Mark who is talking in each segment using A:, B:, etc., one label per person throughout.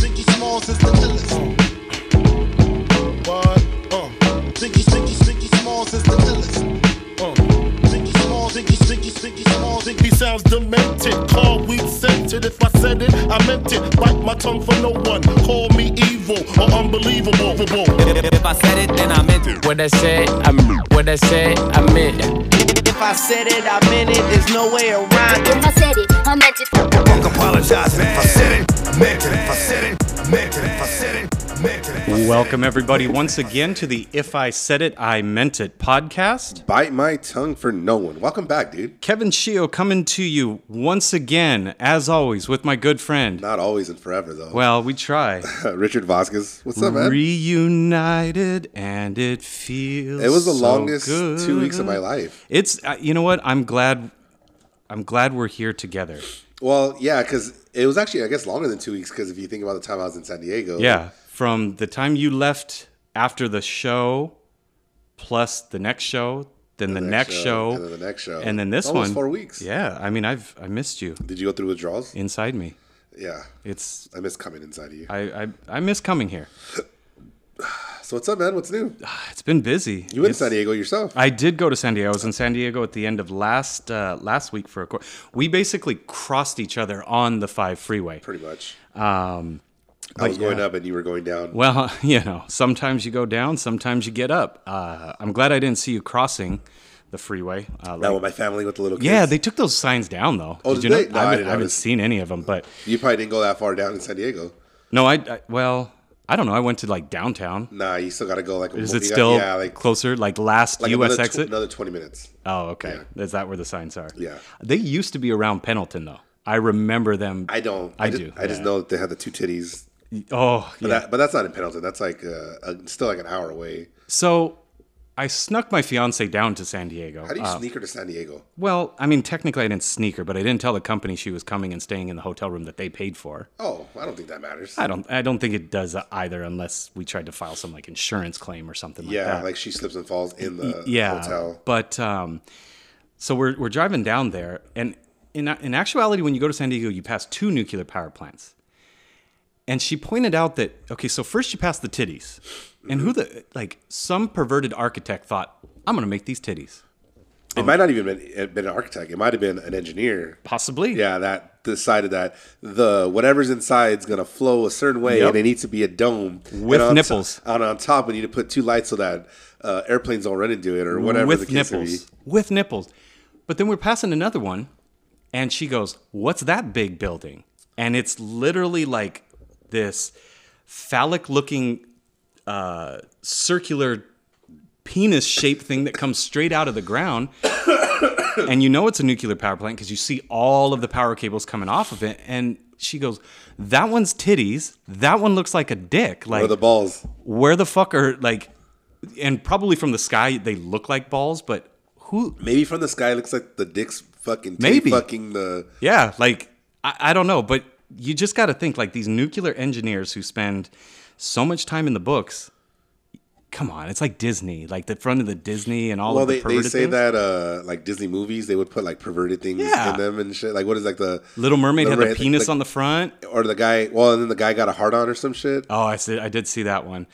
A: this is the chillest. What? Uh. Ziggy, Ziggy, Ziggy Smalls is the chillest. Uh. Ziggy Smalls, Ziggy, Ziggy, Ziggy Smalls. Ziggy sounds demented. Call weed scented. If I said it, I meant it. Bite my tongue for no one. Call me evil or unbelievable.
B: If, if I said it, then I meant it. What I said, I meant. What I said, I meant.
C: If I said it, I meant it. There's no way around it.
D: If I said it, I meant it.
E: Punk apologizing if I said it, I meant it, if I said it, I meant it, if I said it, I meant it. if I said it.
F: Welcome, everybody, once again to the If I Said It, I Meant It podcast.
G: Bite my tongue for no one. Welcome back, dude.
F: Kevin Shio coming to you once again, as always, with my good friend.
G: Not always and forever though.
F: Well, we try.
G: Richard Vasquez, what's up, man?
F: Reunited, and it feels.
G: it was the
F: so
G: longest two weeks of
F: good.
G: my life.
F: It's uh, you know what? I'm glad. I'm glad we're here together.
G: Well, yeah, because it was actually, I guess, longer than two weeks. Because if you think about the time I was in San Diego,
F: Yeah, from the time you left after the show, plus the next show, then the, next, show,
G: and then the next show,
F: and then this
G: It's almost
F: one.
G: four weeks.
F: Yeah, I mean, I've I missed you
G: Did you go through withdrawals?
F: inside me.
G: Yeah,
F: It's
G: I miss coming inside of you.
F: I I, I miss coming here.
G: So what's up, man? What's new?
F: It's been busy.
G: You went to
F: Uh, It's-
G: San Diego yourself.
F: I did go to San Diego. I was in San Diego at the end of last uh, last week for a course. We basically crossed each other on the five freeway.
G: pretty much.
F: Um,
G: I was going up and you were going down.
F: Well, you know, sometimes you go down, sometimes you get up. Uh, I'm glad I didn't see you crossing the freeway. Uh,
G: Now
F: like-
G: with my family with the little kids.
F: yeah, they took those signs down though.
G: Oh,
F: you
G: did they?
F: know?
G: No, I
F: I, haven't,
G: didn't
F: I haven't
G: notice.
F: seen any of them, but
G: You probably didn't go that far down in San Diego.
F: no, I, I well, I don't know. I went to like downtown.
G: Nah, you still got to go like. A,
F: Is
G: you
F: it
G: got-
F: still
G: yeah, like
F: closer? Like last
G: like
F: U.S.
G: another tw-
F: exit?
G: another twenty minutes.
F: Oh, okay. Is that where the signs are?
G: Yeah.
F: They used to be around Pendleton though. I remember them.
G: I don't.
F: I
G: just,
F: do,
G: I just
F: yeah.
G: know that they had the two titties.
F: Oh,
G: But
F: yeah.
G: that, but that's not in Pendleton. That's like uh, uh, still like an hour away.
F: so I snuck my fiance down to San Diego.
G: How do you
F: Uh,
G: sneak her to San Diego?
F: Well, I mean, technically, I didn't sneak her, but I didn't tell the company she was coming and staying in the hotel room that they paid for.
G: Oh, I don't think that matters.
F: I don't, I don't think it does either, unless we tried to file some like insurance claim or something like
G: yeah,
F: that.
G: like she slips and falls in the
F: yeah.
G: hotel.
F: But um, so we're we're driving down there, and in in actuality, when you go to San Diego, you pass two nuclear power plants. And she pointed out that okay, so first you pass the titties, and who the like some perverted architect thought I'm gonna make these titties
G: It might not even been it been an architect. It might have been an engineer.
F: possibly
G: Yeah, that decided that the whatever's inside is gonna flow a certain way,
F: Yep.
G: and it needs to be a dome
F: With
G: And on
F: nipples.
G: To, and on top, we need to put two lights so that uh, airplanes don't run into it or whatever
F: with
G: the case may be.
F: nipples with nipples but then we're passing another one and she goes what's that big building and it's literally like this phallic looking uh, circular penis shaped thing that comes straight out of the ground and you know it's a nuclear power plant because you see all of the power cables coming off of it and she goes that one's titties that one looks like a dick like
G: Or the balls.
F: where the fuck are like and probably from the sky they look like balls but who
G: Maybe from the sky it looks like the dick's fucking titty
F: Maybe.
G: fucking the
F: yeah like i, I don't know but you just got to think like these nuclear engineers who spend so much time in the books come on it's like disney like the front of the disney and all
G: well
F: of the
G: they, they
F: perverted
G: say
F: things.
G: that uh like Disney movies they would put like perverted things
F: Yeah.
G: in them and shit. Like what is like the
F: little mermaid had the
G: Red-
F: penis
G: like-
F: on the front
G: or the guy well and then the guy got a heart on or some shit.
F: oh i see i did see that one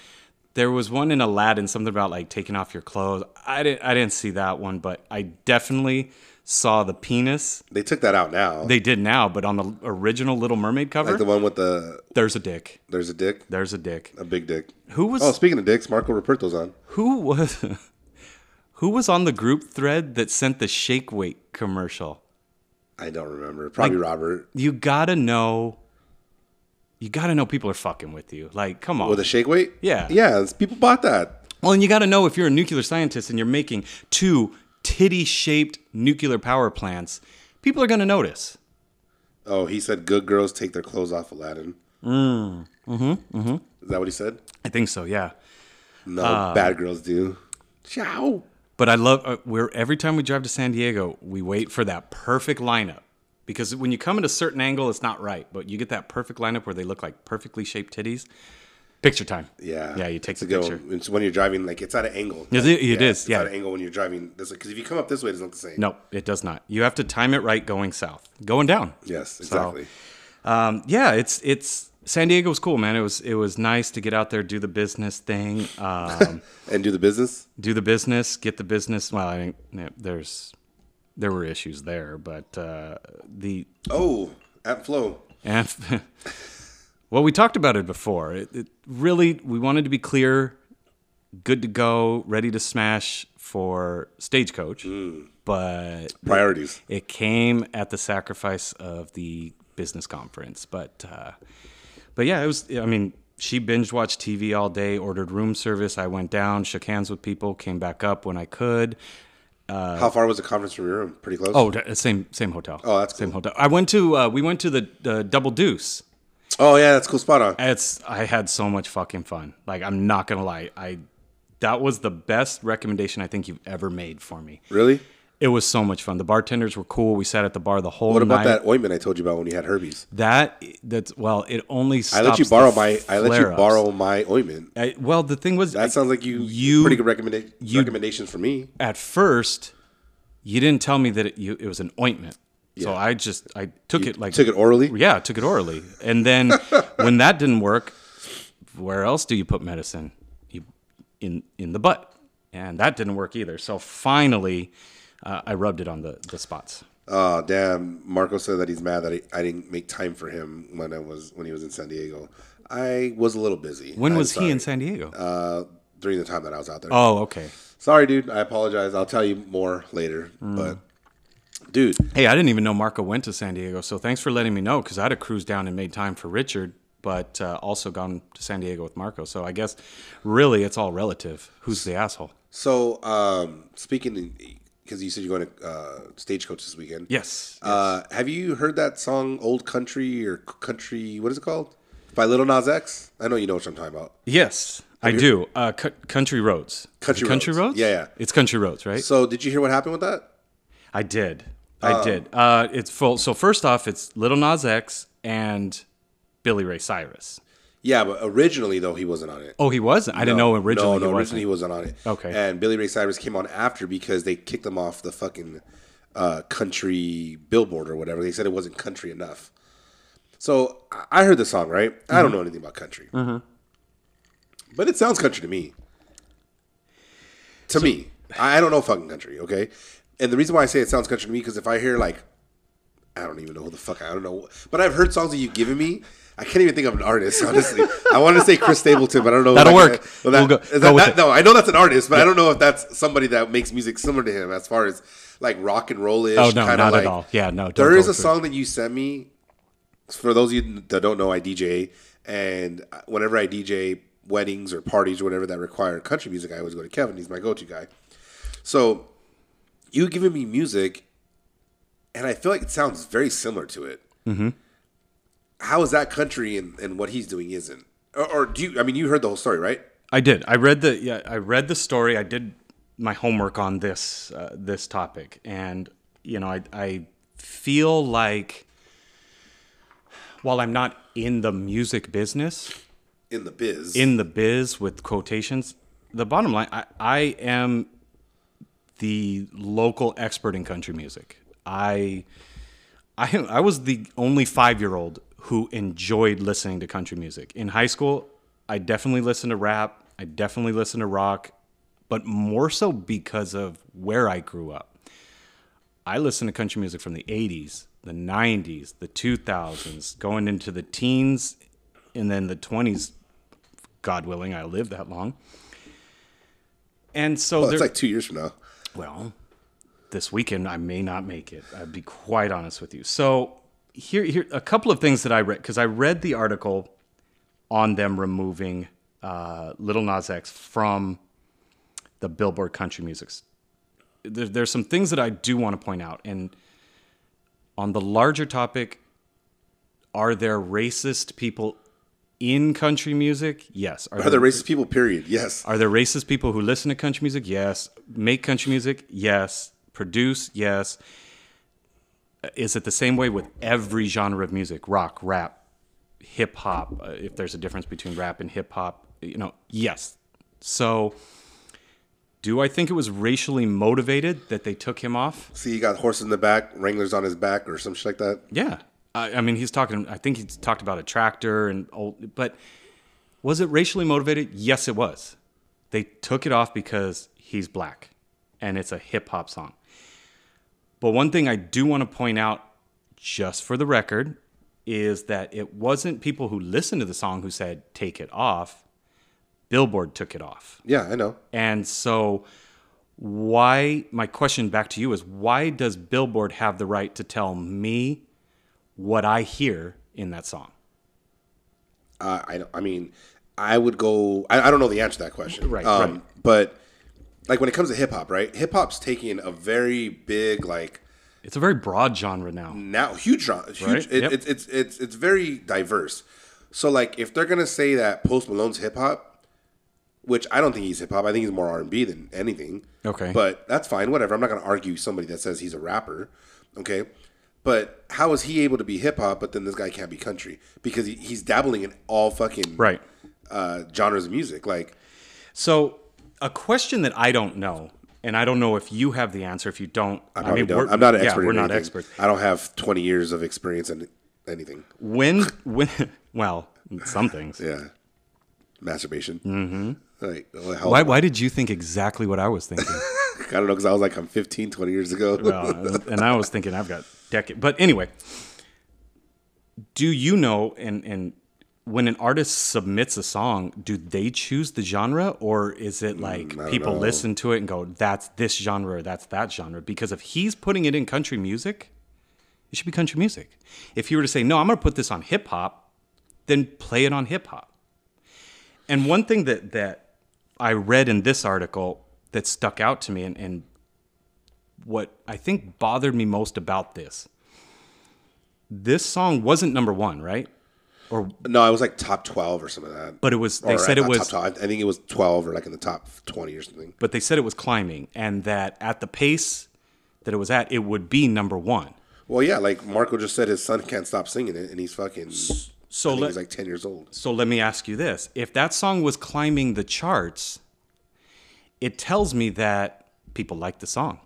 F: there was one in aladdin something about like taking off your clothes i didn't i didn't see that one but i definitely saw the penis
G: They took that out now.
F: They did now, but on the original Little Mermaid cover,
G: like the one with the
F: there's a dick.
G: there's a dick,
F: There's a dick.
G: a big dick.
F: Who was
G: Oh, speaking of dicks, Marco Ruperto's on.
F: who was who was on the group thread that sent the shake weight commercial?
G: I don't remember. Probably Robert
F: You gotta know. You gotta know people are fucking with you. Like, come on.
G: with a shake weight.
F: Yeah.
G: yeah. it's- People bought that.
F: well, and you gotta know if you're a nuclear scientist and you're making two titty-shaped nuclear power plants, people are gonna notice.
G: Oh, he said good girls take their clothes off, Aladdin. Mm. Mm-hmm. Mm-hmm. Is that what he said?
F: I think so. Yeah.
G: No,
F: Ah.
G: bad girls do. Ciao.
F: But I love uh, we're every time we drive to San Diego, we wait for that perfect lineup because when you come at a certain angle, it's not right. But you get that perfect lineup where they look like perfectly shaped titties. Picture time.
G: Yeah.
F: yeah. You take
G: It's a
F: the
G: good
F: picture.
G: one. It's when you're driving, like it's at an angle.
F: Yes, it- it is,
G: It's
F: yeah.
G: at an angle when you're driving this way. Because if you come up this way, it doesn't look the same.
F: No, it does not. You have to time it right going south, going down.
G: Yes, exactly.
F: Um, yeah, it's it's San Diego was cool, man. It was it was nice to get out there, do the business thing, um,
G: and do the business.
F: do the business, get the business. Well, I think yeah, there's there were issues there, but uh, the
G: Oh, at Flow.
F: and well, we talked about it before. It, it really we wanted to be clear, good to go, ready to smash for Stagecoach,
G: Mm.
F: but
G: Priorities.
F: it came at the sacrifice of the business conference but uh, but yeah it was i mean she binge watched tv all day ordered room service i went down shook hands with people came back up when i could
G: How far was the conference from your room? Pretty close.
F: Uh, oh d- same same hotel
G: Oh, that's
F: same
G: cool.
F: hotel i went to uh, we went to the uh, double deuce
G: Oh, yeah, that's cool. Spot on.
F: it's i had so much fucking fun like i'm not gonna lie i that was the best recommendation i think you've ever made for me
G: Really?
F: it was so much fun the bartenders were cool we sat at the bar the whole
G: What about
F: night
G: that ointment I told you about when you had herpes?
F: That that's well, it only
G: I
F: stops.
G: let you borrow
F: the
G: my. I let you
F: flare-ups.
G: borrow my ointment.
F: I, well, the thing was, I-
G: That sounds like you.
F: You-
G: pretty good recommenda-
F: you-
G: recommendations for me.
F: at first you didn't tell me that it, you, it was an ointment, so I just I took it like
G: Took it orally.
F: Yeah, I took it orally, and then when that didn't work, where else do you put medicine? You in in the butt, and that didn't work either. So finally, uh, I rubbed it on the the spots.
G: Oh damn! Marco said that he's mad that I, I didn't make time for him when I was when he was in San Diego. I was a little busy.
F: When
G: I'm
F: was he in
G: sorry.
F: San Diego?
G: Uh, during the time that I was out there.
F: oh, okay.
G: Sorry, dude. I apologize. I'll tell you more later.
F: Mm.
G: But, dude,
F: Hey, I didn't even know Marco went to San Diego, so thanks for letting me know because I'd have cruised down and made time for Richard, but uh, also gone to San Diego with Marco. So I guess really it's all relative. Who's the asshole?
G: so um, speaking because you said you're going to uh, Stagecoach this weekend.
F: Yes.
G: Uh, have you heard that song "Old Country" or c- "Country"? What is it called? By Little Nas X. I know you know what I'm talking about.
F: yes, I do. Uh, cu- country Roads.
G: Country
F: Is it country
G: Roads.
F: Roads?
G: Yeah, yeah.
F: It's Country Roads, right?
G: So, did you hear what happened with that?
F: I did. I did. Uh, it's full. So first off, it's Little Nas X and Billy Ray Cyrus.
G: Yeah, but originally though he wasn't on it.
F: Oh, he wasn't? I didn't know originally
G: No, no,
F: he
G: originally he
F: wasn't.
G: wasn't on it.
F: Okay.
G: And Billy Ray Cyrus came on after because they kicked him off the fucking uh, country billboard or whatever. They said it wasn't country enough. So I- I heard the song, right? I
F: Mm-hmm.
G: don't know anything about country, Mm-hmm. but it sounds country to me. To me, I I don't know fucking country. Okay, and the reason why I say it sounds country to me because if I hear like, I don't even know who the fuck I don't know, but I've heard songs that you've given me. I can't even think of an artist. Honestly, I want to say Chris Stapleton, but I don't know.
F: That'll
G: if I
F: work.
G: well, that-
F: We'll go-
G: is that-
F: go with
G: that-
F: it.
G: no, I know that's an artist, but I don't know if that's somebody that makes music similar to him as far as like rock and roll ish.
F: Oh, no, not at all. Yeah, no, don't
G: There
F: go
G: is a
F: for it.
G: song that you sent me. For those of you that don't know, I DJ, and whenever I DJ weddings or parties or whatever that require country music, I always go to Kevin. He's my go-to guy. So you giving me music, and I feel like it sounds very similar to it. Mm-hmm. is that country and, and what he's doing isn't? Or, or do you? I mean, you heard the whole story, right?
F: I did. I read the yeah, I read the story. I did my homework on this uh, this topic, and you know, I I feel like while I'm not in the music business,
G: In the biz.
F: in the biz with quotations, the bottom line, I, I am the local expert in country music. I I I was the only five year old who enjoyed listening to country music. In high school, I definitely listened to rap, I definitely listened to rock, but more so because of where I grew up. I listened to country music from the 80s, the 90s, the 2000s, going into the teens and then the 20s. God willing, I lived that long. And so
G: Well,
F: there-
G: it's like two years from now.
F: well, this weekend I may not make it. I'd be quite honest with you. So here, here a couple of things that I read because I read the article on them removing uh, Little Nas X from the Billboard Country Music. s- There, there's some things that I do want to point out, and on the larger topic, are there racist people in country music? Yes.
G: Are there racist people? Period. Yes.
F: Are there racist people who listen to country music? Yes. Make country music? Yes. Produce? Yes. Uh, Is it the same way with every genre of music? Rock, rap, hip hop, uh, if there's a difference between rap and hip hop, you know, yes. So do I think it was racially motivated that they took him off?
G: See, you got horse in the back, Wranglers on his back, or some shit like that.
F: Yeah. I, I mean, he's talking. I think he's talked about a tractor and old. But was it racially motivated? Yes, it was. They took it off because he's black, and it's a hip hop song. But one thing I do want to point out, just for the record, is that it wasn't people who listened to the song who said take it off. Billboard took it off.
G: Yeah, I know.
F: And so, why, my question back to you is why does Billboard have the right to tell me what I hear in that song?
G: Uh, I don't- I mean, I would go. I, I don't know the answer to that question. Um,
F: Right, right.
G: But like when it comes to hip hop, right? Hip hop's taking a very big like
F: It's a very broad genre now.
G: now huge genre. Huge,
F: Right,
G: it,
F: yep.
G: it's it's it's it's very diverse. So like if they're gonna say that Post Malone's hip hop, which I don't think he's hip hop. I think he's more R and B than anything.
F: Okay.
G: But that's fine. Whatever. I'm not gonna argue somebody that says he's a rapper. Okay. But how is he able to be hip hop, but then this guy can't be country because he, he's dabbling in all fucking
F: Right.
G: uh, genres of music. Like
F: So, a question that I don't know, and I don't know if you have the answer. If you don't,
G: I probably don't.
F: we're-
G: I'm not an expert.
F: Yeah, we're
G: in
F: not
G: anything.
F: experts.
G: I don't have 20 years of experience in anything.
F: When, when, well, some things.
G: Yeah, masturbation. Mm-hmm. Like what the hell?
F: Why, why did you think exactly what I was thinking?
G: I don't know because I was like I'm 15, 20 years ago.
F: Well, and I was thinking I've got decade. But anyway, do you know and and when an artist submits a song, do they choose the genre or is it like
G: Mm, I don't
F: people
G: know.
F: listen to it and go, that's this genre, or that's that genre? Because if he's putting it in country music, it should be country music. If he were to say, no, I'm going to put this on hip hop, then play it on hip hop. And one thing that that I read in this article that stuck out to me and, and what I think bothered me most about this, this song wasn't number one, right?
G: no, I was like top 12 or some of that.
F: But it was they
G: Or
F: said it
G: not
F: was
G: Top 12. I think it was 12 or like in the top 20 or something.
F: but they said it was climbing and that at the pace that it was at, it would be number one.
G: Well, yeah, like Marco just said, his son can't stop singing it, and he's fucking. So
F: let-
G: he's like 10 years old.
F: So let me ask you this. If that song was climbing the charts, it tells me that people like the song.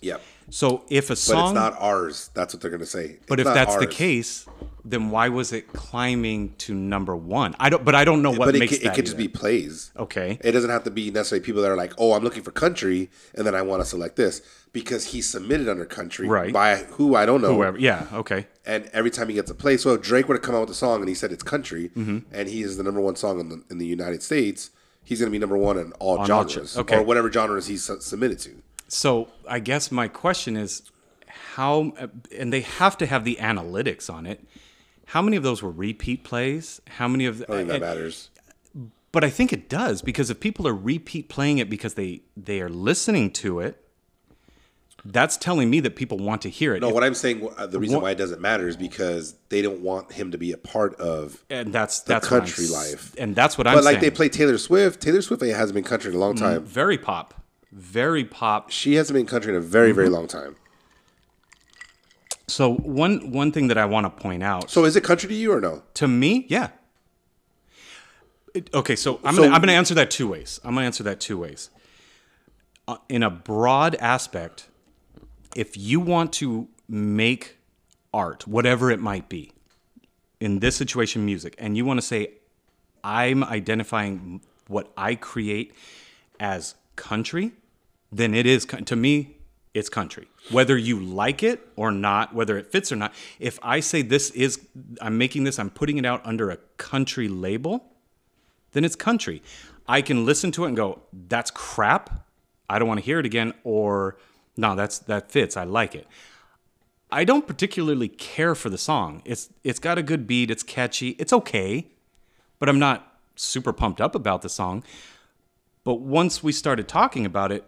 G: Yep.
F: So if a
G: But
F: song
G: it's not ours. That's what they're gonna say.
F: But
G: It's
F: if
G: not
F: that's the
G: ours.
F: case, then why was it climbing to number one? I don't. But I don't know what
G: but it
F: makes
G: could,
F: that.
G: it could just
F: either.
G: be plays.
F: okay.
G: It doesn't have to be necessarily people that are like, oh, I'm looking for country, and then I want to select this because he submitted under country
F: Right.
G: by who I don't know.
F: Whoever. Yeah. Okay.
G: And every time he gets a play, so if Drake were to come out with a song and he said it's country,
F: Mm-hmm.
G: and he is the number one song in the, in the United States, he's going to be number one in all
F: On all
G: genres
F: gen- okay.
G: or whatever genres he's su- submitted to.
F: So I guess my question is, how? And they have to have the analytics on it. How many of those were repeat plays? How many of?
G: I don't think that
F: and-
G: matters.
F: But I think it does because if people are repeat playing it because they they are listening to it, that's telling me that people want to hear it.
G: No,
F: If-
G: what I'm saying, uh, the reason
F: What-
G: why it doesn't matter is because they don't want him to be a part of.
F: and that's
G: the
F: that's what I'm
G: country
F: s-
G: life.
F: And that's what I'm
G: But like
F: saying. Mm-hmm.
G: they play Taylor Swift. Taylor Swift has been country in a long time.
F: very pop, very pop.
G: She hasn't been country in a very, very
F: Mm-hmm.
G: long time.
F: So one one thing that I want to point out
G: So is it country to you or no?
F: to me, yeah. It- okay, so I'm
G: So-
F: gonna I'm gonna answer that two ways. I'm gonna answer that two ways. Uh, in a broad aspect, if you want to make art, whatever it might be, in this situation, music, and you want to say, I'm identifying what I create as country, then it is coun- to me it's country whether you like it or not whether it fits or not if i say this is i'm making this i'm putting it out under a country label then it's country i can listen to it and go that's crap i don't want to hear it again or no that's that fits i like it i don't particularly care for the song it's it's got a good beat it's catchy it's okay but i'm not super pumped up about the song but once we started talking about it,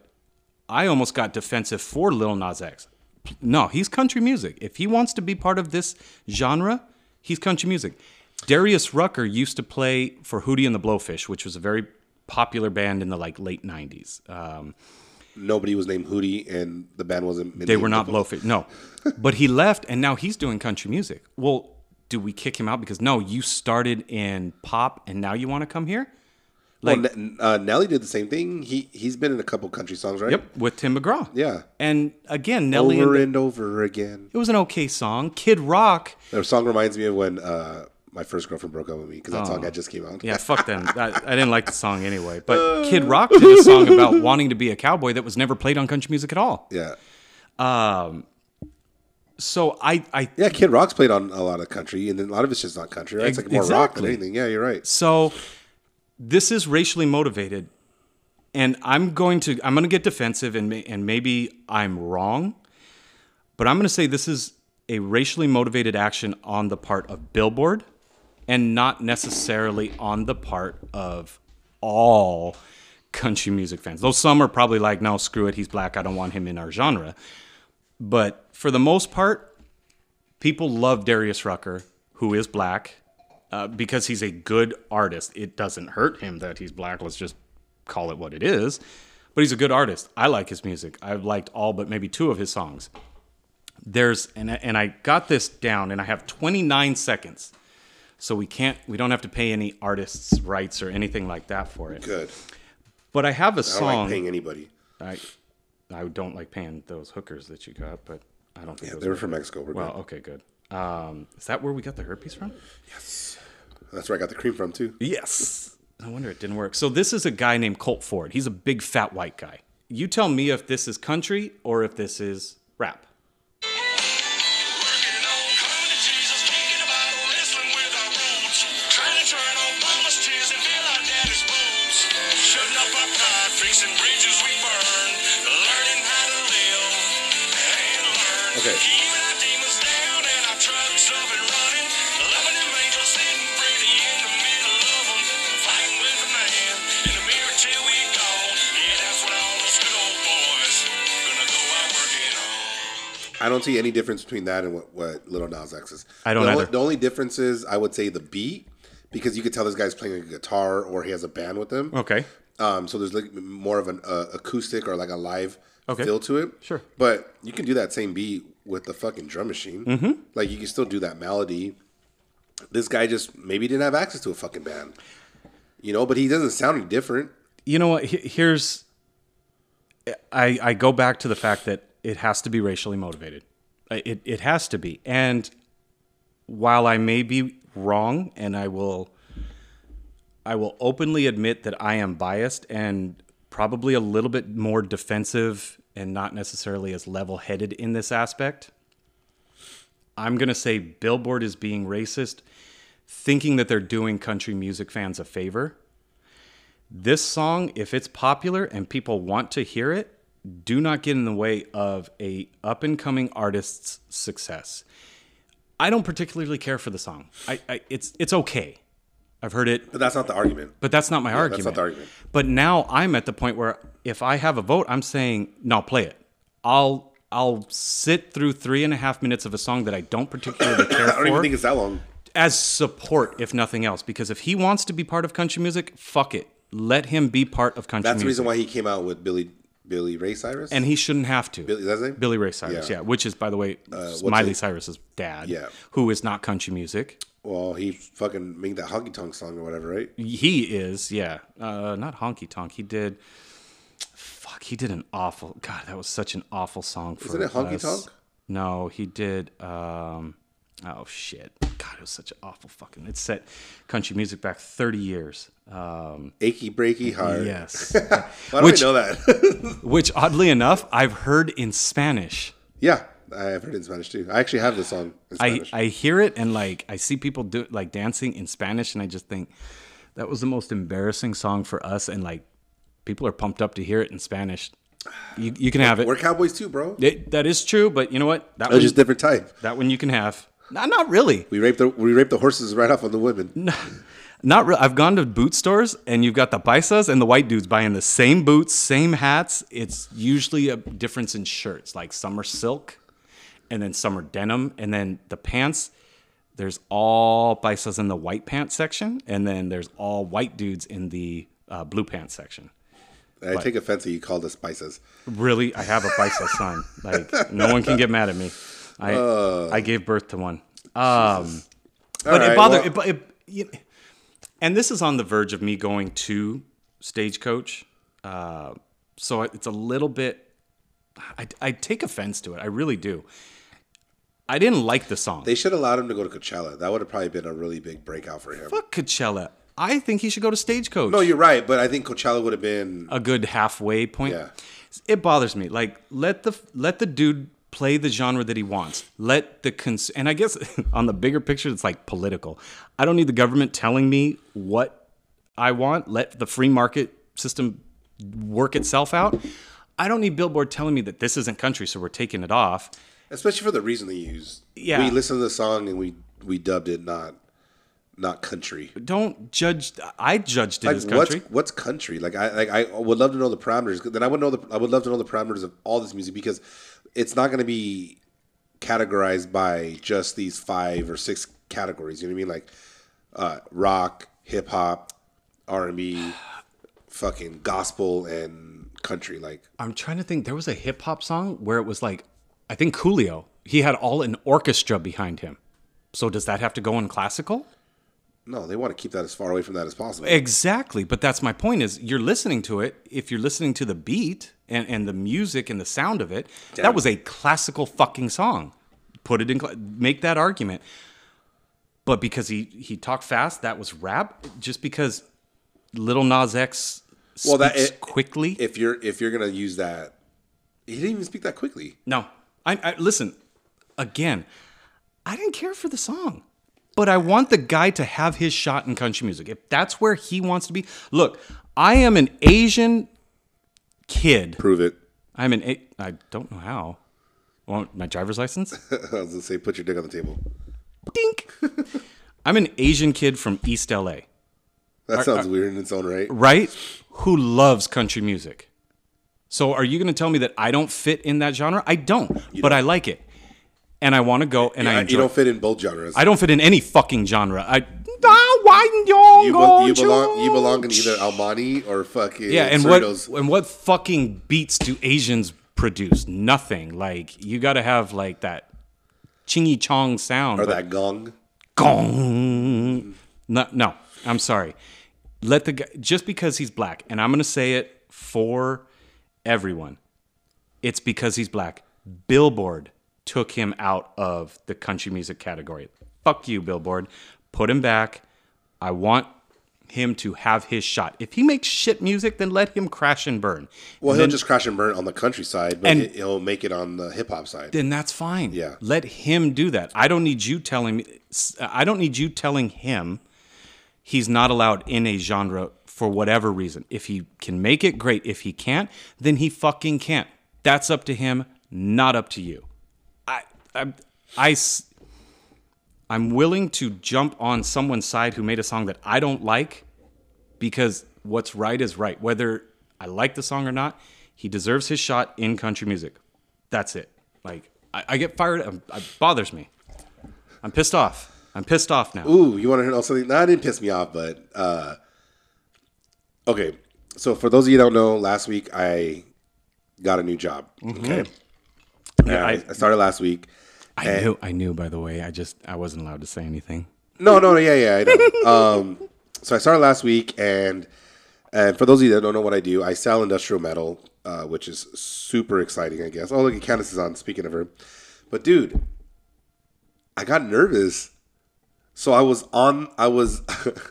F: I almost got defensive for Lil Nas X. No, he's country music. If he wants to be part of this genre, he's country music. Darius Rucker used to play for Hootie and the Blowfish, which was a very popular band in the like late '90s. Um,
G: Nobody was named Hootie, and the band wasn't.
F: they were not Blowfish, no. But he left, and now he's doing country music. Well, do we kick him out because no, you started in pop, and now you want to come here?
G: Like
F: Like-
G: well, N- uh, Nelly did the same thing. He he's been in a couple country songs, right?
F: Yep, with Tim McGraw.
G: Yeah.
F: And again, Nelly.
G: Over
F: and
G: and over again.
F: it was an okay song. Kid Rock.
G: The song reminds me of when uh, my first girlfriend broke up with me because that
F: Oh.
G: song had just came out.
F: Yeah, fuck them. Uh. I, I didn't like the song anyway. But Kid Rock did a song about wanting to be a cowboy that was never played on country music at all.
G: yeah,
F: So I, I
G: yeah. Kid Rock's played on a lot of country, and then a lot of it's just not country, right? It's like more rock than
F: Exactly.
G: anything. Yeah, you're right.
F: so this is racially motivated, and I'm going to I'm going to get defensive, and may, and maybe I'm wrong, but I'm going to say this is a racially motivated action on the part of Billboard, and not necessarily on the part of all country music fans. Though some are probably like, no, screw it, he's black, I don't want him in our genre. But for the most part, people love Darius Rucker, who is black, uh, because he's a good artist. It doesn't hurt him that he's black. Let's just call it what it is. But he's a good artist. I like his music. I've liked all but maybe two of his songs. There's and I- and I got this down, and I have 29 seconds, so we can't we don't have to pay any artists' rights or anything like that for it.
G: Good.
F: But I have a
G: I don't like
F: song.
G: paying anybody.
F: I I don't like paying those hookers that you got, but I don't think
G: Yeah,
F: those
G: they were
F: were-
G: from Mexico. We're
F: Well, okay, good. Um, is that where we got the herpes from?
G: good. That's where I got the cream from too.
F: Yes. No wonder it didn't work. So this is a guy named Colt Ford. He's a big fat white guy. You tell me if this is country or if this is rap.
D: Working on coming to Jesus, thinking about wrestling with our roots. Trying to turn on mama's tears and fill our daddy's boots. Shutting up our pride, fixing bridges we burn. Learning how to live and learn.
G: Okay.
D: Keeping our demons down and our trucks up and running. Loving them angels sitting pretty in the middle of them. Fighting with the man in the mirror till we gone. Yeah, that's what all those good old boys gonna go out working on.
G: I don't see any difference between that and what, what Little Nas X is.
F: I don't
G: the
F: either.
G: Only, the only difference is I would say the beat because you could tell this guy's playing a guitar or he has a band with him.
F: Okay.
G: Um, so there's like more of an uh, acoustic or like a live
F: Okay.
G: feel to it.
F: Sure.
G: But you can do that same beat with the fucking drum machine. Mm-hmm. Like you can still do that melody. This guy just maybe didn't have access to a fucking band, you know. But he doesn't sound any different.
F: You know what? He- Here's I I go back to the fact that it has to be racially motivated. I- It it has to be. And while I may be wrong and I will I will openly admit that I am biased and probably a little bit more defensive and not necessarily as level-headed in this aspect. I'm going to say Billboard is being racist thinking that they're doing country music fans a favor this song if it's popular and people want to hear it do not get in the way of a up and coming artist's success i don't particularly care for the song I, I it's it's okay i've heard it
G: But that's not the argument.
F: but that's not my
G: that's
F: argument
G: not the argument.
F: but now i'm at the point where if i have a vote i'm saying no play it i'll i'll sit through three and a half minutes of a song that i don't particularly care
G: I don't even
F: for
G: think it's that long.
F: as support, if nothing else, because if he wants to be part of country music, fuck it. Let him be part of country
G: That's the
F: music.
G: reason why he came out with Billy Billy Ray Cyrus.
F: and he shouldn't have to.
G: Billy, is that his name?
F: Billy Ray Cyrus, yeah. which is, by the way,
G: it?
F: Miley Cyrus's dad,
G: Yeah.
F: who is not country music.
G: Well, he fucking made that honky tonk song or whatever, right?
F: He is, yeah. Uh, not honky tonk. He did. Fuck, he did an awful. God, that was such an awful song for.
G: Isn't it honky
F: us.
G: tonk?
F: No, he did. Um, oh shit! God, it was such an awful fucking. It set country music back thirty years. Um,
G: Achy breaky heart.
F: yes,
G: Why do
F: Which-
G: I know that?
F: which oddly enough, I've heard in Spanish.
G: yeah, I've heard it in Spanish too. I actually have this song in
F: I,
G: Spanish.
F: I hear it and like I see people do like dancing in Spanish and I just think that was the most embarrassing song for us and like people are pumped up to hear it in Spanish. You, you can have
G: We're
F: it.
G: cowboys too, bro.
F: It- That is true, but you know what? That
G: It's
F: one,
G: just different type.
F: that one you can have. No, not really.
G: We raped the we raped the horses right off on the women.
F: Not real. I've gone to boot stores and you've got the paisas and the white dudes buying the same boots, same hats. It's usually a difference in shirts, like some are silk and then some are denim. And then the pants, there's all paisas in the white pants section. And then there's all white dudes in the uh, blue pants section.
G: I take offense that you called us spices.
F: Really, I have a paisa son. Like, no one can get mad at me. I, I gave birth to one. Um,
G: Uh. All
F: but
G: right,
F: it bothered.
G: well,
F: it, bo- it, you- and this is on the verge of me going to Stagecoach. Uh, so it's a little bit. I, I take offense to it. I really do. I didn't like the song.
G: They should allowed him to go to Coachella. That would have probably been a really big breakout for him.
F: Fuck Coachella. I think he should go to Stagecoach.
G: No, you're right, but I think Coachella would have been
F: a good halfway point.
G: Yeah.
F: It bothers me. Like let the let the dude play the genre that he wants. Let the cons- and I guess on the bigger picture it's like political. I don't need the government telling me what I want. Let the free market system work itself out. I don't need Billboard telling me that this isn't country so we're taking it off.
G: especially for the reason they used.
F: Yeah.
G: we listened to the song and we we dubbed it not not country.
F: Don't judge I judged it
G: Like
F: as
G: what's
F: country.
G: what's country? Like I like I would love to know the parameters. 'cause Then I would know the I would love to know the parameters of all this music because it's not going to be categorized by just these five or six categories. You know what I mean? Like uh, rock, hip hop, R and B, fucking gospel, and country. Like
F: I'm trying to think. There was a hip hop song where it was like, I think Coolio. He had all an orchestra behind him. So does that have to go in classical?
G: no, they want to keep that as far away from that as possible.
F: Exactly. But that's my point. Is you're listening to it. If you're listening to the beat and, and the music and the sound of it,
G: Damn.
F: that was a classical fucking song. Put it in. cla- Make that argument. But because he he talked fast, that was rap. Just because Little Nas X speaks
G: Well, that- it-
F: quickly.
G: If you're if you're gonna use that, he didn't even speak that quickly.
F: No, I, I listen again. I didn't care for the song, but I want the guy to have his shot in country music. If that's where he wants to be, look, I am an Asian kid.
G: Prove it.
F: I'm an A- I don't know how. Want my driver's license?
G: I was gonna say, put your dick on the table.
F: Dink. I'm an Asian kid from East LA,
G: That sounds weird in its own right.
F: right? Who loves country music. So are you going to tell me that I don't fit in that genre? I don't, but I like it. And I want to go and I
G: I-
F: enjoy
G: you don't fit in both genres.
F: I don't fit in any fucking genre. I Ah, why don't
G: you, be- you
F: you-
G: belong. You belong in either Almani or fucking
F: Yeah, and
G: Cerritos.
F: what and what fucking beats do Asians produce? Nothing. Like you got to have like that chingy chong sound.
G: or
F: but-
G: that gong.
F: Gong. No, no, I'm sorry. Let the guy, just because he's black, and I'm going to say it for everyone, it's because he's black. Billboard took him out of the country music category. Fuck you, Billboard. Put him back. I want him to have his shot. If he makes shit music, then let him crash and burn.
G: Well, he'll just crash and burn on the countryside, but
F: And-
G: he- he'll make it on the hip hop side.
F: then that's fine.
G: Yeah.
F: Let him do that. I don't need you telling me I don't need you telling him he's not allowed in a genre for whatever reason. If he can make it, great. If he can't, then he fucking can't. That's up to him, not up to you. I I I s- I'm willing to jump on someone's side who made a song that I don't like because what's right is right. Whether I like the song or not, he deserves his shot in country music. That's it. Like I, I get fired. um, It bothers me. I'm pissed off. I'm pissed off now.
G: Ooh, you want to know something? That didn't piss me off, but uh, okay. So for those of you that don't know, last week I got a new job. Okay, yeah, I,
F: Mm-hmm. I-
G: I started last week.
F: I knew. I knew. By the way, I just I wasn't allowed to say anything.
G: No, no, no, yeah, yeah, I know. um, so I started last week, and and for those of you that don't know what I do, I sell industrial metal, uh, which is super exciting, I guess. Oh, look, Candace is on. Speaking of her, but dude, I got nervous, so I was on. I was,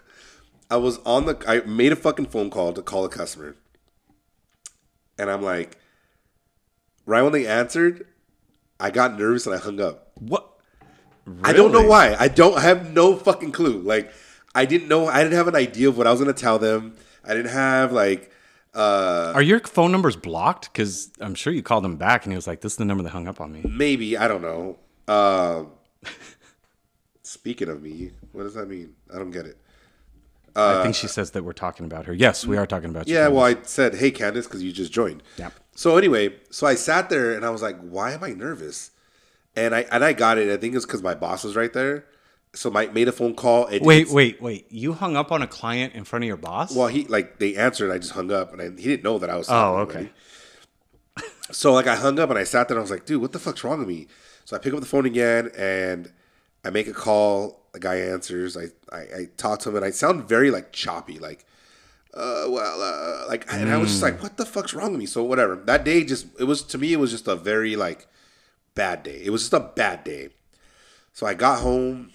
G: I was on the. I made a fucking phone call to call a customer, and I'm like, right when they answered, I got nervous and I hung up.
F: What?
G: I don't know
F: Really?
G: why. I don't I have no fucking clue. Like I didn't know I didn't have an idea of what I was gonna tell them. I didn't have like uh
F: Are your phone numbers blocked? Because I'm sure you called him back, and he was like, "This is the number that hung up on me."
G: maybe, I don't know. Um speaking of me, what does that mean? I don't get it.
F: I think she says that we're talking about her. Yes, we are talking about you.
G: Yeah,
F: Thomas.
G: well I said, Hey Candace, because you just joined.
F: Yep.
G: So anyway, so I sat there and I was like, Why am I nervous? And I and I got it. I think it's because my boss was right there. So my made a phone call. It,
F: Wait,
G: it's-
F: wait, wait! You hung up on a client in front of your boss?
G: Well, he like they answered. I just hung up, and I, he didn't know that I was.
F: Oh,
G: talking to
F: okay.
G: him. so like I hung up and I sat there and I was like, dude, what the fuck's wrong with me? So I pick up the phone again and I make a call. The guy answers. I I, I talk to him and I sound very like choppy, like uh, well, uh, like, and I was just
F: Mm.
G: like, what the fuck's wrong with me? So whatever. That day just, it was to me, it was just a very like bad day. It was just a bad day. So I got home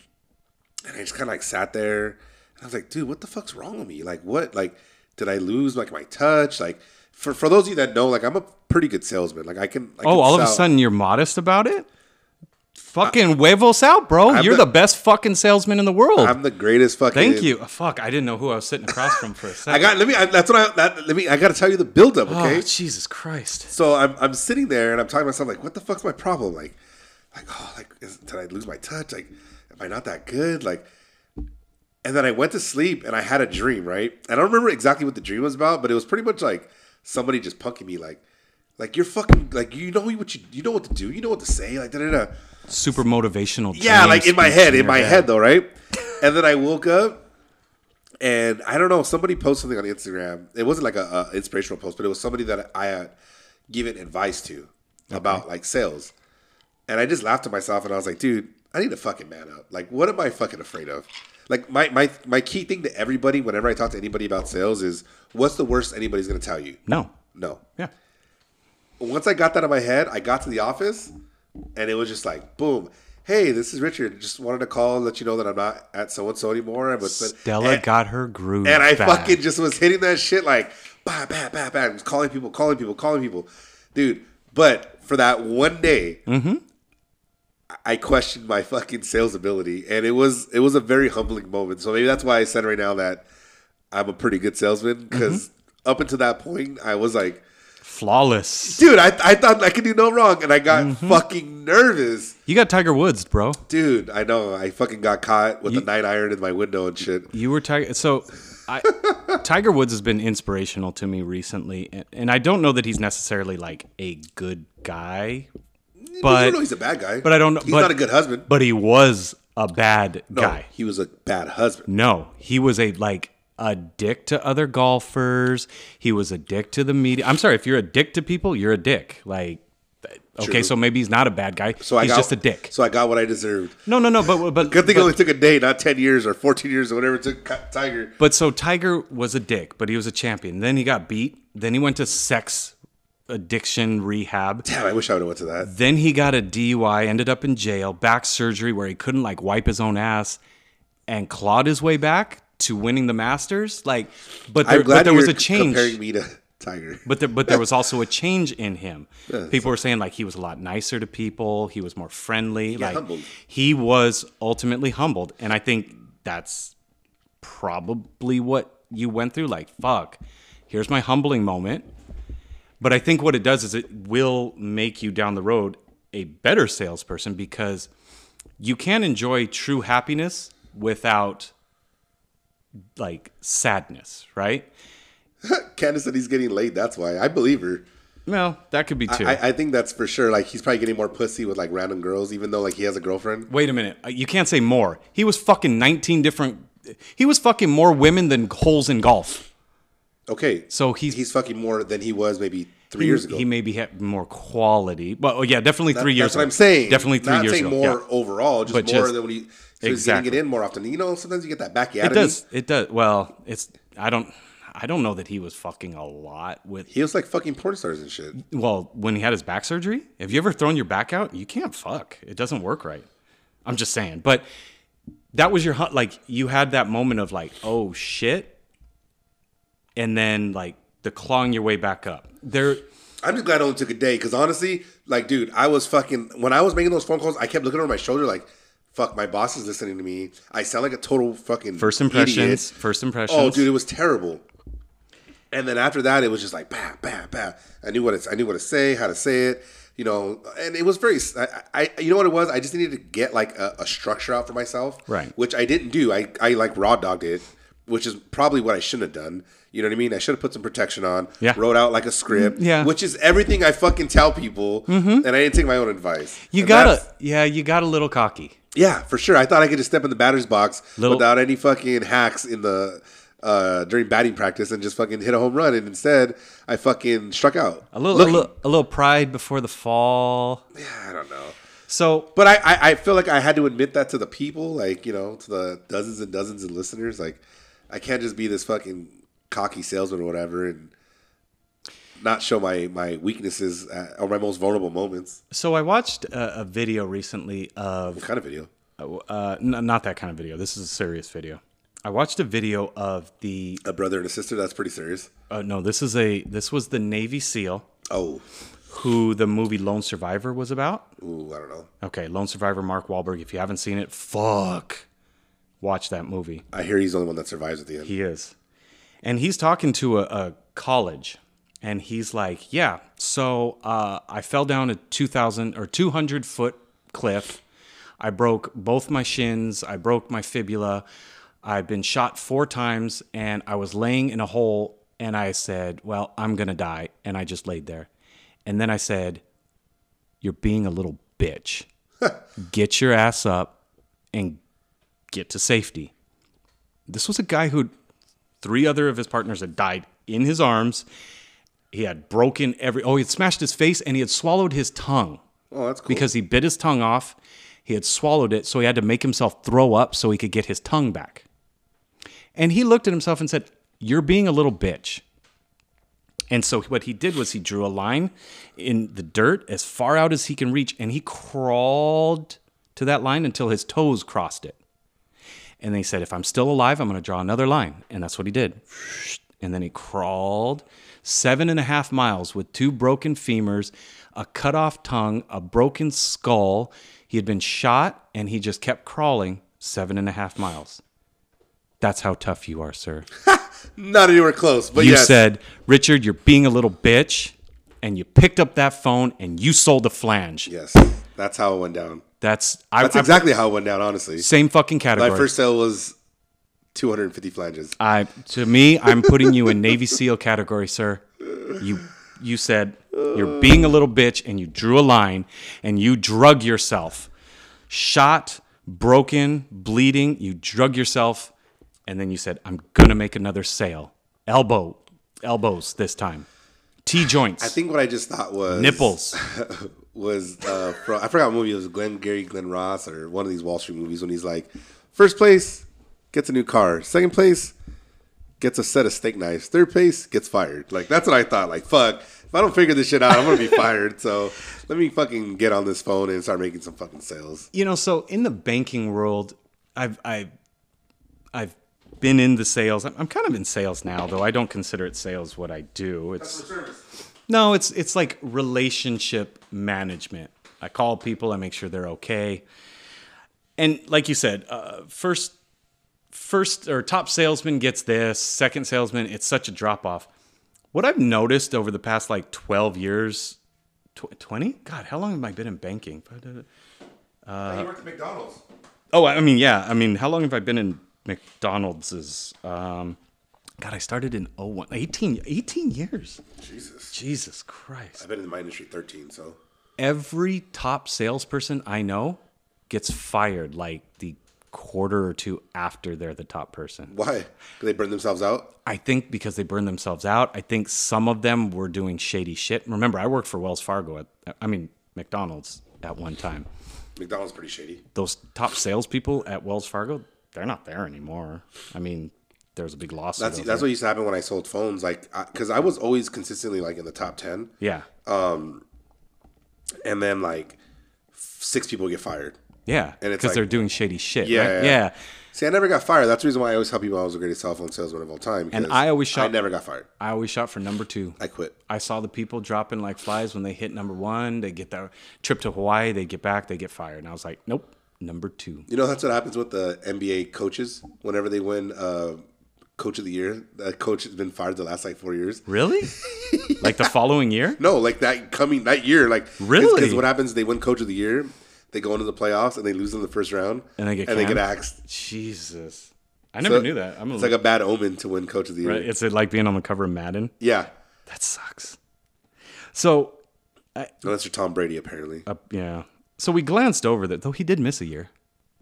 G: and I just kind of like sat there and I was like, dude, what the fuck's wrong with me? Like, what? Like, did I lose like my touch? Like, for for those of you that know, like, I'm a pretty good salesman. Like, I can.
F: Oh,
G: I can
F: all of a
G: sell-
F: sudden you're modest about it? Fucking huevos out, bro.
G: I'm
F: you're
G: the-
F: the, best fucking salesman in the world.
G: I'm the greatest fucking.
F: Thank you. Oh, Fuck, I didn't know who I was sitting across from for a second.
G: I got. Let me. I, that's what I. That, let me. I got to tell you the buildup.
F: Oh,
G: Okay.
F: Jesus Christ.
G: so I'm, I'm sitting there and I'm talking to myself like, what the fuck's my problem? Like, like oh, like is, did I lose my touch? Like, am I not that good? Like, and then I went to sleep and I had a dream, right? And I don't remember exactly what the dream was about, but it was pretty much like somebody just punking me, like, like you're fucking, like you know what you you know what to do, you know what to say, like da da da.
F: Super motivational.
G: Yeah,
F: dream
G: like in my
F: speech
G: head, in
F: your
G: my head though, right? And then I woke up and I don't know, somebody posted something on Instagram. It wasn't like a, a inspirational post, but it was somebody that I had given advice to about like sales. And I just laughed at myself and I was like, dude, I need to fucking man up. Like, what am I fucking afraid of? Like my my my key thing to everybody whenever I talk to anybody about sales is what's the worst anybody's gonna tell you?
F: No.
G: No
F: Yeah.
G: once I got that in my head, I got to the office and it was just like, boom. Hey, this is Richard. Just wanted to call and let you know that I'm not at so and so anymore. But
F: Stella
G: and,
F: got her groove.
G: and I
F: back.
G: fucking just was hitting that shit like, bah, bah, bah, bah. I was calling people, calling people, calling people. Dude, but for that one day,
F: Mm-hmm.
G: I- I questioned my fucking sales ability. And it was it was a very humbling moment. So maybe that's why I said right now that I'm a pretty good salesman
F: Mm-hmm.
G: because up until that point, I was like,
F: flawless.
G: dude, I, I thought I could do no wrong, and I got
F: Mm-hmm.
G: fucking nervous.
F: You got Tiger Woods, bro.
G: Dude, I know I fucking got caught with a
F: You-
G: nine iron in my window and shit.
F: You were Tiger. So, I, Tiger Woods has been inspirational to me recently, and, and I don't know that he's necessarily like a good guy,
G: I
F: but
G: don't know he's a bad guy,
F: but I don't know.
G: He's
F: but,
G: not a good husband.
F: But he was a bad
G: No,
F: guy.
G: he was a bad husband.
F: No, he was a like a dick to other golfers. He was a dick to the media. I'm sorry, if you're a dick to people, you're a dick. Like, th- okay,
G: True.
F: so maybe he's not a bad guy.
G: So I
F: he's
G: got,
F: just a dick.
G: So I got what I deserved.
F: no, no, no. But but
G: Good thing
F: but,
G: it only took a day, not ten years or fourteen years or whatever it took Ki- Tiger.
F: But so Tiger was a dick, but he was a champion. Then he got beat. Then he went to sex addiction rehab.
G: Damn, I wish I would have went to that.
F: Then he got a DUI, ended up in jail, back surgery where he couldn't like wipe his own ass and clawed his way back to winning the Masters. Like but there,
G: I'm glad
F: but there
G: you're
F: was a change.
G: comparing me to Tiger.
F: But there, but there was also a change in him. People were saying like he was a lot nicer to people. He was more friendly. like
G: humbled.
F: he was ultimately humbled, and I think that's probably what you went through. Like fuck, here's my humbling moment. But I think what it does is it will make you down the road a better salesperson because you can enjoy true happiness without like sadness, right?
G: Candace said he's getting laid. That's why I believe her.
F: Well, that could be too.
G: I, I think that's for sure. Like he's probably getting more pussy with like random girls, even though like he has a girlfriend.
F: Wait a minute. Uh, You can't say more. He was fucking 19 different. He was fucking more women than holes in golf.
G: Okay,
F: So he's-
G: he's fucking more than he was maybe three years ago.
F: He maybe had more quality. But oh, yeah, definitely
G: That-
F: three years
G: That's what
F: ago.
G: I'm saying.
F: Definitely three
G: Not
F: years
G: saying
F: ago.
G: more
F: yeah.
G: overall, just
F: But
G: more
F: just-
G: than when he so he's getting it
F: Exactly.
G: in more often. You know, sometimes you get that back
F: It
G: out
F: does. It does. Well, it's. I don't. I don't know that he was fucking a lot with.
G: He was like fucking porn stars and shit.
F: Well, when he had his back surgery, have you ever thrown your back out? You can't fuck. It doesn't work right. I'm just saying. But that was your hu- like you had that moment of like, oh shit, and then like the clawing your way back up. There,
G: I'm just glad it only took a day because honestly, like, dude, I was fucking when I was making those phone calls, I kept looking over my shoulder like, fuck, my boss is listening to me. I sound like a total fucking
F: first impressions.
G: idiot.
F: First impressions.
G: Oh, dude, it was terrible. And then after that, it was just like bah bah bah. I knew what it's, I knew what to say, how to say it, you know. And it was very, I, I you know what it was. I just needed to get like a, a structure out for myself,
F: Right.
G: Which I didn't do. I I like raw dogged it, which is probably what I shouldn't have done. You know what I mean? I should have put some protection on.
F: Yeah.
G: Wrote out like a script.
F: yeah. Mm-hmm.
G: Which is everything I fucking tell people, and I didn't take my own advice.
F: you
G: And
F: got
G: that's-
F: to yeah, you got a little cocky.
G: yeah, for sure. I thought I could just step in the batter's box
F: Little-
G: without any fucking hacks in the uh, during batting practice and just fucking hit a home run. And instead, I fucking struck out.
F: A little, a
G: Looking-
F: little, a little pride before the fall.
G: I don't know.
F: So
G: But I, I, I feel like I had to admit that to the people, like you know, to the dozens and dozens of listeners. Like, I can't just be this fucking cocky salesman or whatever, and not show my my weaknesses uh or my most vulnerable moments.
F: So I watched a, a video recently of
G: What kind of video?
F: uh, n- not that kind of video. This is a serious video. I watched a video of the
G: A brother and a sister. That's pretty serious.
F: uh, no. This is a this was the Navy SEAL
G: Oh,
F: who the movie Lone Survivor was about.
G: ooh, I don't know.
F: Okay, Lone Survivor, Mark Wahlberg. If you haven't seen it, fuck, watch that movie.
G: I hear he's the only one that survives at the end.
F: He is. And he's talking to a, a college and he's like, Yeah, so uh, I fell down a 2,000 or 200 foot cliff. I broke both my shins. I broke my fibula. I've been shot four times and I was laying in a hole and I said, Well, I'm going to die. And I just laid there. And then I said, You're being a little bitch. get your ass up and get to safety. This was a guy who three other of his partners had died in his arms. He had broken every oh, he had smashed his face and he had swallowed his tongue.
G: Oh, that's cool.
F: Because he bit his tongue off. He had swallowed it, so he had to make himself throw up so he could get his tongue back. And he looked at himself and said, You're being a little bitch. And so what he did was he drew a line in the dirt as far out as he can reach, and he crawled to that line until his toes crossed it. And they said, if I'm still alive, I'm going to draw another line. And that's what he did. And then he crawled seven and a half miles with two broken femurs, a cut off tongue, a broken skull. He had been shot and he just kept crawling seven and a half miles. That's how tough you are, sir.
G: Not anywhere close. But
F: you
G: yes.
F: said, Richard, you're being a little bitch. And you picked up that phone and you sold a flange.
G: yes, that's how it went down.
F: That's I,
G: That's
F: I-
G: exactly how it went down. Honestly,
F: same fucking
G: my
F: category.
G: first sale was 250 flanges.
F: I to me, I'm putting you in Navy SEAL category, sir. You you said you're being a little bitch and you drew a line and you drug yourself. Shot, broken, bleeding, you drug yourself, and then you said, I'm gonna make another sale. Elbow elbows this time. T joints.
G: I think what I just thought was
F: nipples.
G: was uh, from, I forgot what movie it was Glenn Gary Glenn Ross or one of these Wall Street movies when he's like, first place gets a new car, second place gets a set of steak knives, third place gets fired. Like that's what I thought. Like fuck, if I don't figure this shit out, I'm gonna be fired. So let me fucking get on this phone and start making some fucking sales.
F: you know so in the banking world i've i've i've been in the sales i'm, I'm kind of in sales now though i don't consider it sales what i do it's no it's it's like relationship management i call people i make sure they're okay and like you said uh, first first or top salesman gets this second salesman it's such a drop off what i've noticed over the past like 12 years tw- 20 god how long have i been in banking
G: you worked at McDonald's.
F: Oh, I mean, yeah. I mean, how long have I been in McDonald's? Is um, God, I started in 01, 18, 18 years.
G: Jesus,
F: Jesus Christ.
G: I've been in my industry 13, so
F: Every top salesperson I know gets fired like the quarter or two after they're the top person.
G: why? Do they burn themselves out?
F: I think because they burned themselves out. I think some of them were doing shady shit. Remember, I worked for Wells Fargo at, I mean, McDonald's at one time.
G: McDonald's pretty shady.
F: those top salespeople at Wells Fargo, they're not there anymore. I mean, there's a big lawsuit.
G: That's
F: over
G: that's
F: it.
G: what used to happen when I sold phones, like because I was always consistently like in the top 10.
F: yeah,
G: Oh. and then like six people get fired.
F: yeah,
G: and it's
F: because they're
G: like-
F: doing shady shit.
G: Yeah,
F: right?
G: yeah. See, I never got fired. That's the reason why I always tell people I was the greatest cell phone salesman of all time.
F: And
G: because
F: I always
G: I
F: shot-
G: never got fired.
F: I always shot for number two.
G: I quit.
F: I saw the people dropping like flies when they hit number one. They get that trip to Hawaii. They get back. They get fired. And I was like, nope, number two.
G: You know, that's what happens with the NBA coaches whenever they win uh, Coach of the Year. That coach has been fired the last like four years.
F: Really? Like the following year?
G: No, like that coming that year, like
F: Really?
G: because what happens? They win Coach of the Year. They go into the playoffs and they lose in the first round,
F: And they get
G: and they get
F: canned?
G: axed.
F: Jesus, I never
G: So,
F: knew that. I'm a,
G: it's like a bad omen to win Coach of the Year.
F: right? It's like being on the cover of Madden.
G: Yeah,
F: That sucks. So
G: unless you're Tom Brady, apparently.
F: Up, yeah. So we glanced over that, though he did miss a year.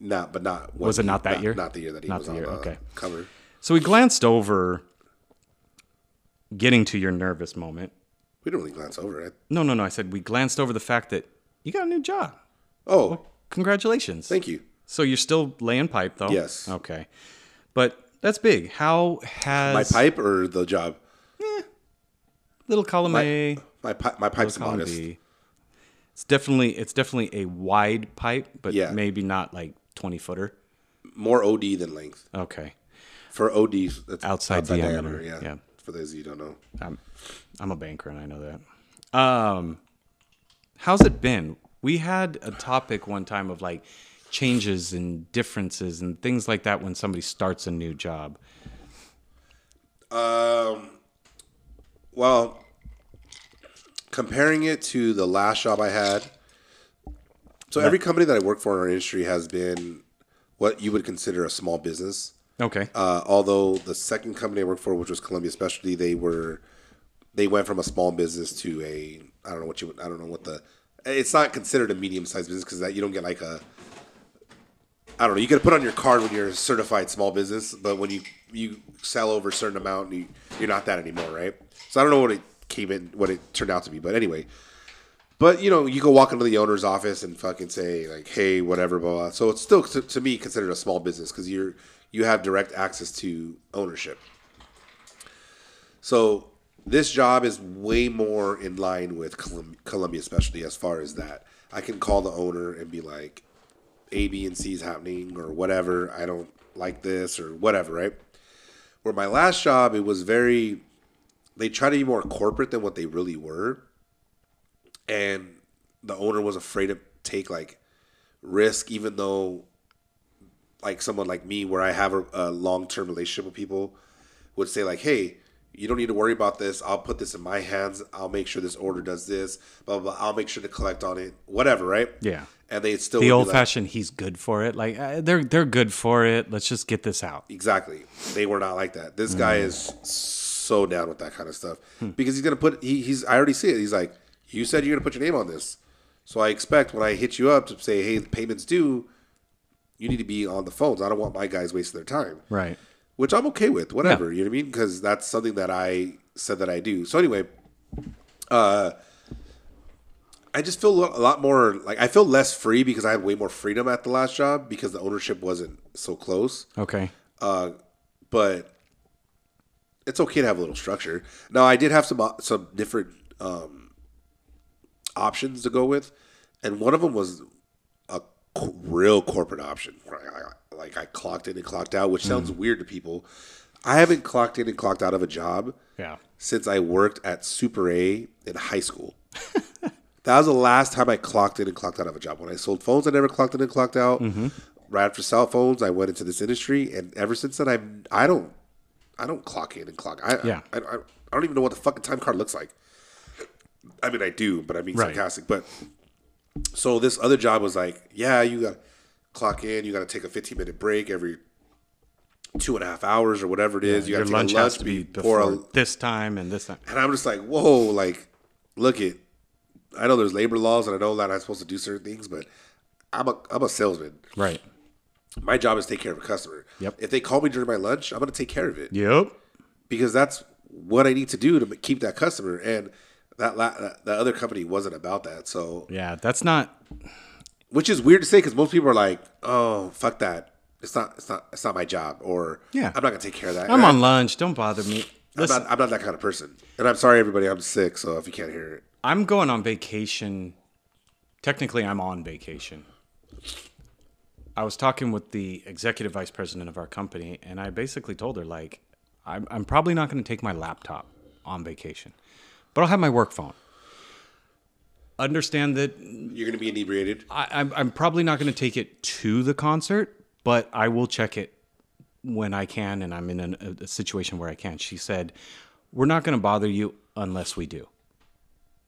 G: Not, but not
F: Was it not that year?
G: Not the year that he
F: Not
G: was
F: the
G: on
F: year,
G: the
F: okay.
G: cover.
F: So we glanced over getting to your nervous moment.
G: We didn't really glance over it.
F: No, no, no. I said we glanced over the fact that you got a new job.
G: Oh,
F: Congratulations.
G: thank you.
F: So you're still laying pipe, though?
G: Yes.
F: Okay. But That's big. How has
G: My pipe or the job?
F: little column
G: My
F: A,
G: my, pi- my pipe's
F: column
G: modest.
F: B? It's definitely it's definitely a wide pipe, but
G: Yeah.
F: maybe not like twenty footer.
G: More OD than length.
F: Okay,
G: For OD, that's
F: Outside diameter,
G: yeah.
F: yeah.
G: For those of you who don't know.
F: I'm I'm a banker and I know that. Um, how's it been? We had a topic one time of like changes and differences and things like that when somebody starts a new job.
G: Well, comparing it to the last job I had, so every company that I work for in our industry has been what you would consider a small business.
F: Okay.
G: Uh, although the second company I worked for, which was Columbia Specialty, they were they went from a small business to a I don't know what you would- I don't know what the it's not considered a medium sized business because that you don't get like a I don't know. You get to put on your card when you're a certified small business, but when you you sell over a certain amount, you you're not that anymore, right? So I don't know what it came in, what it turned out to be, but anyway. But you know, you go walk into the owner's office and fucking say like, "Hey, whatever, blah." blah. So it's still to, to me considered a small business because you're you have direct access to ownership. So this job is way more in line with Colum- Columbia Specialty as far as that. I can call the owner and be like, a, B, and C is happening or whatever. I don't like this or whatever, right? Where my last job, it was very, they tried to be more corporate than what they really were. And the owner was afraid to take like risk, even though like someone like me, where I have a, a long term relationship with people, would say like, "Hey, you don't need to worry about this. I'll put this in my hands. I'll make sure this order does this. Blah blah. blah. I'll make sure to collect on it. Whatever, right?
F: Yeah.
G: And they still
F: the
G: would be
F: old
G: like-
F: fashioned he's good for it like uh, they're they're good for it let's just get this out
G: Exactly. They were not like that. This guy is so down with that kind of stuff because he's gonna put. He, he's. I already see it. He's like, you said you're gonna put your name on this, so I expect when I hit you up to say, hey, the payment's due. You need to be on the phones. I don't want my guys wasting their time
F: right
G: which I'm okay with, whatever, you know what I mean? Because that's something that I said that I do. So anyway, uh, I just feel a lot more like I feel less free because I had way more freedom at the last job because the ownership wasn't so close.
F: okay
G: But it's okay to have a little structure. Now I did have some op- some different um, options to go with, and one of them was a co- real corporate option. where I- I- Like I clocked in and clocked out, which sounds weird to people. I haven't clocked in and clocked out of a job
F: yeah
G: since I worked at Super A in high school. that was the last time I clocked in and clocked out of a job. When I sold phones, I never clocked in and clocked out.
F: Mm-hmm.
G: Right after cell phones, I went into this industry, and ever since then, I'm I don't I don't clock in and clock. I,
F: Yeah.
G: I, I, I don't even know what the fucking time card looks like. I mean, I do, but I mean
F: Right.
G: sarcastic. But so this other job was like, yeah, you got to clock in, you got to take a 15 minute break every two and a half hours or whatever it is. you
F: your
G: got to take
F: lunch
G: a
F: has
G: lunch
F: to be
G: before
F: before
G: a,
F: this time and this time
G: and I'm just like, whoa, like, look it. I know there's labor laws, and I know that I'm supposed to do certain things, but I'm a I'm a salesman.
F: right
G: My job is to take care of a customer.
F: Yep.
G: If they call me during my lunch, I'm gonna take care of it
F: yep
G: because that's what I need to do to keep that customer. And that la- that that other company wasn't about that, so
F: yeah that's not
G: which is weird to say because most people are like, oh, fuck that. It's not it's not it's not my job, or
F: Yeah.
G: I'm not gonna take care of that.
F: i'm
G: And I-
F: on lunch don't bother me
G: I'm
F: listen
G: not, I'm not that kind of person, and I'm sorry, everybody. I'm sick, so if you can't hear it,
F: i'm going on vacation technically i'm on vacation i was talking with the executive vice president of our company and i basically told her like i'm, I'm probably not going to take my laptop on vacation but i'll have my work phone understand that
G: you're gonna be inebriated.
F: I, I'm, I'm probably not going to take it to the concert, but I will check it when I can and I'm in an, a, a situation where I can. She said, We're not going to bother you unless we do.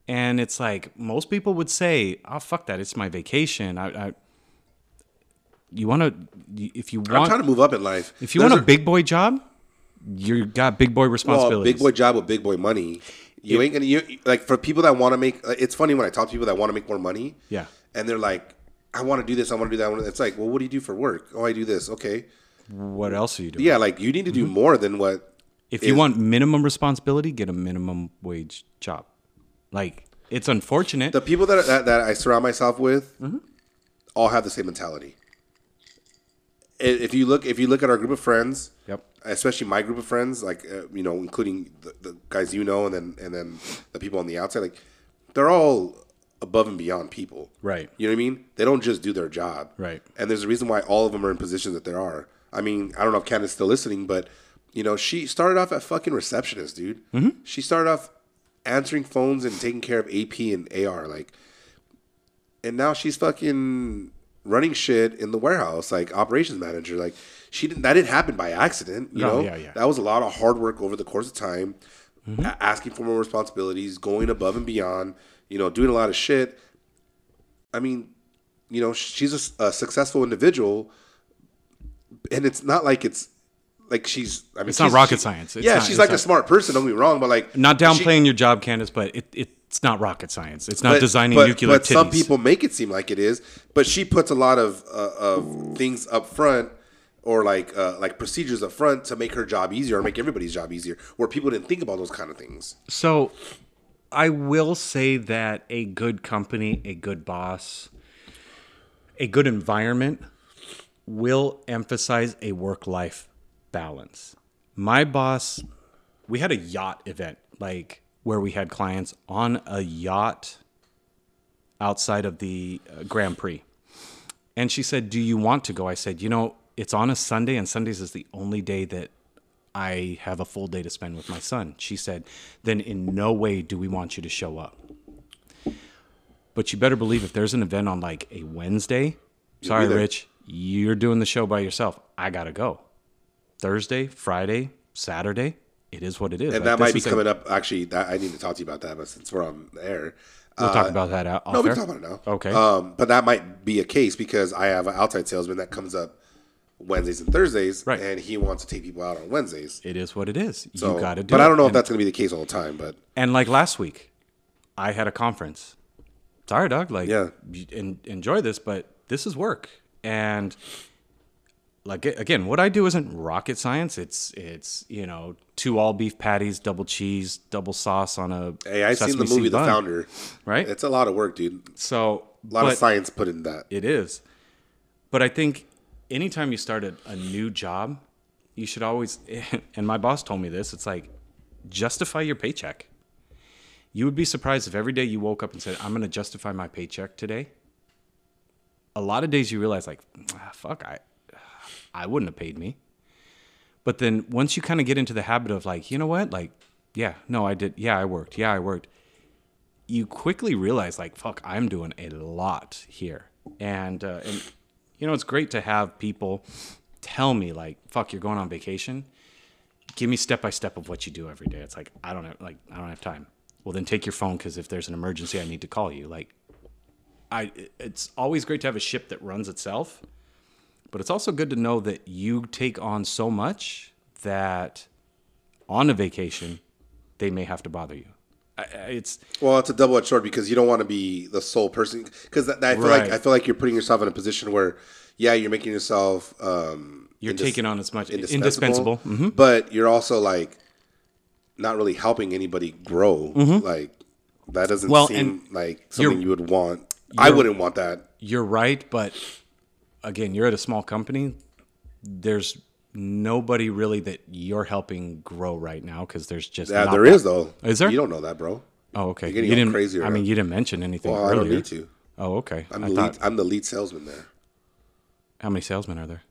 F: And it's like most people would say, Oh, fuck that. It's my vacation. I, I you want to, if you
G: I'm trying to
F: want,
G: move up in life.
F: if you
G: There's
F: want a big boy job, you got big boy
G: well,
F: responsibilities.
G: big boy job with big boy money, you ain't gonna you, like for people that want to make. like, It's funny when I talk to people that want to make more money.
F: Yeah.
G: and they're like, I want to do this. I want to do that. I wanna-" It's like, well, what do you do for work? Oh, I do this. Okay,
F: What else are you doing?
G: yeah, like you need to do
F: Mm-hmm.
G: more than what.
F: If you
G: is-
F: want minimum responsibility, get a minimum wage job. Like it's unfortunate.
G: The people
F: Mm-hmm.
G: that that, that I surround myself with all have the same mentality. i- if you look if you look at our group of friends,
F: Yep.
G: especially my group of friends, like uh, you know, including the, the guys you know, and then and then the people on the outside, like they're all above and beyond people,
F: Right.
G: You know what I mean? They don't just do their job,
F: Right.
G: And there's a reason why all of them are in positions that they are. I mean, I don't know if Candace still listening, but you know, she started off at fucking receptionist, dude.
F: Mm-hmm.
G: She started off answering phones and taking care of AP and AR, like and now she's fucking running shit in the warehouse, like operations manager. Like she didn't that didn't happen by accident. You
F: No,
G: know,
F: yeah, yeah. Mm-hmm.
G: that was a lot of hard work over the course of time, a- asking for more responsibilities, going above and beyond. You know, doing a lot of shit. I mean, you know, she's a s a a successful individual, and it's not like it's like she's. I mean,
F: It's not
G: she's-
F: rocket
G: she-
F: science. It's
G: yeah,
F: not-
G: she's
F: it's
G: like a
F: not-
G: smart person. Don't be wrong, but like
F: Not
G: she-
F: downplaying your job, Candace, but it, it's not rocket science. It's not designing nuclear
G: but some
F: titties.
G: people make it seem like it is. But she puts a lot of uh, of things up front, or like uh, like procedures up front to make her job easier or make everybody's job easier. Where people didn't think about those kind of things.
F: So I will say that a good company, a good boss, a good environment will emphasize a work life balance. My boss, we had a yacht event, like where we had clients on a yacht outside of the uh, Grand Prix. And she said, Do you want to go? I said, You know, it's on a Sunday, and Sundays is the only day that I have a full day to spend with my son. She said, Then in no way do we want you to show up. But you better believe if there's an event on like a Wednesday, sorry,
G: there.
F: Rich, you're doing the show by yourself. I got to go. Thursday, Friday, Saturday, it is what it is. Like,
G: And that
F: this
G: might be
F: is a-
G: coming up. Actually, that, I need to talk to you about that. But since we're on the air,
F: We'll talk about that out.
G: no,
F: off
G: we
F: air.
G: can talk about it now.
F: Okay.
G: Um, but that might be a case because I have an outside salesman that comes up Wednesdays and Thursdays,
F: Right.
G: and he wants to take people out on Wednesdays.
F: it is what it is.
G: So,
F: you got to do
G: but
F: it.
G: I don't know if
F: And-
G: that's going to be the case all the time. But
F: And like last week, I had a conference. Sorry, dog. Like,
G: Yeah.
F: you- en- enjoy this, but this is work. And like a- again, what I do isn't rocket science. It's it's you know two all beef patties, double cheese, double sauce on a.
G: hey, I've seen
F: sesame
G: the movie
F: seed
G: The
F: bun,
G: Founder.
F: Right.
G: It's a lot of work, dude.
F: so
G: A lot
F: but-
G: of science put in that.
F: It is. But I think anytime you start a, a new job, you should always, and my boss told me this, it's like, justify your paycheck. You would be surprised if every day you woke up and said, I'm going to justify my paycheck today. A lot of days you realize, like, "Ah, fuck, I, I wouldn't have paid me. But then once you kind of get into the habit of, like, you know what? Like, yeah, no, I did. Yeah, I worked. Yeah, I worked you quickly realize like fuck i'm doing a lot here and uh, and you know it's great to have people tell me like fuck you're going on vacation give me step by step of what you do every day it's like i don't have like i don't have time well then take your phone because if there's an emergency i need to call you like i it's always great to have a ship that runs itself but it's also good to know that you take on so much that on a vacation they may have to bother you I, I- it's
G: Well, it's a double edged sword because you don't want to be the sole person because that, that- I feel like
F: Right.
G: I feel like you're putting yourself in a position where, yeah, you're making yourself um,
F: You're
G: indis-
F: taking on as much indispensable. Mhm.
G: but you're also like not really helping anybody grow. Like that doesn't
F: Mm-hmm. Well,
G: seem
F: and
G: like
F: you're-
G: something you would want. I wouldn't want that.
F: You're right, but again, you're at a small company. There's nobody really that you're helping grow right now because there's just
G: Yeah,
F: not
G: there
F: that-
G: is though.
F: Is there?
G: You don't know that, bro.
F: Oh, okay.
G: getting
F: you
G: all
F: didn't.
G: crazier
F: I mean,
G: now.
F: you didn't mention anything.
G: Well, I
F: earlier.
G: don't need to.
F: Oh, okay.
G: I'm
F: I
G: the
F: thought,
G: lead. I'm the lead salesman there.
F: how many salesmen are there?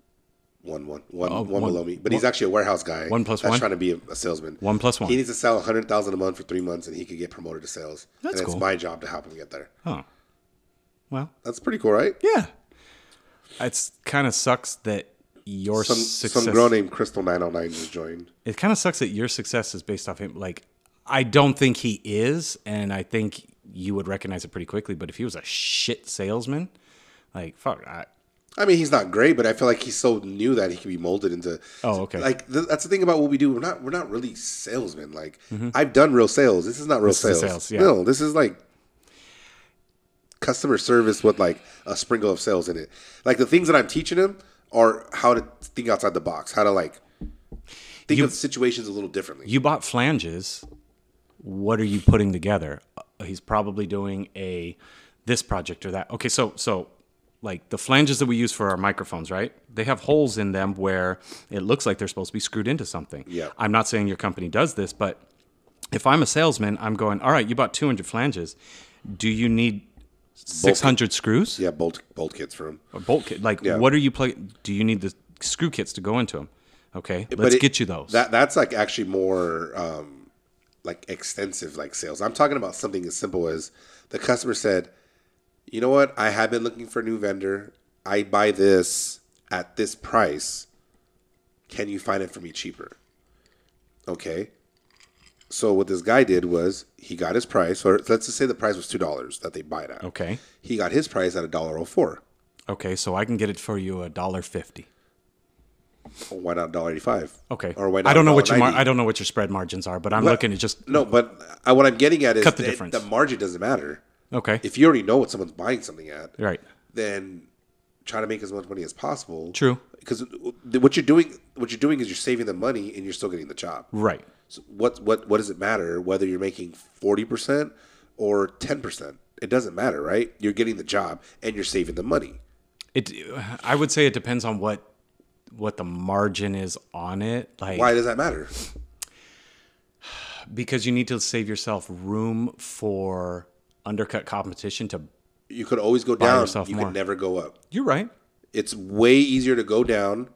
G: One, one, one,
F: Oh,
G: one
F: one-
G: below me. But he's actually a warehouse guy.
F: One plus
G: that's
F: one?
G: trying to be a, a salesman.
F: One plus one.
G: He needs to sell a hundred thousand a month for three months, and he could get promoted to sales.
F: That's
G: and
F: cool.
G: it's my job to help him get there.
F: Oh, well,
G: That's pretty cool, right?
F: yeah. It's kind of sucks that your
G: Some
F: success.
G: some girl named Crystal nine oh nine just joined.
F: it kind of sucks that your success is based off him. Like, I don't think he is, and I think you would recognize it pretty quickly. But if he was a shit salesman, like fuck, I,
G: I mean, he's not great, but I feel like he's so new that he can be molded into.
F: Oh, okay.
G: Like th- that's the thing about what we do. We're not we're not really salesmen. Like I've done real sales. This is not real
F: Mm-hmm. This is
G: sales.
F: sales, yeah.
G: No, this is like customer service with like a sprinkle of sales in it. Like the things that I'm teaching him are how to think outside the box, how to like think
F: You-
G: of situations a little differently.
F: you bought flanges. What are you putting together? Uh, He's probably doing a this project or that. Okay, so so like the flanges that we use for our microphones, right? They have holes in them where it looks like they're supposed to be screwed into something.
G: Yeah.
F: I'm not saying your company does this, but if I'm a salesman, I'm going, all right, you bought 200 flanges. Do you need 600 screws?
G: Yeah, bolt bolt kits for him.
F: Or bolt kit? Like,
G: Yeah.
F: what are you plug? Do you need the screw kits to go into them? Okay, let's
G: it-
F: get you those.
G: That that's like actually more um, like extensive like sales. I'm talking about something as simple as the customer said, "You know what? I have been looking for a new vendor. I buy this at this price. Can you find it for me cheaper?" Okay. So what this guy did was he got his price, or let's just say the price was two dollars that they buy it at.
F: okay,
G: He got his price at a dollar oh four.
F: okay, so I can get it for you a dollar fifty.
G: Why not dollar eighty five?
F: Okay,
G: Or why not?
F: I don't know what your mar-
G: $1.90?
F: I don't know what your spread margins are, but I'm
G: Well,
F: looking at just
G: no, but I, what I'm getting at is
F: Cut the
G: that
F: difference.
G: The margin doesn't matter.
F: okay,
G: If you already know what someone's buying something at,
F: right,
G: then try to make as much money as possible.
F: True.
G: Because what you're doing, what you're doing is you're saving the money and you're still getting the job.
F: right.
G: So what what what does it matter whether you're making forty percent or ten percent? It doesn't matter, right? You're getting the job and you're saving the money.
F: It, I would say it depends on what what the margin is on it, like
G: Why does that matter?
F: because you need to save yourself room for undercut competition. To
G: You could always go down.
F: yourself
G: You
F: more.
G: could never go up.
F: you're right.
G: it's way easier to go down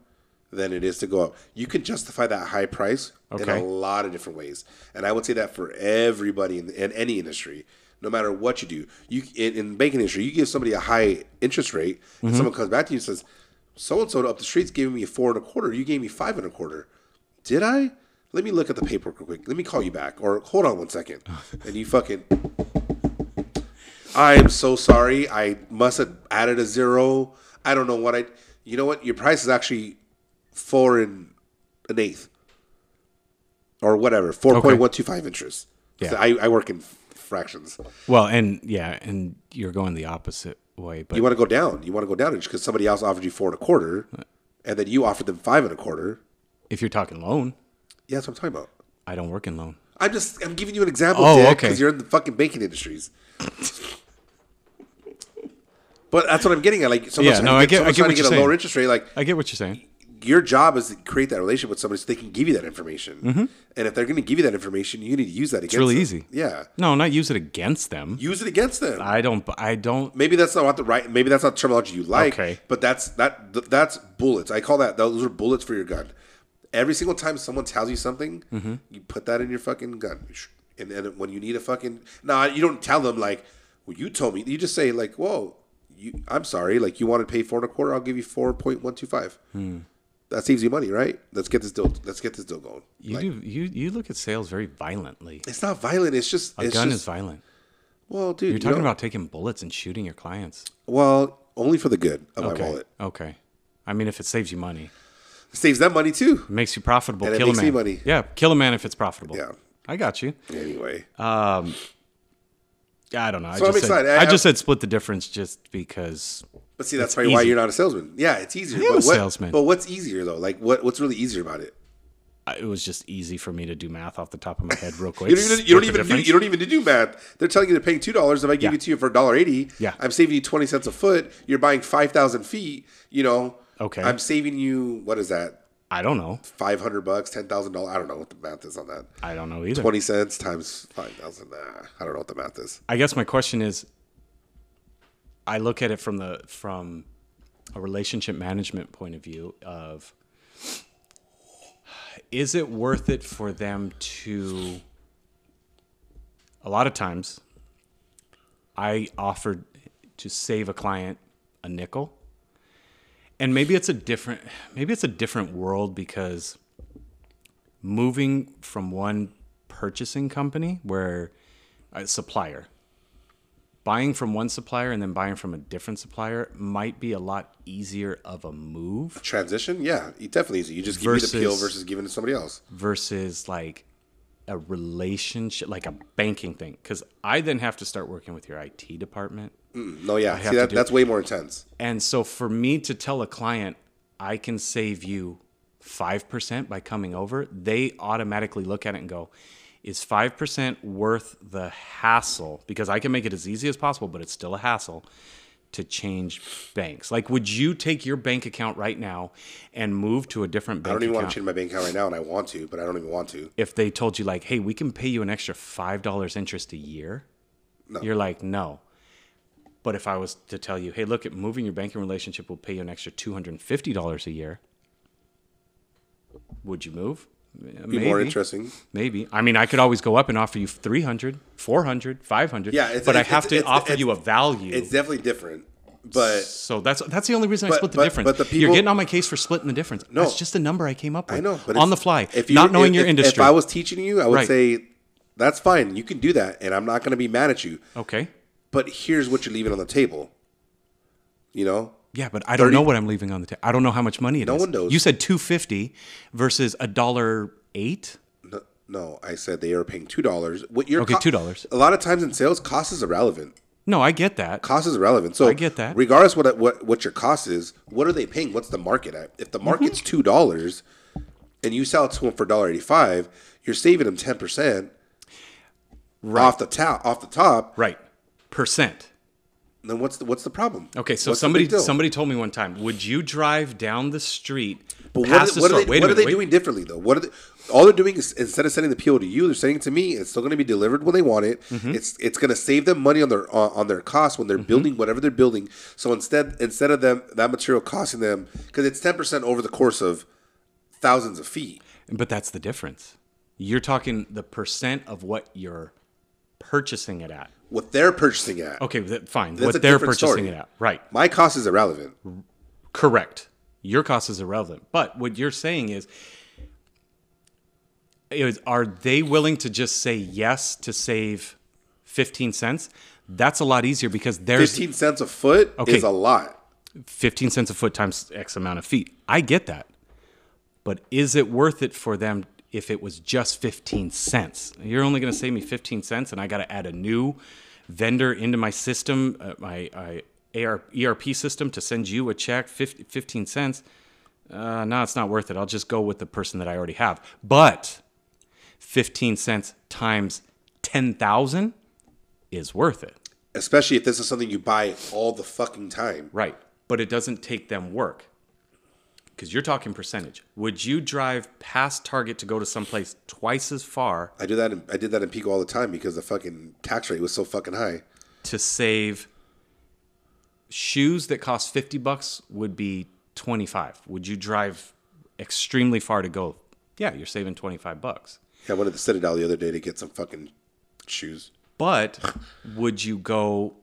G: than it is to go up. You can justify that high price in
F: Okay.
G: a lot of different ways, and I would say that for everybody in, in any industry, no matter what you do. You in, in the banking industry, you give somebody a high interest rate, and someone comes back to you and says, "So and so up the street's giving me four and a quarter. You gave me five and a quarter. Did I?" Let me look at the paperwork real quick. Let me call you back. Or hold on one second. And you fucking I am so sorry. I must have added a zero. I don't know what I. You know what? Your price is actually four and an eighth, or whatever. Four point one two five interest.
F: Yeah.
G: So I, I work in fractions.
F: Well, and yeah, and you're going the opposite way, but
G: You want to go down. You want to go down because somebody else offered you four and a quarter, and then you offered them five and a quarter.
F: if you're talking loan,
G: Yeah, that's what I'm talking about.
F: I don't work in loan.
G: I'm just I'm giving you an example.
F: Oh,
G: Oh,
F: okay.
G: Because you're in the fucking banking industries. but that's what I'm getting at. Like, someone's
F: Yeah,
G: trying
F: no,
G: to
F: I get- I
G: someone's
F: get
G: trying
F: what
G: to
F: you're
G: a lower
F: saying.
G: interest rate. Like,
F: I get what you're saying.
G: your job is to create that relationship with somebody so they can give you that information. And if they're going to give you that information, you need to use that against
F: Mm-hmm. really
G: them.
F: easy.
G: Yeah.
F: No, not use it against them.
G: Use it against them.
F: I don't. I don't.
G: maybe that's not what the right maybe that's not terminology you like,
F: Okay.
G: but that's that th- that's bullets. I call that those are bullets for your gun. Every single time someone tells you something,
F: Mm-hmm.
G: you put that in your fucking gun. And then when you need a fucking nah, you don't tell them like, well, you told me. You just say like, whoa, you, I'm sorry. Like you want to pay four and a quarter, I'll give you four point one two five.
F: Hmm.
G: That saves you money, right? Let's get this deal. Let's get this deal going.
F: You
G: Like,
F: do. You you look at sales very violently.
G: It's not violent. It's just
F: A
G: it's
F: gun
G: just,
F: is violent.
G: Well, dude,
F: You're
G: you
F: talking
G: know-
F: about taking bullets and shooting your clients.
G: well only for the good of
F: Okay.
G: my wallet.
F: Okay. I mean, if it saves you money,
G: Saves them money too.
F: it makes you profitable.
G: And it
F: kill
G: makes
F: a
G: me
F: man.
G: money.
F: Yeah, kill a man if it's profitable.
G: Yeah.
F: I got you.
G: Anyway,
F: Uh, Yeah, I don't know. I
G: So I'm
F: just said,
G: excited.
F: I,
G: I-
F: just said split the difference just because.
G: But see, that's probably why
F: easy.
G: you're not a salesman. Yeah, it's easier.
F: am
G: but
F: a
G: what,
F: salesman.
G: But what's easier though? Like what? What's really easier about it?
F: I- It was just easy for me to do math off the top of my head, real quick.
G: You don't even you don't
F: Split the
G: even do,
F: difference.
G: you don't even do math. They're telling you to pay two dollars. If I give
F: Yeah.
G: it to you for a dollar eighty,
F: Yeah.
G: I'm saving you twenty cents a foot. You're buying five thousand feet. You know,
F: Okay.
G: I'm saving you what is that?
F: I don't know.
G: Five hundred bucks, ten thousand dollars. I don't know what the math is on that.
F: I don't know either.
G: Twenty cents times five thousand. Nah, I don't know what the math is.
F: I guess my question is I look at it from the from a relationship management point of view of is it worth it for them to a lot of times I offered to save a client a nickel and maybe it's a different maybe it's a different world because moving from one purchasing company where a supplier buying from one supplier and then buying from a different supplier might be a lot easier of a move
G: Transition? Yeah, it definitely easy. You just give me
F: Versus-
G: the peel versus giving it to somebody else.
F: versus like a relationship like a banking thing cuz I then have to start working with your IT department
G: No, yeah.
F: have
G: See,
F: to
G: that,
F: do-
G: that's way more intense.
F: And so for me to tell a client, I can save you 5% by coming over, they automatically look at it and go, is 5% worth the hassle? Because I can make it as easy as possible, but it's still a hassle to change banks? Like, would you take your bank account right now and move to a different bank
G: I don't even
F: account
G: want to change my bank account right now, and I want to, but I don't even want to.
F: if they told you like, "Hey, we can pay you an extra five dollars interest a year," you're like, "No." But if I was to tell you, "Hey, look, at moving your banking relationship will pay you an extra two hundred and fifty dollars a year," would you move?
G: Be more interesting.
F: Maybe. I mean, I could always go up and offer you 300, 400, 500.
G: Yeah, it's-
F: but
G: it's-
F: I have
G: it's-
F: to
G: it's-
F: offer
G: it's-
F: you a value.
G: It's definitely different, but
F: so that's that's the only reason
G: But-
F: I split the
G: but-
F: difference.
G: but the people-
F: You're getting on my case for splitting the difference.
G: No.
F: that's just a number I came up with.
G: I know. But
F: on the
G: if-
F: fly,
G: you
F: not
G: were-
F: knowing
G: if-
F: your
G: if-
F: industry.
G: If I was teaching you, I would
F: Right.
G: say that's fine. You can do that, and I'm not going to be mad at you.
F: okay,
G: But here's what you're leaving on the table. You know,
F: yeah, but I don't
G: 30
F: know what I'm leaving on the table. I don't know how much money it is.
G: No one knows.
F: You said two fifty versus a dollar eight.
G: No, no, I said they are paying two dollars. What your
F: Okay, $2.
G: A lot of times in sales, cost is irrelevant.
F: No, I get that.
G: Cost is irrelevant. So
F: I get that.
G: Regardless what what what your cost is, what are they paying? What's the market at? If the
F: Mm-hmm.
G: market's two dollars, and you sell it to them for dollar eighty five, you're saving them ten percent off the top. Off the top,
F: Right, percent.
G: then what's the what's the problem?
F: Okay, so
G: What's the
F: somebody
G: big deal?
F: somebody told me one time, would you drive down the street
G: But what,
F: past
G: are,
F: the
G: what, are
F: store?
G: they,
F: wait a
G: what are
F: minute,
G: they
F: wait-
G: doing differently though? What are they, all they're doing is instead of sending the PO to you, they're sending it to me. It's still going to be delivered when they want it.
F: Mm-hmm.
G: It's it's going to save them money on their on, on their costs when they're building whatever they're building. So instead instead of them that material costing them because it's ten percent over the course of thousands of feet.
F: But that's the difference. You're talking the percent of what you're purchasing it at.
G: What they're purchasing at,
F: Okay, that, fine.
G: That's a
F: what they're
G: different
F: purchasing
G: story.
F: it at. Right.
G: my cost is irrelevant.
F: Correct. Your cost is irrelevant. But what you're saying is, is are they willing to just say yes to save 15 cents? That's a lot easier because there's
G: Fifteen cents a foot
F: Okay.
G: is a lot.
F: 15 cents a foot times X amount of feet. I get that. But is it worth it for them if it was just 15 cents? You're only going to save me 15 cents and I got to add a new vendor into my system, uh, my I, AR, ERP system to send you a check 50, 15 cents. Uh, no, it's not worth it. I'll just go with the person that I already have. But 15 cents times 10,000 is worth it.
G: Especially if this is something you buy all the fucking time.
F: Right. But it doesn't take them work. Because you're talking percentage. Would you drive past Target to go to someplace twice as far
G: I do that. In, I did that in Pico all the time because the fucking tax rate was so fucking high.
F: to save shoes that cost 50 bucks would be 25? Would you drive extremely far to go? Yeah, you're saving 25 bucks.
G: I went to the Citadel the other day to get some fucking shoes.
F: But would you go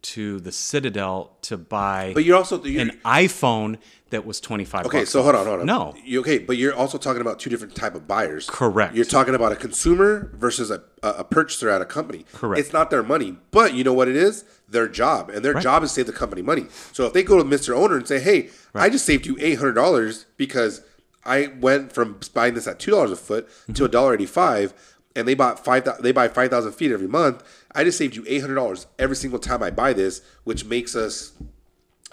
F: to the Citadel to buy
G: But you're also you're,
F: an iPhone that was 25
G: okay.
F: bucks
G: So
F: off?
G: hold on, hold on.
F: No.
G: you okay? But you're also talking about two different type of buyers.
F: Correct.
G: You're talking about a consumer versus a, a a purchaser at a company.
F: Correct.
G: It's not their money, but you know what it is? Their job, and their job is to save the company money. So if they go to Mr. Owner and say, "Hey, I just saved you eight hundred dollars because I went from buying this at two dollars a foot to
F: Mm-hmm.
G: a dollar eighty-five, and they bought five thou- they buy five thousand feet every month. I just saved you eight hundred dollars every single time I buy this, which makes us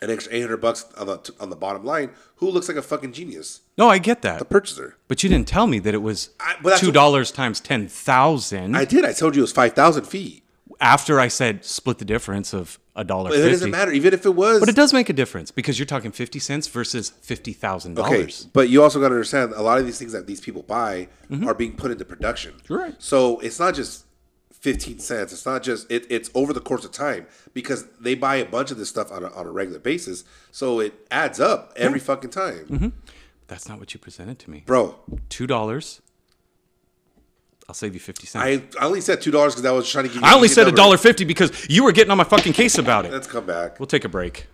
G: an extra 800 bucks on the on the bottom line who looks like a fucking genius
F: No, I get that.
G: the purchaser
F: But you didn't tell me that it was
G: I- but that's
F: two dollars times ten thousand.
G: i did i told you it was 5000 feet
F: After I said split the difference of a dollar
G: but it doesn't
F: fifty,
G: matter even if it was
F: but it does make a difference because you're talking fifty cents versus fifty thousand
G: okay
F: dollars.
G: but you also got to understand a lot of these things that these people buy are being put into production
F: Mm-hmm. You're right.
G: so it's not just 15 cents it's not just it, it's over the course of time because they buy a bunch of this stuff on a, on a regular basis so it adds up every fucking time
F: Mm-hmm. That's not what you presented to me.
G: bro
F: Two dollars. I'll save you fifty cents. I,
G: I, I only said two dollars because i was trying to give you
F: only
G: easy
F: said a
G: number.
F: dollar fifty because you were getting on my fucking case about it.
G: let's come back
F: We'll take a break.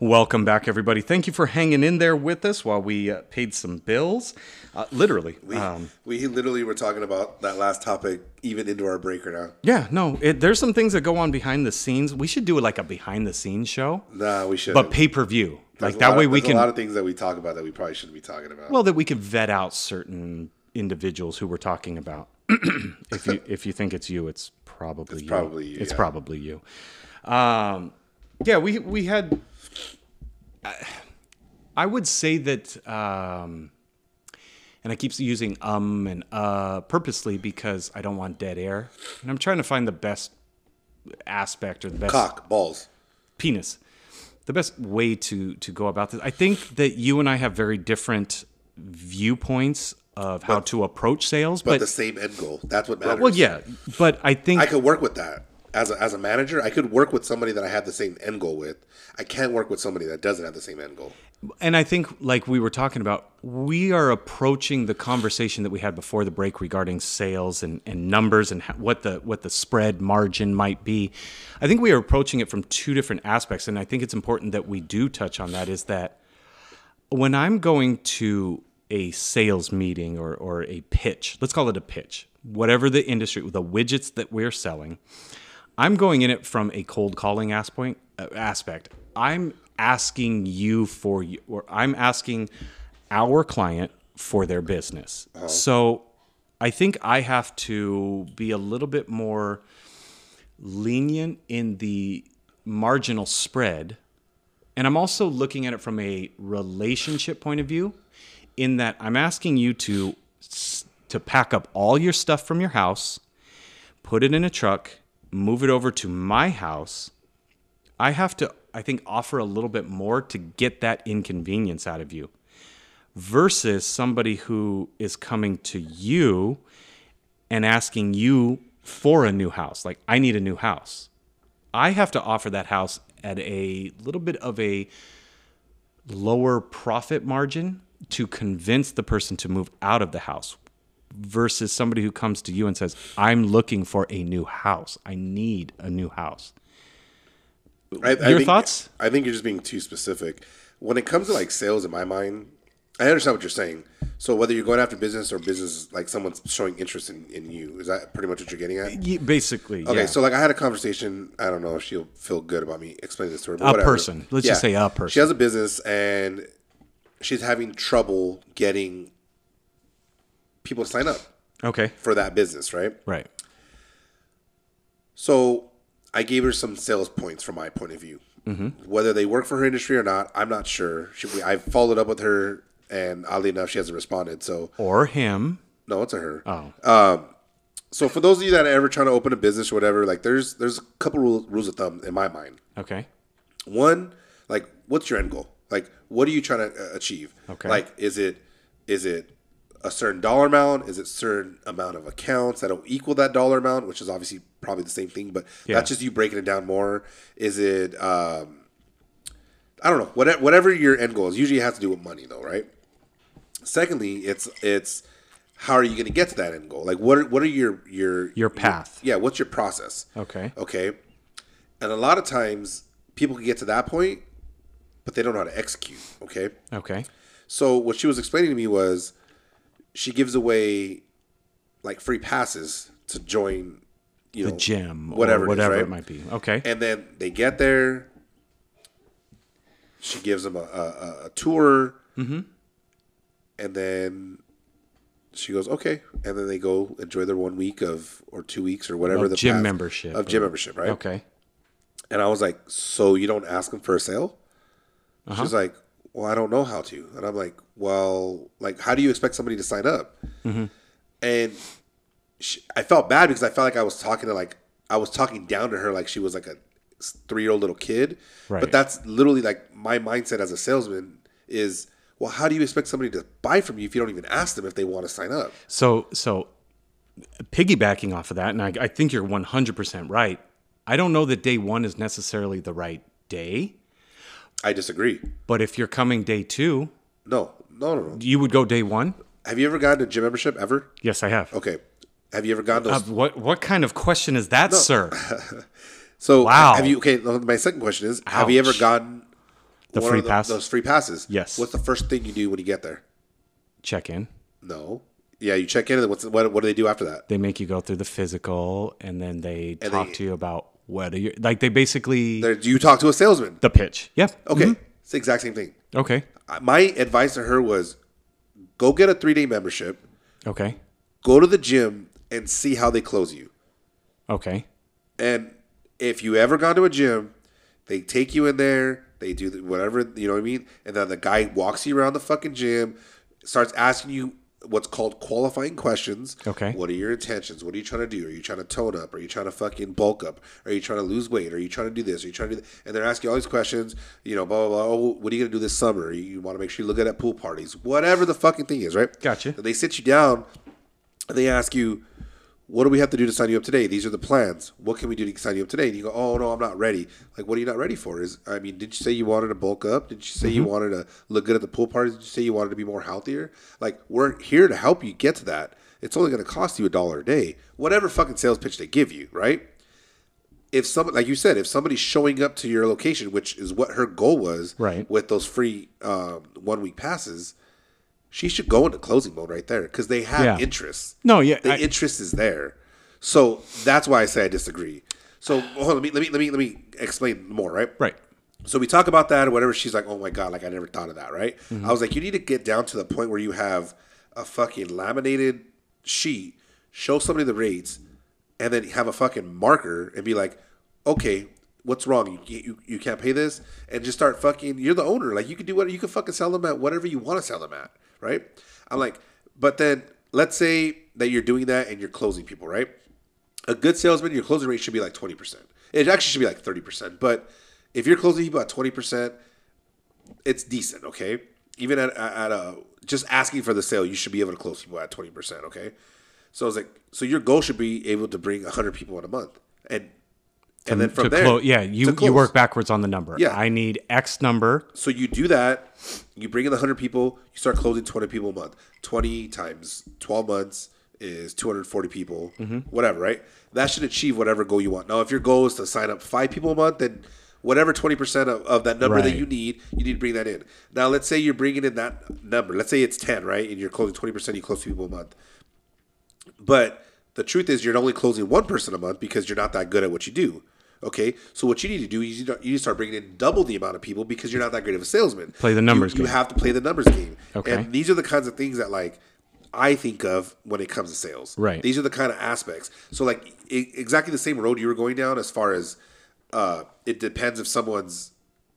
F: Welcome back, everybody. Thank you for hanging in there with us while we uh, paid some bills. Uh, literally.
G: We, we literally were talking about that last topic even into our break right now.
F: Yeah, no, it, there's some things that go on behind the scenes. We should do like a behind the scenes show,
G: Nah, we should.
F: but pay per view. Like that way we
G: a lot
F: can,
G: of things that we talk about that we probably shouldn't be talking about.
F: well, that we could vet out certain individuals who we're talking about. if you if you think it's you, it's probably you.
G: probably you,
F: It's
G: yeah.
F: probably you. Um, yeah, we we had. I, I would say that um, And I keep using um and uh purposely because I don't want dead air. And I'm trying to find the best aspect or the best
G: Cock, balls.
F: penis. The best way to to go about this. I think that you and I have very different viewpoints of how to approach sales,
G: But,
F: but,
G: the same end goal. That's what matters.
F: well, yeah. But I think
G: I could work with that. As a, as a manager, I could work with somebody that I have the same end goal with. I can't work with somebody that doesn't have the same end goal.
F: and I think like we were talking about, we are approaching the conversation that we had before the break regarding sales and, and numbers and how, what the what the spread margin might be. I think we are approaching it from two different aspects, and I think it's important that we do touch on that. Is that when I'm going to a sales meeting or, or a pitch, let's call it a pitch, whatever the industry, the widgets that we're selling, I'm going in it from a cold calling as- point- uh, aspect. I'm asking you for, y- or I'm asking our client for their business. So I think I have to be a little bit more lenient in the marginal spread and I'm also looking at it from a relationship point of view, in that I'm asking you to s- to pack up all your stuff from your house, put it in a truck, move it over to my house. I have to, I think, offer a little bit more to get that inconvenience out of you, versus somebody who is coming to you and asking you for a new house. Like, I need a new house. I have to offer that house at a little bit of a lower profit margin to convince the person to move out of the house versus somebody who comes to you and says, I'm looking for a new house. I need a new house.
G: I, I
F: Your
G: think-
F: thoughts?
G: I think you're just being too specific. When it comes to like sales, in my mind, I understand what you're saying. So whether you're going after business or business, like someone's showing interest in, in you, is that pretty much what you're getting at?
F: Ye- Basically,
G: Okay,
F: yeah.
G: so like I had a conversation. I don't know if she'll feel good about me explaining this to her. But
F: A
G: whatever.
F: person. Let's just say a person.
G: She has a business and she's having trouble getting people to sign up
F: okay.
G: for that business, right?
F: Right.
G: So I gave her some sales points from my point of view. Whether they work for her industry or not, I'm not sure. She, we, I followed up with her, and oddly enough, she hasn't responded. So
F: Or him.
G: no, it's a her.
F: Oh.
G: So for those of you that are ever trying to open a business or whatever, like there's there's a couple rules rules of thumb in my mind.
F: Okay.
G: One, like what's your end goal? Like what are you trying to uh, achieve?
F: Okay.
G: Like is it is it a certain dollar amount? Is it certain amount of accounts that'll equal that dollar amount, which is obviously probably the same thing, but
F: Yeah.
G: that's just you breaking it down more. Is it um I don't know, whatever whatever your end goal is. Usually it has to do with money though, right? Secondly, it's it's how are you going to get to that end goal? Like what are, what are your your
F: Your path.
G: yeah, what's your process?
F: Okay.
G: Okay. And a lot of times people can get to that point, but they don't know how to execute. Okay.
F: Okay.
G: So what she was explaining to me was she gives away like free passes to join, you
F: The
G: know,
F: gym.
G: whatever,
F: Or
G: is,
F: whatever it,
G: right?
F: might be. Okay.
G: And then they get there. She gives them a, a, a- a tour.
F: Mm-hmm.
G: And then she goes, okay. And then they go enjoy their one week of, or two weeks or whatever
F: Of
G: the
F: gym membership
G: Of
F: or-
G: gym membership, right?
F: Okay.
G: And I was like, so you don't ask them for a sale? She's like, well, I don't know how to. And I'm like, well, like, how do you expect somebody to sign up? And she, I felt bad because I felt like I was talking to like I was talking down to her like she was like a three year old little kid.
F: Right.
G: But that's literally like my mindset as a salesman is, well, how do you expect somebody to buy from you if you don't even ask them if they want to sign up?
F: So, so piggybacking off of that, and I, I think you're 100% right. I don't know that day one is necessarily the right day,
G: I disagree.
F: but if you're coming day two,
G: No, no, no, no.
F: you would go day one.
G: Have you ever gotten a gym membership ever?
F: Yes, I have.
G: Okay. Have you ever gotten those
F: Uh, what what kind of question is that, sir?
G: So
F: Wow.
G: have you okay? no, My second question is: Have you ever
F: Ouch.
G: gotten
F: The
G: one
F: free
G: of tho-
F: pass?
G: Those free passes.
F: Yes.
G: What's the first thing you do when you get there?
F: Check in.
G: No. Yeah, you check in. And then what's what? What do they do after that?
F: They make you go through the physical, and then they talk
G: they-
F: to you about what are you like. They basically
G: There, do you talk to a salesman?
F: the pitch. Yep.
G: Okay,
F: Mhm.
G: it's the exact same thing.
F: Okay.
G: Uh, My advice to her was: go get a three day membership,
F: Okay.
G: go to the gym, and see how they close you.
F: Okay.
G: And if you ever gone to a gym, they take you in there, they do the, whatever, you know what I mean? And then the guy walks you around the fucking gym, starts asking you what's called qualifying questions.
F: Okay.
G: What are your intentions? What are you trying to do? Are you trying to tone up? Are you trying to fucking bulk up? Are you trying to lose weight? Are you trying to do this? Are you trying to do that? And they're asking all these questions, you know, blah, blah, blah. Oh, what are you going to do this summer? You want to make sure you look good at pool parties, whatever the fucking thing is, right?
F: Gotcha.
G: And they sit you down and they ask you, what do we have to do to sign you up today? These are the plans. What can we do to sign you up today? And you go, oh no, I'm not ready. Like, what are you not ready for? Is I mean, did you say you wanted to bulk up? Did you say
F: Mm-hmm.
G: you wanted to look good at the pool parties? Did you say you wanted to be more healthier? Like, we're here to help you get to that. It's only going to cost you a dollar a day, whatever fucking sales pitch they give you, right? If some, like you said, if somebody's showing up to your location, which is what her goal was,
F: Right.
G: with those free um, one week passes, she should go into closing mode right there because they have
F: Yeah.
G: interests.
F: No, yeah,
G: the
F: I-
G: interest is there. So that's why I say I disagree. So hold on, let me let me let me let me explain more. Right.
F: Right.
G: So we talk about that or whatever. She's like, "Oh my god, like I never thought of that." Right. I was like, "You need to get down to the point where you have a fucking laminated sheet, show somebody the rates, and then have a fucking marker and be like, okay." What's wrong? You, you you can't pay this, and just start fucking. You're the owner. Like you can do what you can fucking sell them at whatever you want to sell them at, right? I'm like, but then let's say that you're doing that and you're closing people, right? a good salesman, your closing rate should be like 20%. It actually should be like 30%. But if you're closing people at 20%, it's decent, okay? Even at, at at a just asking for the sale, you should be able to close people at 20%, okay? So I was like, so your goal should be able to bring 100 people in a month. And and then from
F: to
G: there,
F: clo- yeah,
G: to
F: you,
G: close.
F: you work backwards on the number.
G: Yeah.
F: I need X number.
G: So you do that, you bring in the 100 people, you start closing 20 people a month. 20 times 12 months is 240 people, whatever, right? That should achieve whatever goal you want. Now, if your goal is to sign up five people a month, then whatever 20% of, of that number that
F: Right.
G: you need, you need to bring that in. Now, let's say you're bringing in that number. Let's say it's 10, right? And you're closing 20%, you close two people a month. But the truth is, you're only closing one person a month because you're not that good at what you do. Okay, so what you need to do is you, don't- you need to start bringing in double the amount of people because you're not that great of a salesman.
F: Play the numbers
G: You, you
F: game.
G: have to play the numbers game.
F: Okay.
G: And these are the kinds of things that like I think of when it comes to sales.
F: Right.
G: These are the kind of aspects. So like e- exactly the same road you were going down as far as uh, it depends if someone's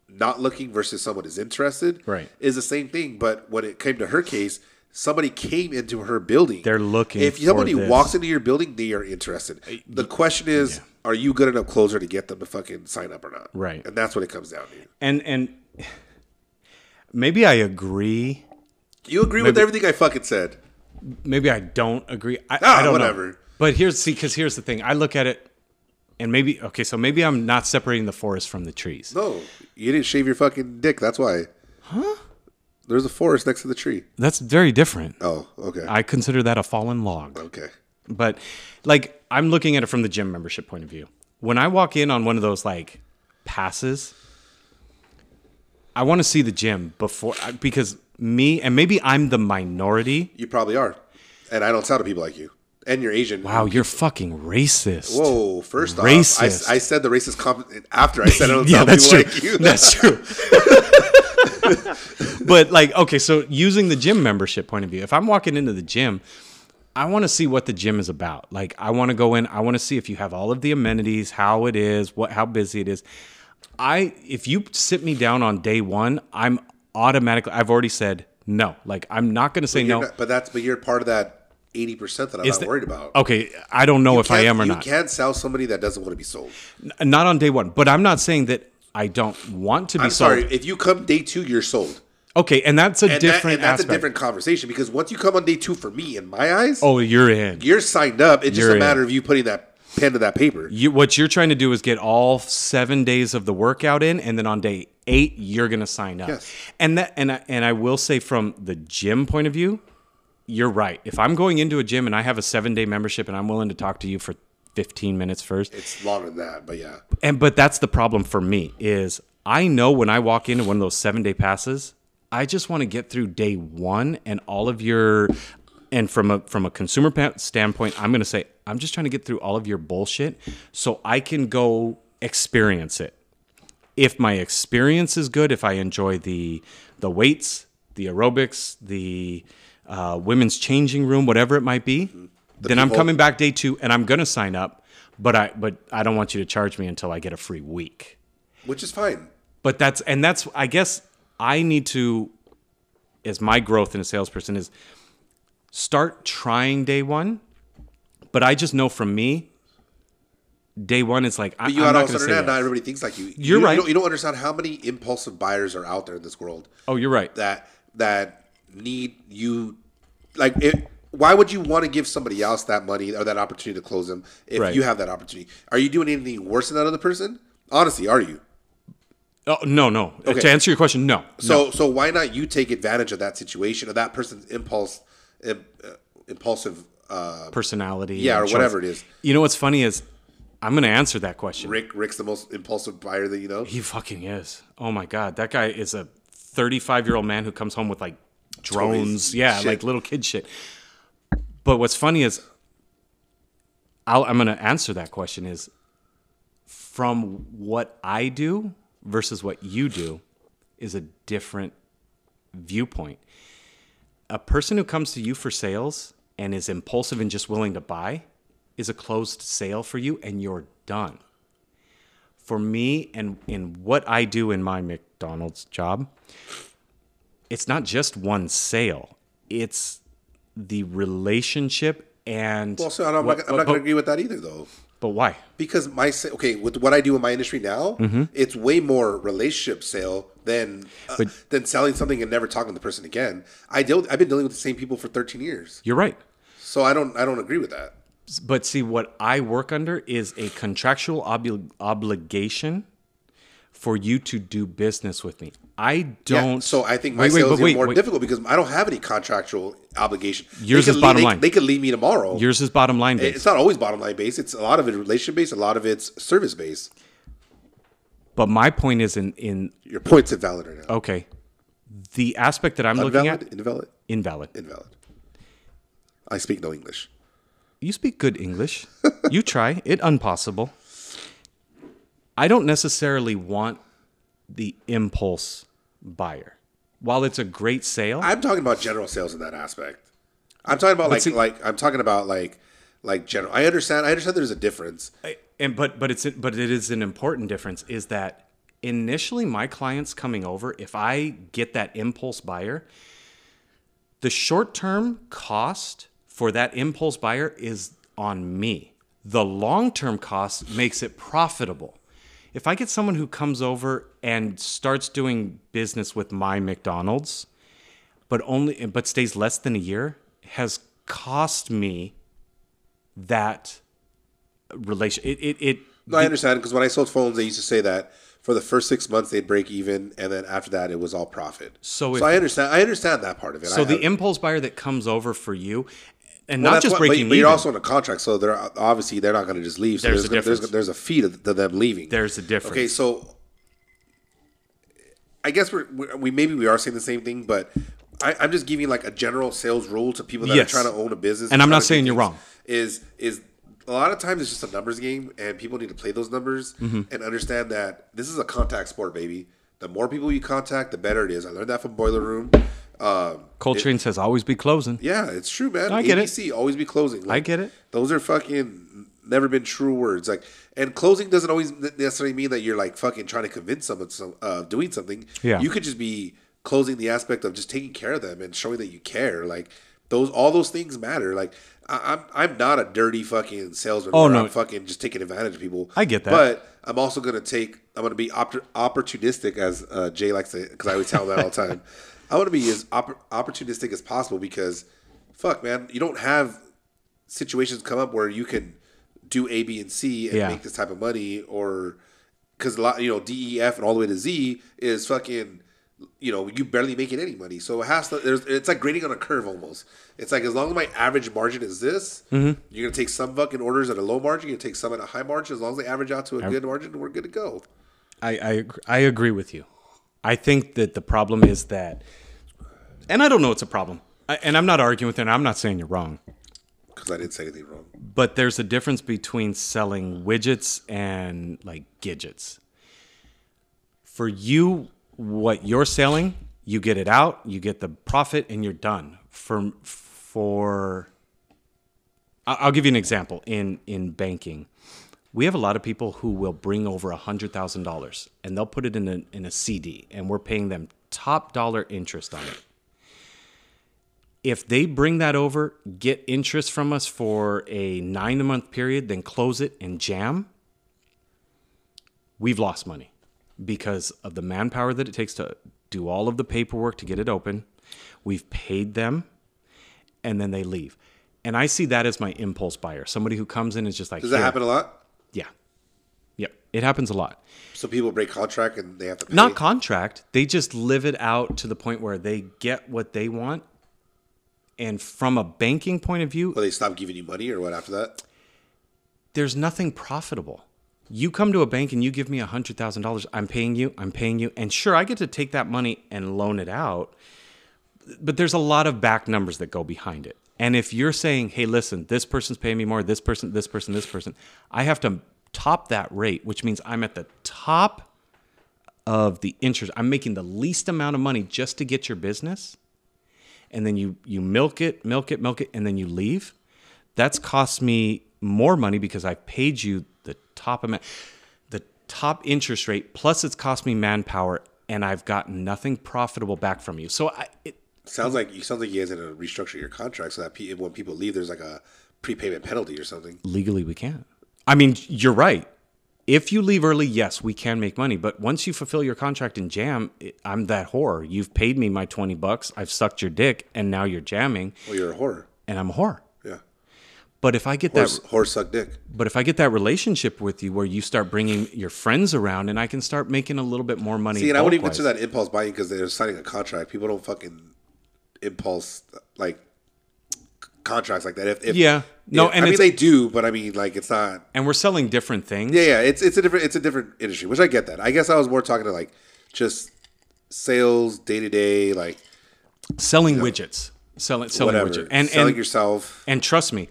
G: not looking versus someone is interested.
F: Right.
G: Is the same thing, but when it came to her case. Somebody came into her building.
F: They're looking
G: If
F: for
G: somebody
F: this.
G: walks into your building, they are interested. The question is, are you good enough closer to get them to fucking sign up or not?
F: Right.
G: And that's what it comes down to.
F: And and maybe I agree.
G: You agree with everything I fucking said.
F: Maybe I don't agree. I,
G: Ah,
F: I don't
G: whatever.
F: know. But here's see, because here's the thing. I look at it, and maybe okay. So maybe I'm not separating the forest from the trees.
G: No, you didn't shave your fucking dick. That's why. Huh? There's a forest next to the tree.
F: That's very different.
G: Oh, okay.
F: I consider that a fallen log.
G: okay.
F: But like I'm looking at it from the gym membership point of view. When I walk in on one of those like passes, I want to see the gym before I- because me and maybe I'm the minority.
G: You probably are. And I don't sell to people like you. And you're Asian.
F: Wow, you're fucking racist.
G: Whoa, first off,
F: Racist.
G: I, I said the racist comment after I said I don't
F: yeah,
G: sell to
F: that's
G: people
F: true.
G: like you.
F: That's true. but like, okay, so using the gym membership point of view, if I'm walking into the gym, I want to see what the gym is about. Like, I want to go in. I want to see if you have all of the amenities, how it is, what how busy it is. I if you sit me down on day one, I'm automatically. I've already said no. Like, I'm not going to say no.
G: You're not- but that's but you're part of that eighty percent that I'm
F: Is
G: not
F: that-
G: worried about.
F: Okay, I don't know if I
G: Can't-
F: am or
G: you
F: not.
G: can't sell somebody that doesn't want to be sold.
F: N- Not on day one, but I'm not saying that I don't want to be
G: I'm
F: sold.
G: sorry. If you come day two, you're sold.
F: Okay, and that's a
G: And, that-
F: different
G: and that's
F: aspect.
G: a different conversation because once you come on day two, for me, in my eyes,
F: Oh, you're in.
G: you're signed up. It's just
F: You're
G: a matter
F: in.
G: of you putting that pen to that paper.
F: You, what you're trying to do is get all seven days of the workout in, and then on day eight, you're gonna sign up.
G: Yes.
F: And that, and I, and I will say from the gym point of view, you're right. If I'm going into a gym and I have a seven day membership, and I'm willing to talk to you for 15 minutes first,
G: It's longer than that, but yeah.
F: and but that's the problem for me is I know when I walk into one of those seven day passes, I just want to get through day one and all of your and from a from a consumer pa- standpoint, I'm gonna say I'm just trying to get through all of your bullshit so I can go experience it. If my experience is good, if I enjoy the the weights, the aerobics, the uh, women's changing room, whatever it might be, then I'm
G: people-
F: coming back day two and I'm gonna sign up. But I but I don't want you to charge me until I get a free week.
G: Which is fine.
F: But that's and that's I guess I need to as my growth in a salesperson is start trying day one. But I just know from me, day one is like I,
G: But you
F: I'm
G: gotta
F: not going
G: also
F: to say
G: understand not
F: yes.
G: everybody thinks like you.
F: You're
G: you,
F: right.
G: You don't, you don't understand how many impulsive buyers are out there in this world
F: Oh, you're right.
G: that that need you. Like, it, why would you want to give somebody else that money or that opportunity to close them if
F: Right.
G: you have that opportunity? Are you doing anything worse than that other person? Honestly, are you?
F: Oh no, no.
G: Okay.
F: To answer your question, no.
G: So so why not you take advantage of that situation or that person's impulse, im- uh, impulsive. Uh,
F: personality.
G: Yeah,
F: and
G: or
F: choice.
G: whatever it is.
F: You know what's funny is I'm going to answer that question.
G: Rick Rick's the most impulsive buyer that you know.
F: He fucking is. Oh my god, that guy is a 35 year old man who comes home with like drones.
G: Toys,
F: yeah,
G: shit.
F: like little kid shit. But what's funny is, I'll, I'm gonna answer that question is from what I do versus what you do is a different viewpoint. A person who comes to you for sales and is impulsive and just willing to buy is a closed sale for you, and you're done for me and in what I do in my McDonald's job, it's not just one sale. It's the relationship and
G: Well, so I'm not,
F: What-
G: I'm
F: but,
G: not going to agree with that either, though.
F: but why?
G: because my sa- okay with what I do in my industry now,
F: Mm-hmm.
G: it's way more relationship sale than uh, than selling something and never talking to the person again. I deal I've been dealing with the same people for 13 years,
F: You're right.
G: so I don't I don't agree with that.
F: But see, what I work under is a contractual obli- obligation for you to do business with me. I
G: Yeah,
F: don't.
G: so I think my
F: Wait, wait,
G: sales
F: but
G: is even
F: wait,
G: more
F: wait.
G: difficult because I don't have any contractual obligation. They
F: Yours
G: could
F: is
G: lea-
F: bottom
G: they-
F: line.
G: They could leave me tomorrow.
F: Yours is bottom line based.
G: it's not always bottom line based. It's a lot of it relationship based, a lot of it's service based.
F: but my point is in in
G: Your point's invalid right now.
F: okay, the aspect that I'm looking
G: invalid,
F: at
G: invalid,
F: invalid.
G: invalid. I speak no English.
F: You speak good English. you try. It impossible. I don't necessarily want the impulse buyer. While it's a great sale,
G: I'm talking about general sales in that aspect. I'm talking about like
F: see-
G: like I'm talking about like like general. I understand. I understand. There's a difference.
F: I- and but but it's but it is an important difference is that initially my clients coming over, if I get that impulse buyer, the short term cost for that impulse buyer is on me. The long term cost makes it profitable. If I get someone who comes over and starts doing business with my McDonald's, but only but stays less than a year, has cost me that relation. It it, it
G: No, I understand because when I sold phones, they used to say that for the first six months they'd break even, and then after that it was all profit.
F: So if-
G: so I understand. I understand that part of it.
F: so
G: I-
F: the
G: I-
F: impulse buyer that comes over for you, and
G: well,
F: not
G: that's
F: just
G: what- but-
F: breaking
G: But, you're
F: even,
G: also in a contract, so they're obviously they're not going to just leave. So
F: There's
G: there's
F: a
G: gonna- there's,
F: difference.
G: there's a fee to, to them leaving.
F: there's a difference.
G: Okay, so I guess we're, we're we maybe we are saying the same thing, but I, I'm just giving like a general sales rule to people that
F: Yes.
G: are trying to own a business.
F: And I'm not
G: trying to do
F: saying you're
G: things,
F: wrong.
G: Is is a lot of times it's just a numbers game, and people need to play those numbers
F: Mm-hmm.
G: and understand that this is a contact sport, baby. The more people you contact, the better it is. I learned that from Boiler Room. Um,
F: Cold Chain says always be closing.
G: yeah, it's true, man.
F: I get it.
G: ABC, always be closing.
F: I get it.
G: Those are fucking never been true words. Like, and closing doesn't always necessarily mean that you're like fucking trying to convince someone some, uh, of doing something.
F: Yeah.
G: you could just be closing the aspect of just taking care of them and showing that you care. Like those, all those things matter. Like I, I'm, I'm not a dirty fucking salesman.
F: Oh,
G: where
F: no.
G: I'm fucking just taking advantage of people.
F: I get that.
G: but I'm also gonna take. I'm gonna be opt- opportunistic, as uh, Jay likes to, because I always tell him that all the time. I want to be as op- opportunistic as possible because, fuck, man, you don't have situations come up where you can do A, B, and C and
F: Yeah.
G: make this type of money, or because a lot, you know, D, E, F, and all the way to Z is fucking, you know, you barely making any money. So it has to. There's, it's like grading on a curve almost. It's like as long as my average margin is this,
F: Mm-hmm.
G: you're gonna take some fucking orders at a low margin, you're gonna take some at a high margin. As long as they average out to a good margin, we're good to go.
F: I, I ag- I agree with you. I think that the problem is that, and I don't know it's a problem. I, and I'm not arguing with it. and I'm not saying you're wrong,
G: Because I didn't say anything wrong.
F: but there's a difference between selling widgets and like gidgets. For you, what you're selling, you get it out, you get the profit, and you're done. For for, I- I'll give you an example in in banking. we have a lot of people who will bring over $100,000 and they'll put it in a, in a CD and we're paying them top dollar interest on it. If they bring that over, get interest from us for a nine month period, then close it and jam, we've lost money because of the manpower that it takes to do all of the paperwork to get it open. We've paid them and then they leave. And I see that as my impulse buyer, somebody who comes in and is just like,
G: Does that
F: "Here."
G: happen a lot?
F: Yeah. Yep. It happens a lot.
G: So people break contract and they have to pay.
F: Not contract. They just live it out to the point where they get what they want. And from a banking point of view,
G: Will they stop giving you money or what after that?
F: there's nothing profitable. You come to a bank and you give me $100,000, I'm paying you, I'm paying you. And sure, I get to take that money and loan it out, but there's a lot of back numbers that go behind it. And if you're saying, hey, listen, this person's paying me more, this person, this person, this person, I have to top that rate, which means I'm at the top of the interest. I'm making the least amount of money just to get your business. And then you you milk it, milk it, milk it, and then you leave. That's cost me more money because I paid you the top amount, the top interest rate. Plus, it's cost me manpower, and I've gotten nothing profitable back from you. So I, it,
G: Sounds like you sounds like you guys had to restructure your contract so that pe- when people leave, there's like a prepayment penalty or something.
F: legally we can't. I mean, you're right. If you leave early, yes, we can make money. But once you fulfill your contract and jam, it, I'm that whore. You've paid me my twenty bucks. I've sucked your dick, and now you're jamming,
G: Well, Oh, you're a whore.
F: and I'm a whore.
G: Yeah,
F: But if I get that
G: horse, horse suck dick.
F: But if I get that relationship with you where you start bringing your friends around and I can start making a little bit more money.
G: See, and I wouldn't even
F: bulk-wise.
G: consider that impulse buying because they're signing a contract. People don't fucking impulse like c- contracts like that. If, if
F: Yeah. No,
G: if-
F: and
G: I mean
F: it's-
G: they do, but I mean like it's not.
F: And we're selling different things.
G: Yeah, yeah, it's it's a different it's a different industry, which I get that. I guess I was more talking to like just sales day to day, like
F: Selling widgets. Selling selling
G: whatever,
F: widgets. And
G: selling
F: and,
G: yourself.
F: and trust me,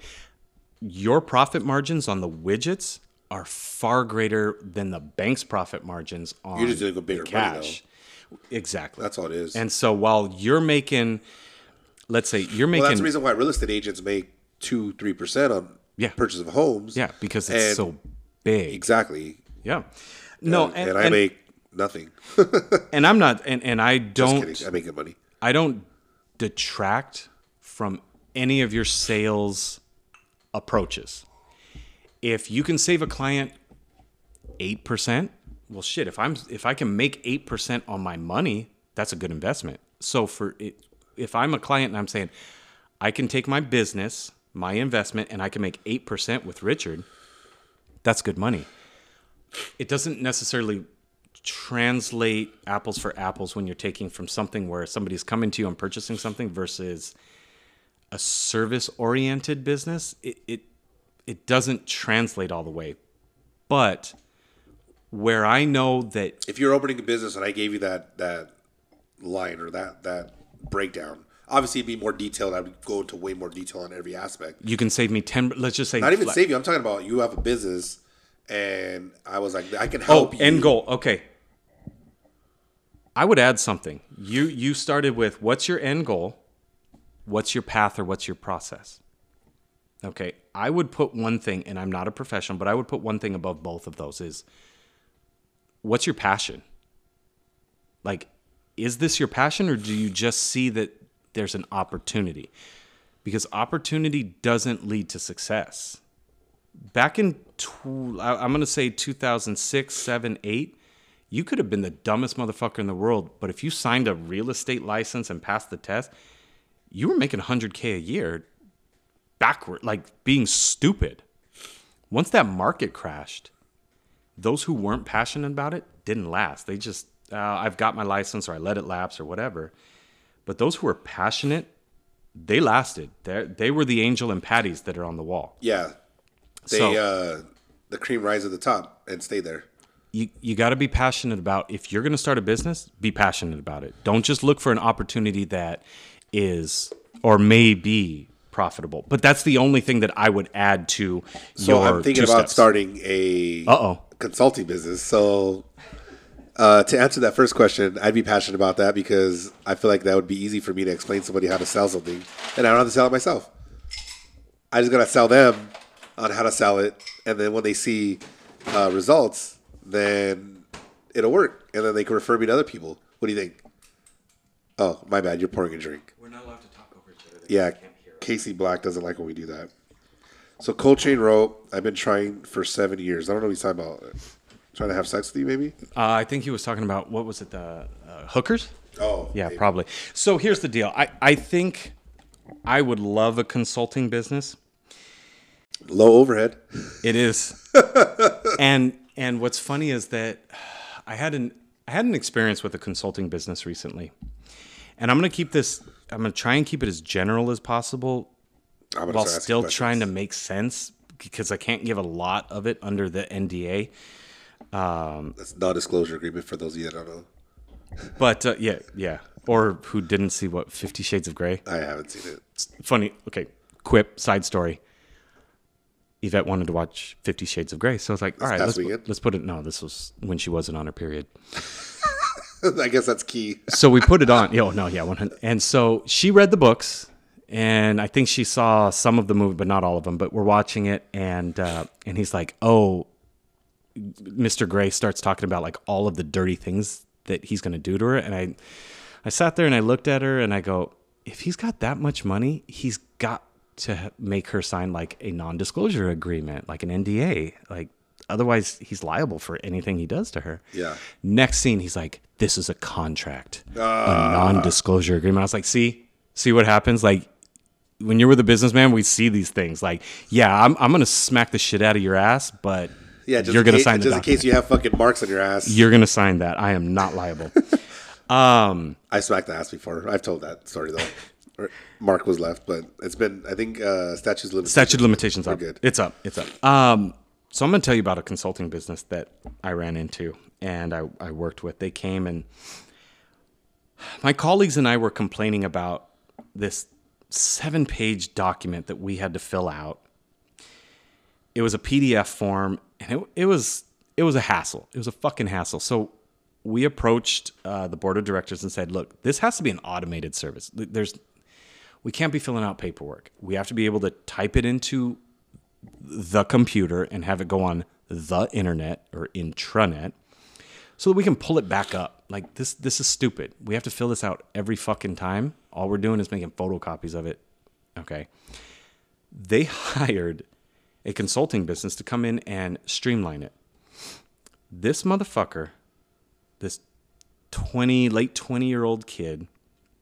F: your profit margins on the widgets are far greater than the bank's profit margins on
G: You're just doing a bigger
F: the
G: money, though.
F: cash. exactly.
G: That's all it is.
F: And so while you're making let's say you're making
G: Well, that's the reason why real estate agents make two, three percent on
F: Yeah.
G: purchase of homes.
F: Yeah, because
G: And-
F: it's so big.
G: exactly.
F: Yeah. No,
G: and, and I make nothing.
F: and I'm not and, and I
G: Just
F: don't
G: kidding. I make good money.
F: I don't detract from any of your sales approaches. If you can save a client 8%, well shit, if I'm if I can make 8% on my money, that's a good investment. So for it, if I'm a client and I'm saying I can take my business, my investment and I can make 8% with Richard, that's good money. It doesn't necessarily translate apples for apples when you're taking from something where somebody's coming to you and purchasing something versus a service oriented business it, it it doesn't translate all the way but where i know that
G: If you're opening a business and I gave you that that line or that that breakdown, obviously it'd be more detailed. I would go into way more detail on every aspect.
F: you can save me 10 let's just say
G: Not even
F: like-
G: save you. I'm talking about you have a business, and I was like, I can
F: oh
G: help. you.
F: end goal okay i would add something you you started with what's your end goal what's your path or what's your process okay i would put one thing and i'm not a professional but i would put one thing above both of those is what's your passion like is this your passion or do you just see that there's an opportunity because opportunity doesn't lead to success back in tw- I- i'm going to say 2006 7 8 you could have been the dumbest motherfucker in the world but if you signed a real estate license and passed the test you were making 100k a year backward like being stupid once that market crashed those who weren't passionate about it didn't last they just uh, i've got my license or i let it lapse or whatever but those who were passionate they lasted They're, they were the angel and patties that are on the wall
G: Yeah, they
F: So-
G: uh, the cream rise to the top and stay there.
F: you, you got to be passionate about if you're going to start a business be passionate about it don't just look for an opportunity that is or may be profitable but that's the only thing that i would add to
G: So
F: your
G: I'm thinking
F: two
G: about
F: steps.
G: starting a
F: Uh-oh.
G: consulting business. So uh, to answer that first question, I'd be passionate about that because I feel like that would be easy for me to explain to somebody how to sell something, and I don't have to sell it myself. I just gotta sell them on how to sell it, and then when they see uh, results, then it'll work, and then they can refer me to other people. What do you think? Oh, my bad. You're pouring a drink.
F: We're not allowed to talk over each other.
G: Yeah, Casey Black doesn't like when we do that. So Cold Chain Row, I've been trying for seven years. I don't know what he's talking about. Trying to have sex with you, maybe?
F: Uh, I think he was talking about what was it, the uh, hookers?
G: Oh,
F: yeah,
G: maybe.
F: probably. So here's the deal. I I think I would love a consulting business.
G: Low overhead.
F: It is. and and what's funny is that I had an I had an experience with a consulting business recently. And I'm going to keep this I'm going to try and keep it as general as possible
G: I'm gonna
F: while
G: start asking
F: still
G: questions.
F: trying to make sense because I can't give a lot of it under the NDA.
G: That's non-disclosure agreement for those of you that don't know.
F: But uh, yeah, yeah. Or who didn't see what 50 Shades of Grey?
G: I haven't seen it.
F: funny. Okay, quip side story. Yvette wanted to watch Fifty Shades of Grey, so I was like, "All right,
G: past
F: let's,
G: weekend?
F: put, let's put it." No, this was when she wasn't on her period,
G: I guess that's key.
F: so we put it on. Yo, no, yeah, one hundred. And so she read the books, and I think she saw some of the movie, but not all of them. But we're watching it, and uh, and he's like, "Oh, Mr. Gray starts talking about like all of the dirty things that he's going to do to her. And I, I sat there and I looked at her and I go, if he's got that much money, he's got to ha- make her sign like a non-disclosure agreement, like an NDA, like otherwise he's liable for anything he does to her.
G: Yeah.
F: Next scene, he's like, this is a contract,
G: Ah.
F: a non-disclosure agreement. I was like, see, see what happens. Like when you're with a businessman, we see these things like, yeah, I'm, I'm going to smack the shit out of your ass, but
G: Yeah, just
F: you're
G: in
F: going to
G: case,
F: sign the
G: just in
F: document.
G: case you have fucking marks on your ass.
F: You're gonna sign that. I am not liable.
G: I smacked the ass before. I've told that story though. Or Mark was left, but it's been I think uh, statues limited.
F: Statute of limitations up.
G: good.
F: It's up. It's up. Um, so I'm gonna tell you about a consulting business that I ran into and I, I worked with. They came and my colleagues and I were complaining about this seven page document that we had to fill out. It was a PDF form and it, it was it was a hassle. It was a fucking hassle. So we approached uh, the board of directors and said, look, this has to be an automated service. Th- There's we can't be filling out paperwork. We have to be able to type it into the computer and have it go on the internet or intranet so that we can pull it back up. Like this this is stupid. We have to fill this out every fucking time. All we're doing is making photocopies of it. Okay. They hired a consulting business to come in and streamline it. This motherfucker, this 20 late 20 year old kid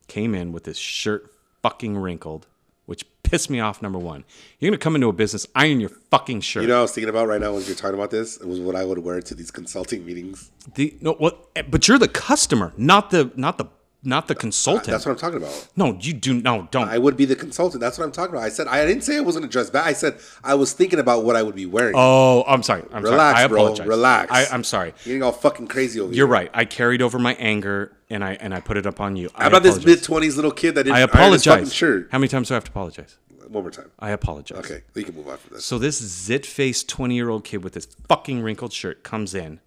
F: came in with his shirt fucking wrinkled, which pissed me off. Number one, you're gonna come into a business, iron your fucking shirt.
G: You know, what I was thinking about right now when you're talking about this. It was what I would wear to these consulting meetings.
F: the, no, well, but you're the customer, not the not the not the consultant.
G: Uh, That's what I'm talking about.
F: no, you do no, don't.
G: I would be the consultant. That's what I'm talking about. I said I didn't say I wasn't dressed bad. I said I was thinking about what I would be wearing.
F: oh, I'm sorry. I'm
G: Relax,
F: sorry. I
G: bro.
F: apologize.
G: Relax.
F: I, I'm sorry.
G: You're getting all fucking crazy over
F: You're
G: here.
F: right. I carried over my anger and I and I put it up on you. I
G: How about this
F: apologize.
G: mid twenties little kid that didn't
F: I
G: iron his fucking
F: apologize.
G: shirt?
F: How many times do I have to apologize?
G: One more time.
F: I apologize.
G: Okay, we can move on from this.
F: So this zit faced 20 year old kid with this fucking wrinkled shirt comes in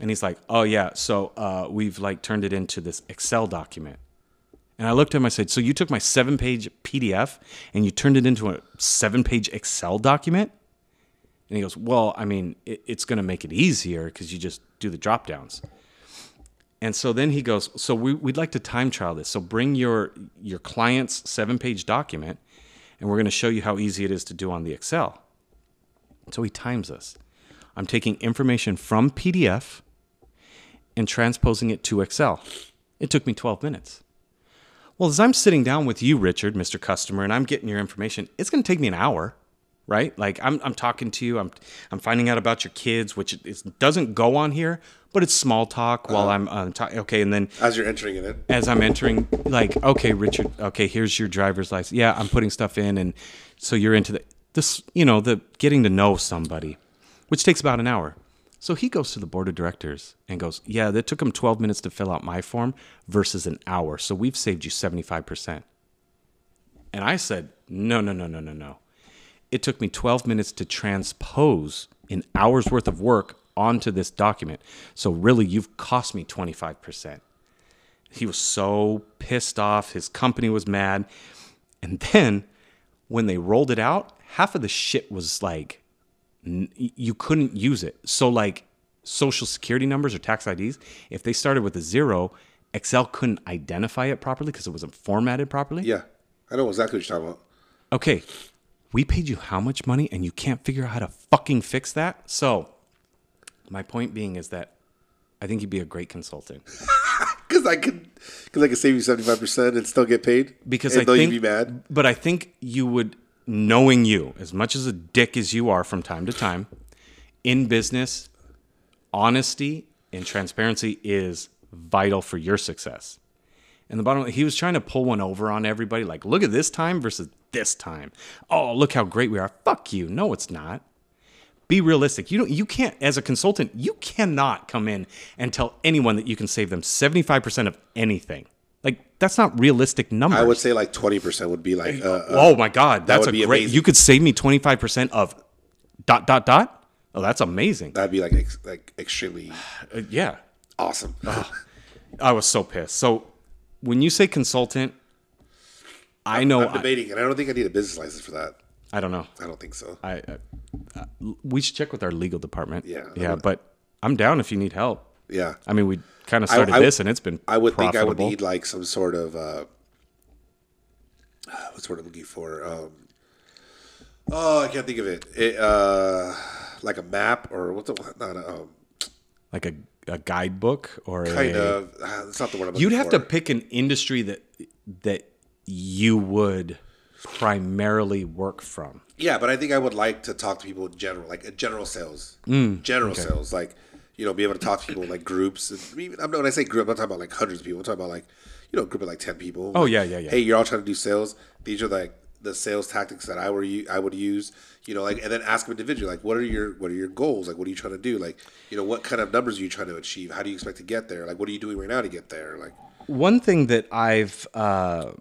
F: and he's like, Oh yeah, so uh, we've like turned it into this Excel document. And I looked at him, I said, So you took my seven page PDF and you turned it into a seven page Excel document? And he goes, Well, I mean, it, it's gonna make it easier because you just do the drop downs. And so then he goes, so we, we'd like to time trial this. So bring your your client's seven page document, and we're going to show you how easy it is to do on the Excel. So he times us. I'm taking information from PDF and transposing it to Excel. It took me 12 minutes. Well, as I'm sitting down with you, Richard, Mr. Customer, and I'm getting your information, it's going to take me an hour, right? Like I'm, I'm talking to you, I'm, I'm finding out about your kids, which it, it doesn't go on here, but it's small talk while I'm, i talking. Okay, and then
G: As you're entering in it,
F: as I'm entering, like, okay, Richard, okay, here's your driver's license. Yeah, I'm putting stuff in, and so you're into the this, you know, the getting to know somebody, which takes about an hour. So he goes to the board of directors and goes, yeah, that took him 12 minutes to fill out my form versus an hour. So we've saved you 75 percent. And I said, no, no, no, no, no, no. It took me 12 minutes to transpose an hour's worth of work onto this document. So really, you've cost me 25%. He was so pissed off. His company was mad. And then when they rolled it out, half of the shit was like, n- you couldn't use it. So, like, social security numbers or tax IDs, if they started with a zero, Excel couldn't identify it properly because it wasn't formatted properly
G: yeah, I know exactly what you're talking about.
F: Okay, we paid you how much money and you can't figure out how to fucking fix that? So, my point being is that I think you'd be a great consultant.
G: Because I could, because I could save you seventy five percent and still get paid.
F: Because
G: and
F: I
G: though
F: think,
G: you'd be mad.
F: But I think you would, knowing you, as much as a dick as you are from time to time, in business, honesty and transparency is vital for your success. And the bottom, he was trying to pull one over on everybody. Like, look at this time versus this time. Oh, look how great we are. Fuck you. No, it's not. Be realistic. You don't. You can't. As a consultant, you cannot come in and tell anyone that you can save them seventy five percent of anything. Like that's not realistic numbers.
G: I would say like twenty percent would be like. Uh, uh,
F: oh my god, that's
G: would
F: a
G: be
F: great.
G: amazing.
F: You could save me twenty five percent of dot dot dot. Oh, that's amazing.
G: That'd be like ex- like extremely
F: Uh, yeah,
G: awesome.
F: I was so pissed. So when you say consultant, I know.
G: I'm debating, and I don't think I need a business license for that.
F: I, I don't know.
G: I don't think so.
F: I, I uh, we should check with our legal department.
G: Yeah.
F: yeah, but I'm down if you need help.
G: yeah,
F: I mean, we kind of started
G: I-
F: this, and it's been.
G: I would think I would
F: profitable.
G: need like some sort of uh, what's what I'm looking for. Um, oh, I can't think of it. it uh, like a map or what's a not a um,
F: like a, a guidebook or
G: kind
F: a,
G: of. Uh, that's not the word I'm.
F: You'd
G: looking
F: have
G: for.
F: to pick an industry that that you would primarily work from.
G: Yeah, but I think I would like to talk to people in general, like uh, general sales,
F: Mm,
G: general sales, like you know, be able to talk to people in, like groups. And I mean, I'm not when I say group, I'm not talking about like hundreds of people. I'm talking about like you know, a group of like ten people.
F: Oh,
G: Like,
F: yeah, yeah, yeah.
G: Hey, you're all trying to do sales. These are like the sales tactics that I were u- I would use. You know, like and then ask them individually, like what are your what are your goals? Like what are you trying to do? Like you know, what kind of numbers are you trying to achieve? How do you expect to get there? Like what are you doing right now to get there? Like
F: One thing that I've uh,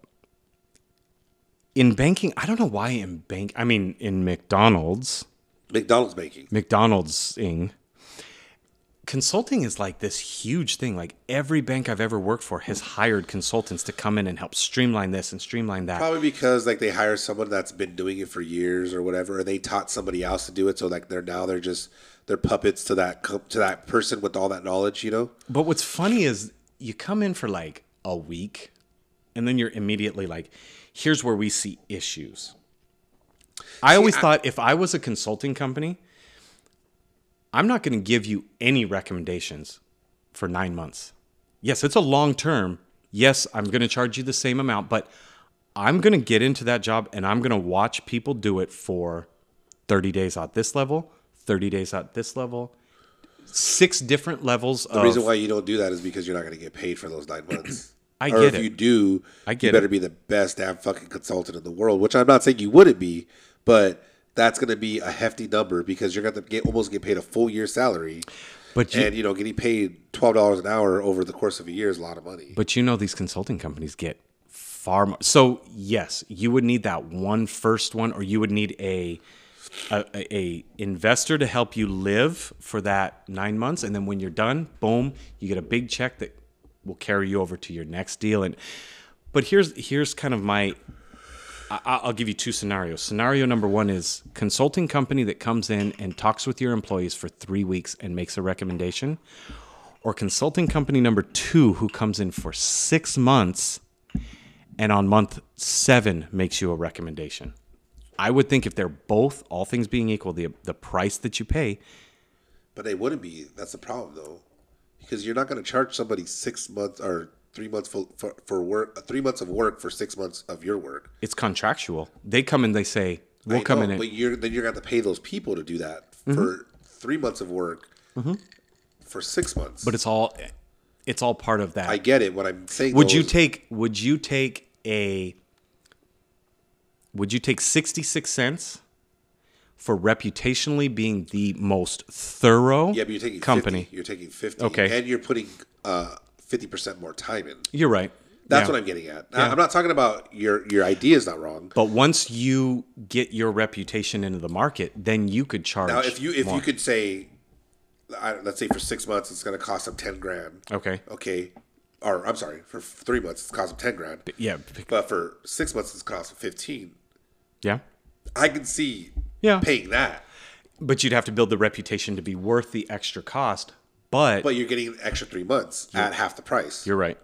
F: in banking, I don't know why in bank. I mean, in McDonald's,
G: McDonald's baking.
F: McDonald's ing. Consulting is like this huge thing. Like every bank I've ever worked for has hired consultants to come in and help streamline this and streamline that.
G: Probably because like they hire someone that's been doing it for years or whatever, or they taught somebody else to do it. So like they're now they're just they're puppets to that co- to that person with all that knowledge, you know.
F: But what's funny is you come in for like a week and then you're immediately like, here's where we see issues. I always thought if I was a consulting company, I'm not going to give you any recommendations for nine months. Yes, it's a long term. Yes, I'm going to charge you the same amount, but I'm going to get into that job and I'm going to watch people do it for 30 days at this level, 30 days at this level, six different levels
G: The
F: of
G: reason why you don't do that is because you're not going to get paid for those nine months.
F: I
G: or
F: get
G: if
F: it.
G: you do,
F: I get
G: you better
F: it.
G: be the best damn fucking consultant in the world. Which I'm not saying you wouldn't be, but that's going to be a hefty number because you're going to get almost get paid a full year's salary.
F: But you,
G: and you know, getting paid twelve dollars an hour over the course of a year is a lot of money.
F: but you know these consulting companies get far more. So yes, you would need that one first one, or you would need a a, a- a investor to help you live for that nine months, and then when you're done, boom, you get a big check that will carry you over to your next deal. And but here's here's kind of my I- I'll give you two scenarios. Scenario number one is consulting company that comes in and talks with your employees for three weeks and makes a recommendation, or consulting company number two who comes in for six months and on month seven makes you a recommendation. I would think if they're both, all things being equal, the the price that you pay,
G: But they wouldn't be. That's the problem, though, because you're not going to charge somebody six months or three months for, for, for work, three months of work for six months of your work.
F: it's contractual. They come and they say,
G: I
F: "We'll come
G: know,
F: in." And, Mm-hmm.
G: but you're then you're going to have to pay those people to do that for three months of work for six months.
F: but it's all it's all part of that.
G: I get it. What I'm saying.
F: Would
G: though,
F: you
G: is
F: take would you take a would you take 66 cents for reputationally being the most thorough
G: Yeah, but you're taking
F: company?
G: 50, you're taking fifty.
F: Okay.
G: and you're putting uh, fifty percent more time in.
F: You're right.
G: That's
F: Yeah.
G: what I'm getting at. I- I'm not talking about your your idea is not wrong.
F: But once you get your reputation into the market, then you could charge
G: Now, if you if
F: more.
G: you could say, I, let's say for six months it's going to cost them ten grand.
F: Okay.
G: okay, or I'm sorry, for three months it's cost them ten grand,
F: Yeah. p-
G: but for six months it's cost them fifteen.
F: Yeah.
G: I can see
F: Yeah.
G: paying that,
F: But you'd have to build the reputation to be worth the extra cost. But,
G: but you're getting an extra three months at half the price.
F: you're right.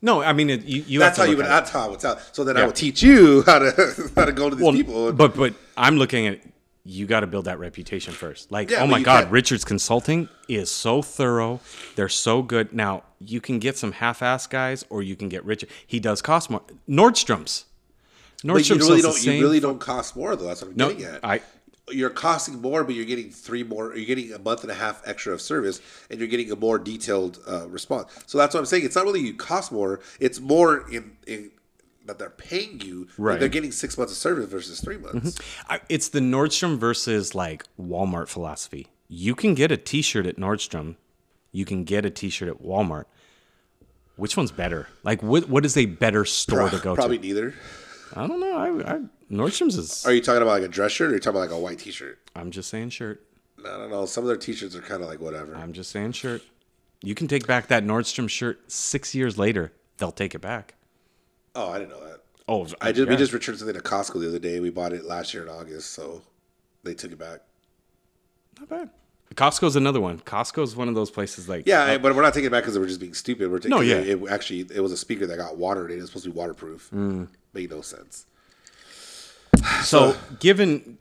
F: No, I mean it, you. you have
G: That's
F: to
G: how you
F: look
G: would.
F: at it.
G: That's how I would tell. So then I
F: Yeah.
G: would teach you how to how to go to these
F: Well,
G: people.
F: But but I'm looking at you got to build that reputation first. Like,
G: Yeah,
F: oh
G: but
F: my
G: you
F: God,
G: can't-
F: Richards Consulting is so thorough. They're so good. Now you can get some half-ass guys, or you can get Richard. He does cost more. Nordstrom's.
G: But
F: Nordstrom's
G: you really
F: does the
G: don't. You
F: same-
G: really don't cost more though. That's what I'm
F: No,
G: getting at.
F: I-
G: you're costing more, but you're getting three more. You're getting a month and a half extra of service, and you're getting a more detailed uh, response. So that's what I'm saying. It's not really you cost more. It's more in, in that they're paying you. that
F: Right. Mm-hmm.
G: They're getting six months of service versus three months.
F: I, it's the Nordstrom versus like Walmart philosophy. You can get a T-shirt at Nordstrom. You can get a T-shirt at Walmart. Which one's better? Like, what what is a better store to go
G: Probably
F: to?
G: neither.
F: I don't know. I, I Nordstrom's is.
G: Are you talking about like a dress shirt, or are you talking about like a white T-shirt?
F: I'm just saying shirt.
G: I don't know. Some of their T-shirts are kind of like whatever.
F: I'm just saying shirt. You can take back that Nordstrom shirt six years later. They'll take it back.
G: oh, I didn't know that.
F: Oh,
G: I just
F: yeah.
G: we just returned something to Costco the other day. We bought it last year in August, so they took it back.
F: not bad. Costco's another one. Costco's one of those places like
G: Yeah, I- but we're not taking it back because we're just being stupid. We're taking
F: No, yeah.
G: it, it actually it was a speaker that got watered. It was supposed to be waterproof.
F: Mm.
G: Made no sense.
F: So given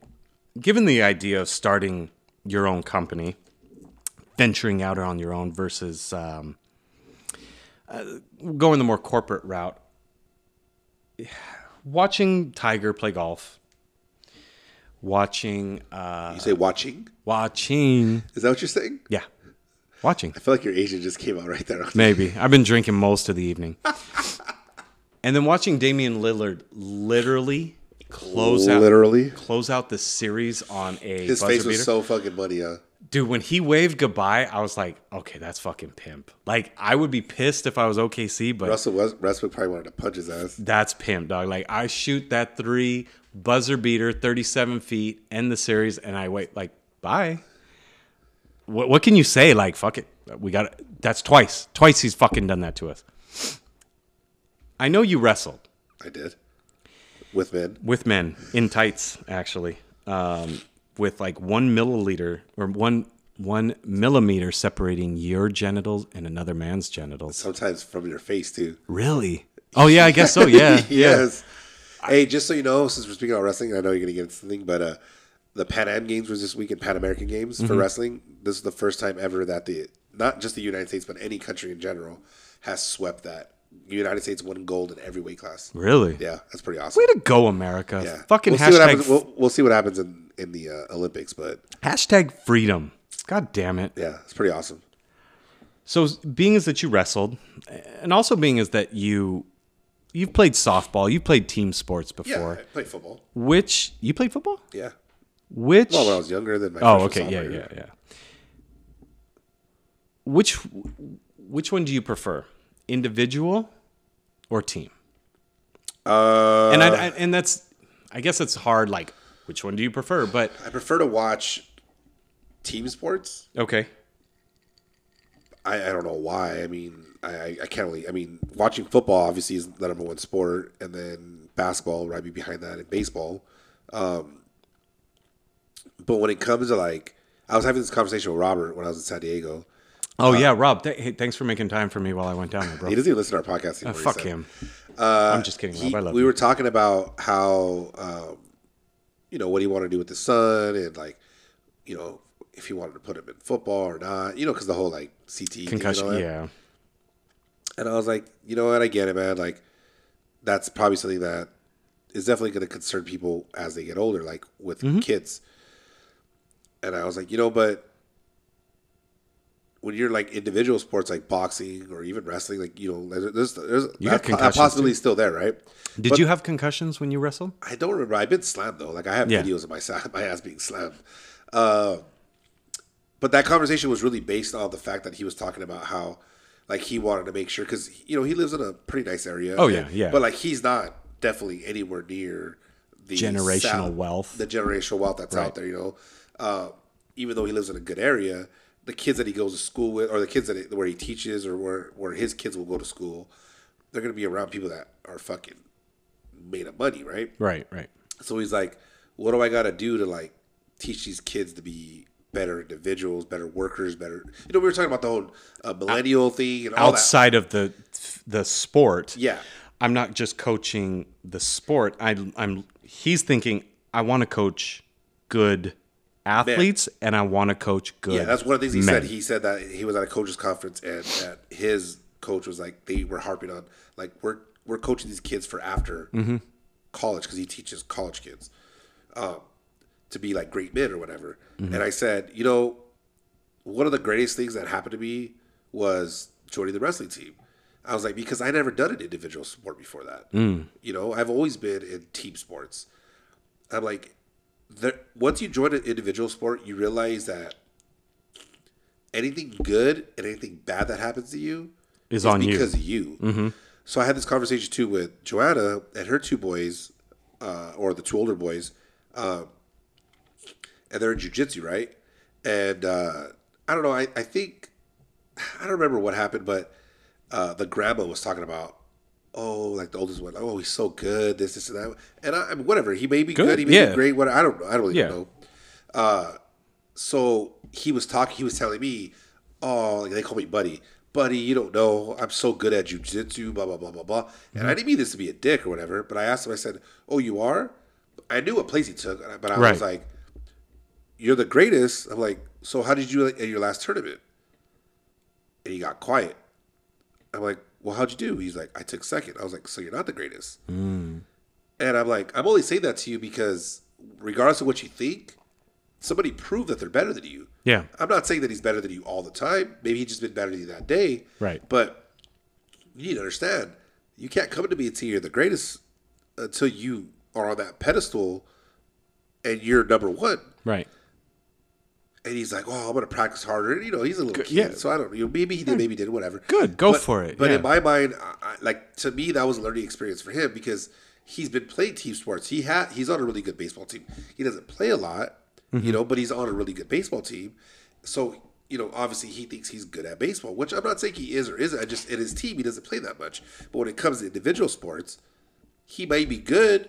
F: given the idea of starting your own company, venturing out on your own versus um, uh, going the more corporate route, watching Tiger play golf, watching uh,
G: you say watching?
F: watching
G: Is that what you're saying?
F: yeah, watching
G: I feel like your Asian just came out right there.
F: Maybe. I've been drinking most of the evening. and then watching Damian Lillard literally close out
G: Literally?
F: close out the series on a
G: His
F: buzzer
G: face was
F: beater.
G: so fucking uh. funny, huh?
F: Dude, when he waved goodbye, I was like, okay, that's fucking pimp. Like I would be pissed if I was OKC, but
G: Russell West, Westbrook probably wanted to punch his ass.
F: that's pimp, dog. Like I shoot that three buzzer beater, 37 feet, end the series, and I wait like bye. What what can you say? Like fuck it, we got that's twice. Twice he's fucking done that to us. I know you wrestled
G: I did. With men.
F: with men in tights, actually, um, with like one milliliter or one one millimeter separating your genitals and another man's genitals.
G: Sometimes from your face too.
F: Really? Oh yeah, I guess so. Yeah, yeah.
G: yes. Hey, just so you know, since we're speaking about wrestling, I know you're gonna get into something, but uh, the Pan Am Games was this week, and Pan American Games
F: Mm-hmm.
G: for wrestling. This is the first time ever that the not just the United States, but any country in general has swept that. The United States won gold in every weight class.
F: Really?
G: Yeah, that's pretty awesome.
F: Way to go, America.
G: yeah,
F: Fucking
G: we'll See what
F: hashtag
G: happens, we'll, we'll see what happens in in the uh, Olympics, but
F: hashtag freedom. God damn it.
G: yeah, it's pretty awesome.
F: So being as that you wrestled, and also being as that you you've played softball, you've played team sports
G: Yeah,
F: before.
G: I played football.
F: Mm. Which you played football?
G: Yeah,
F: Which
G: well, when I was younger than my
F: Oh,
G: freshman
F: okay, yeah,
G: sophomore year.
F: yeah, yeah. Which which one do you prefer, individual or team? Uh, and I, I and that's I guess it's hard. Like, which one do you prefer? But
G: I prefer to watch team sports.
F: okay,
G: I, I don't know why. I mean, I, I- I can't really. I mean, watching football obviously is the number one sport, and then basketball right be behind that, and baseball. Um, but when it comes to like, I was having this conversation with Robert when I was in San Diego.
F: Oh
G: Uh,
F: yeah, Rob. Th- hey, thanks for making time for me while I went down there, bro.
G: He doesn't even listen to our podcast anymore.
F: Uh,
G: he
F: fuck
G: said.
F: him. I'm just kidding, Rob.
G: Uh, He-
F: I love
G: we
F: you.
G: were talking about how um, you know what he wanted to do with his son, and like you know if he wanted to put him in football or not. You know, because the whole like CTE
F: Concussion.
G: Thing and all that.
F: yeah.
G: And I was like, you know what? I get it, man. Like, that's probably something that is definitely going to concern people as they get older, like with
F: Mm-hmm.
G: kids. And I was like, you know, but when you're like individual sports, like boxing or even wrestling, like you know, there's there's, there's
F: You got
G: that, po- that
F: concussions,
G: possibility is still there, right?
F: Did you have concussions when you wrestled?
G: I don't remember. I've been slammed though. Like I have
F: Yeah.
G: videos of my sa- my ass being slammed. Uh, but that conversation was really based on the fact that he was talking about how, like, he wanted to make sure because you know he lives in a pretty nice area.
F: Oh, yeah,
G: And-
F: yeah.
G: But like he's not definitely anywhere near the
F: Generational
G: sal-
F: wealth.
G: the generational wealth that's out
F: Right.
G: there. You know, uh, even though he lives in a good area, the kids that he goes to school with, or the kids that where he teaches, or where where his kids will go to school, they're gonna be around people that are fucking made of money, right?
F: Right. Right.
G: So he's like, what do I got to do to like teach these kids to be better individuals, better workers, better. You know, we were talking about the whole uh, millennial thing and all
F: outside of the the sport.
G: Yeah.
F: I'm not just coaching the sport. I, I'm he's thinking I want to coach good athletes and I want to coach good.
G: that. Yeah, that's one of the things he
F: men.
G: said. He said that he was at a coaches conference and that his coach was like they were harping on like we're we're coaching these kids for after
F: Mm-hmm.
G: college because he teaches college kids um, to be like great men or whatever.
F: Mm-hmm.
G: And I said, you know, one of the greatest things that happened to me was joining the wrestling team. I was like, because I never done an individual sport before that.
F: Mm.
G: You know, I've always been in team sports. I'm like, there, once you join an individual sport, you realize that anything good and anything bad that happens to you
F: Is on you. Mm-hmm.
G: because of you. So I had this conversation too with Joanna and her two boys, uh, or the two older boys, um, and they're in jujitsu, right? And uh, I don't know. I, I think I don't remember what happened, but uh, the grandma was talking about, oh, like the oldest one, oh, he's so good, this, this, and that, and I, I mean, whatever. He may be good,
F: Good,
G: he may
F: yeah.
G: be great. What I don't know. I don't even
F: Yeah.
G: know. Uh, so he was talking. He was telling me, oh, like, they call me buddy. Buddy, you don't know. I'm so good at jujitsu, blah, blah, blah, blah, blah. And I didn't mean this to be a dick or whatever, but I asked him, I said, Oh, you are? I knew what place he took, but I
F: Right.
G: was like, You're the greatest. I'm like, So how did you like, at your last tournament? And he got quiet. I'm like, well, how'd you do? He's like, I took second. I was like, so you're not the greatest.
F: Mm.
G: And I'm like, I'm only saying that to you because regardless of what you think, somebody proved that they're better than you.
F: Yeah.
G: I'm not saying that he's better than you all the time. Maybe he's just been better than you that day.
F: Right.
G: But you need to understand, you can't come to me until you're the greatest until you are on that pedestal and you're number one
F: Right.
G: and he's like, "Oh, I'm gonna practice harder." And, you know, he's a little kid,
F: yeah. Hmm.
G: so I don't. You know, maybe he did, maybe he did, whatever.
F: Good, go
G: But-
F: for it,
G: But
F: yeah.
G: in my mind, I, I, like to me, that was a learning experience for him because he's been playing team sports. He had he's on a really good baseball team. He doesn't play a lot,
F: Mm-hmm.
G: you know, but he's on a really good baseball team. So you know, obviously, he thinks he's good at baseball, which I'm not saying he is or isn't. I just in his team, he doesn't play that much. But when it comes to individual sports, he may be good,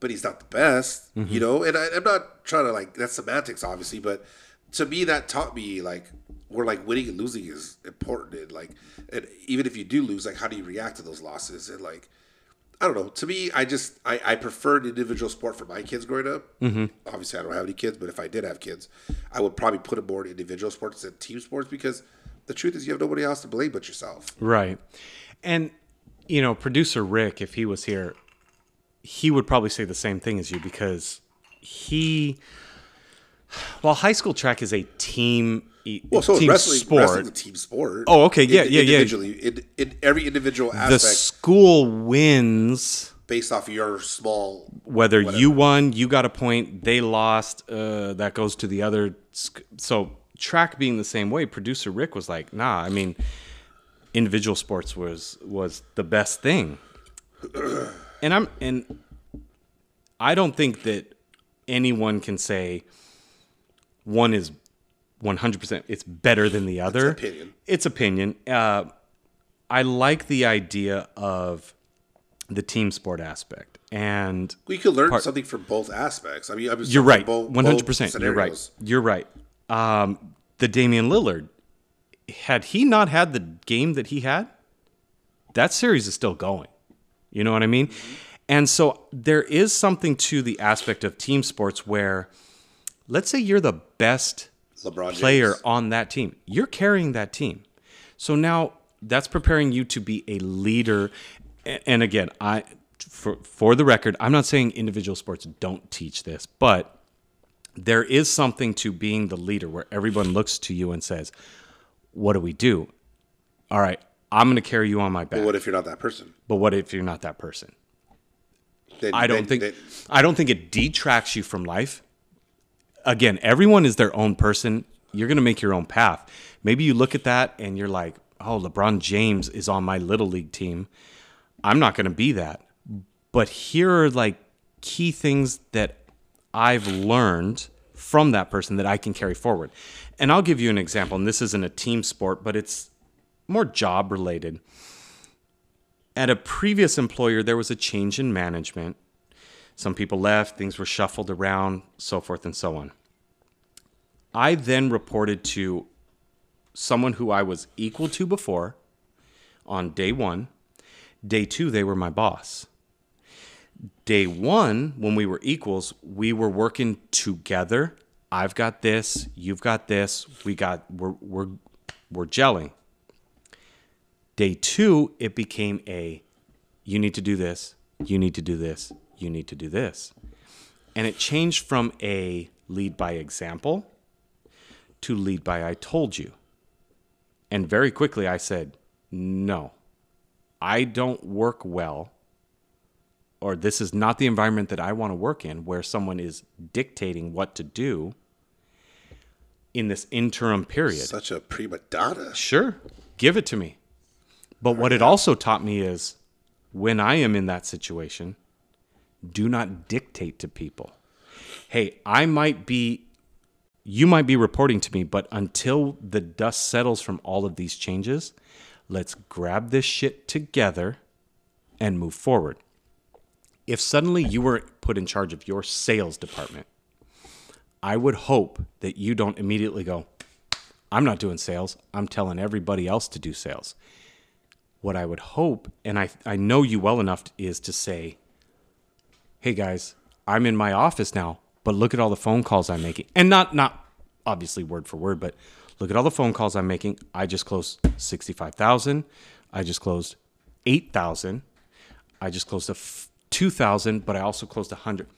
G: but he's not the best,
F: Mm-hmm.
G: you know. And I, I'm not trying to like that's semantics, obviously, but to me that taught me like we're like winning and losing is important, and like and even if you do lose, like how do you react to those losses? And like I don't know. To me, I just I, I preferred individual sport for my kids growing up. Mm-hmm. Obviously, I don't have any kids, but if I did have kids, I would probably put them more in individual sports than team sports because the truth is you have nobody else to blame but yourself.
F: Right. And you know, producer Rick, if he was here, he would probably say the same thing as you because he while high school track is a team e-
G: Well, so
F: team
G: wrestling,
F: sport.
G: wrestling's a team sport.
F: Oh, okay, yeah, yeah, yeah.
G: individually, yeah. In, in every individual
F: the
G: aspect,
F: school wins
G: based off your small.
F: whether you won, you got a point, they lost, uh, that goes to the other. sc- So track being the same way, producer Rick was like, "Nah, I mean, individual sports was was the best thing." And I'm and I don't think that anyone can say one is 100% it's better than the other.
G: opinion.
F: It's opinion. Uh, I like the idea of the team sport aspect and
G: We could learn something from both aspects. I mean, I'm just
F: you're
G: talking
F: right.
G: both-
F: One hundred
G: both
F: percent. You're right.
G: scenarios.
F: You're right. Um, the Damian Lillard, had he not had the game that he had, that series is still going. You know what I mean? And so there is something to the aspect of team sports where, let's say you're the best
G: LeBron James.
F: player on that team. You're carrying that team. So now that's preparing you to be a leader. A- And again, I for for the record, I'm not saying individual sports don't teach this, but there is something to being the leader where everyone looks to you and says, "What do we do?" All right, I'm going to carry you on my back.
G: But what if you're not that person?
F: but what if you're not that person?
G: Then,
F: I don't
G: then-
F: think
G: then-
F: I don't think it detracts you from life. Again, everyone is their own person. You're gonna make your own path. Maybe you look at that and you're like, "Oh, LeBron James is on my little league team. I'm not gonna be that." But here are like key things that I've learned from that person that I can carry forward. And I'll give you an example. And this isn't a team sport, but it's more job related. At a previous employer, there was a change in management some people left, things were shuffled around, so forth and so on. I then reported to someone who I was equal to before on day one. Day two, they were my boss. Day one, when we were equals, we were working together. I've got this, you've got this, we got we're we're we're gelling. Day two, it became a you need to do this, you need to do this, you need to do this. And it changed from a lead by example to lead by I told you. And very quickly I said, no, I don't work well, or this is not the environment that I want to work in where someone is dictating what to do in this interim period.
G: Such a prima donna.
F: Sure, give it to me. But what it also taught me is when I am in that situation, do not dictate to people. Hey, I might be, you might be reporting to me, but until the dust settles from all of these changes, let's grab this shit together and move forward. If suddenly you were put in charge of your sales department, I would hope that you don't immediately go, I'm not doing sales. I'm telling everybody else to do sales. What I would hope, and I, I know you well enough, is to say, hey guys, I'm in my office now, but look at all the phone calls I'm making. And not, not obviously word for word, but look at all the phone calls I'm making. I just closed 65,000. I just closed 8,000. I just closed a f- 2,000, but I also closed 100.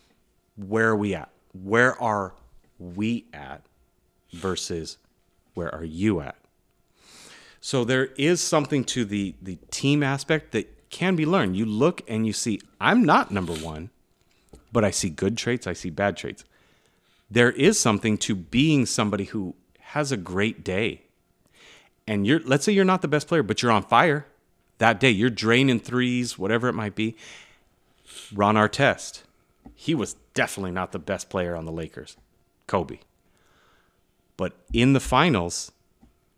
F: Where are we at? Where are we at versus where are you at? So there is something to the the team aspect that can be learned. You look and you see I'm not number 1, but I see good traits, I see bad traits. There is something to being somebody who has a great day. And you're let's say you're not the best player, but you're on fire that day. You're draining threes, whatever it might be. Ron Artest. He was definitely not the best player on the Lakers. Kobe. But in the finals,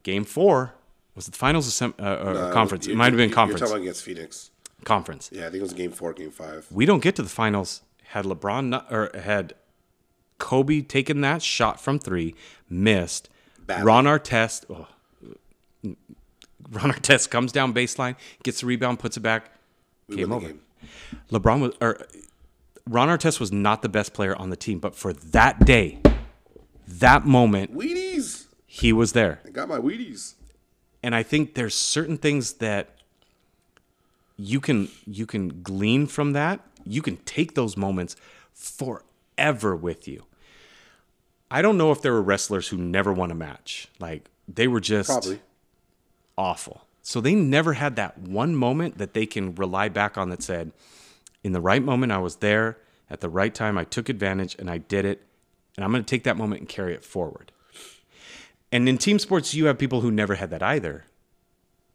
F: game 4 was it the finals or, sem- uh, or conference? It
G: You're-
F: might have been
G: you're-
F: conference.
G: You're talking against Phoenix.
F: conference
G: Yeah, I think it was game four, game five.
F: we don't get to the finals had LeBron not, or had Kobe taken that shot from three, missed.
G: Badly.
F: Ron Artest, oh, Ron Artest comes down baseline, gets the rebound, puts it back.
G: We
F: game
G: won
F: over.
G: the game.
F: LeBron was or Ron Artest was not the best player on the team, but for that day, that moment,
G: Wheaties.
F: he was there.
G: I got my Wheaties.
F: and I think there's certain things that you can you can glean from that. You can take those moments forever with you. I don't know if there were wrestlers who never won a match. Like they were just
G: Probably.
F: awful. So they never had that one moment that they can rely back on that said, in the right moment, I was there at the right time, I took advantage and I did it. And I'm going to take that moment and carry it forward. And in team sports, you have people who never had that either.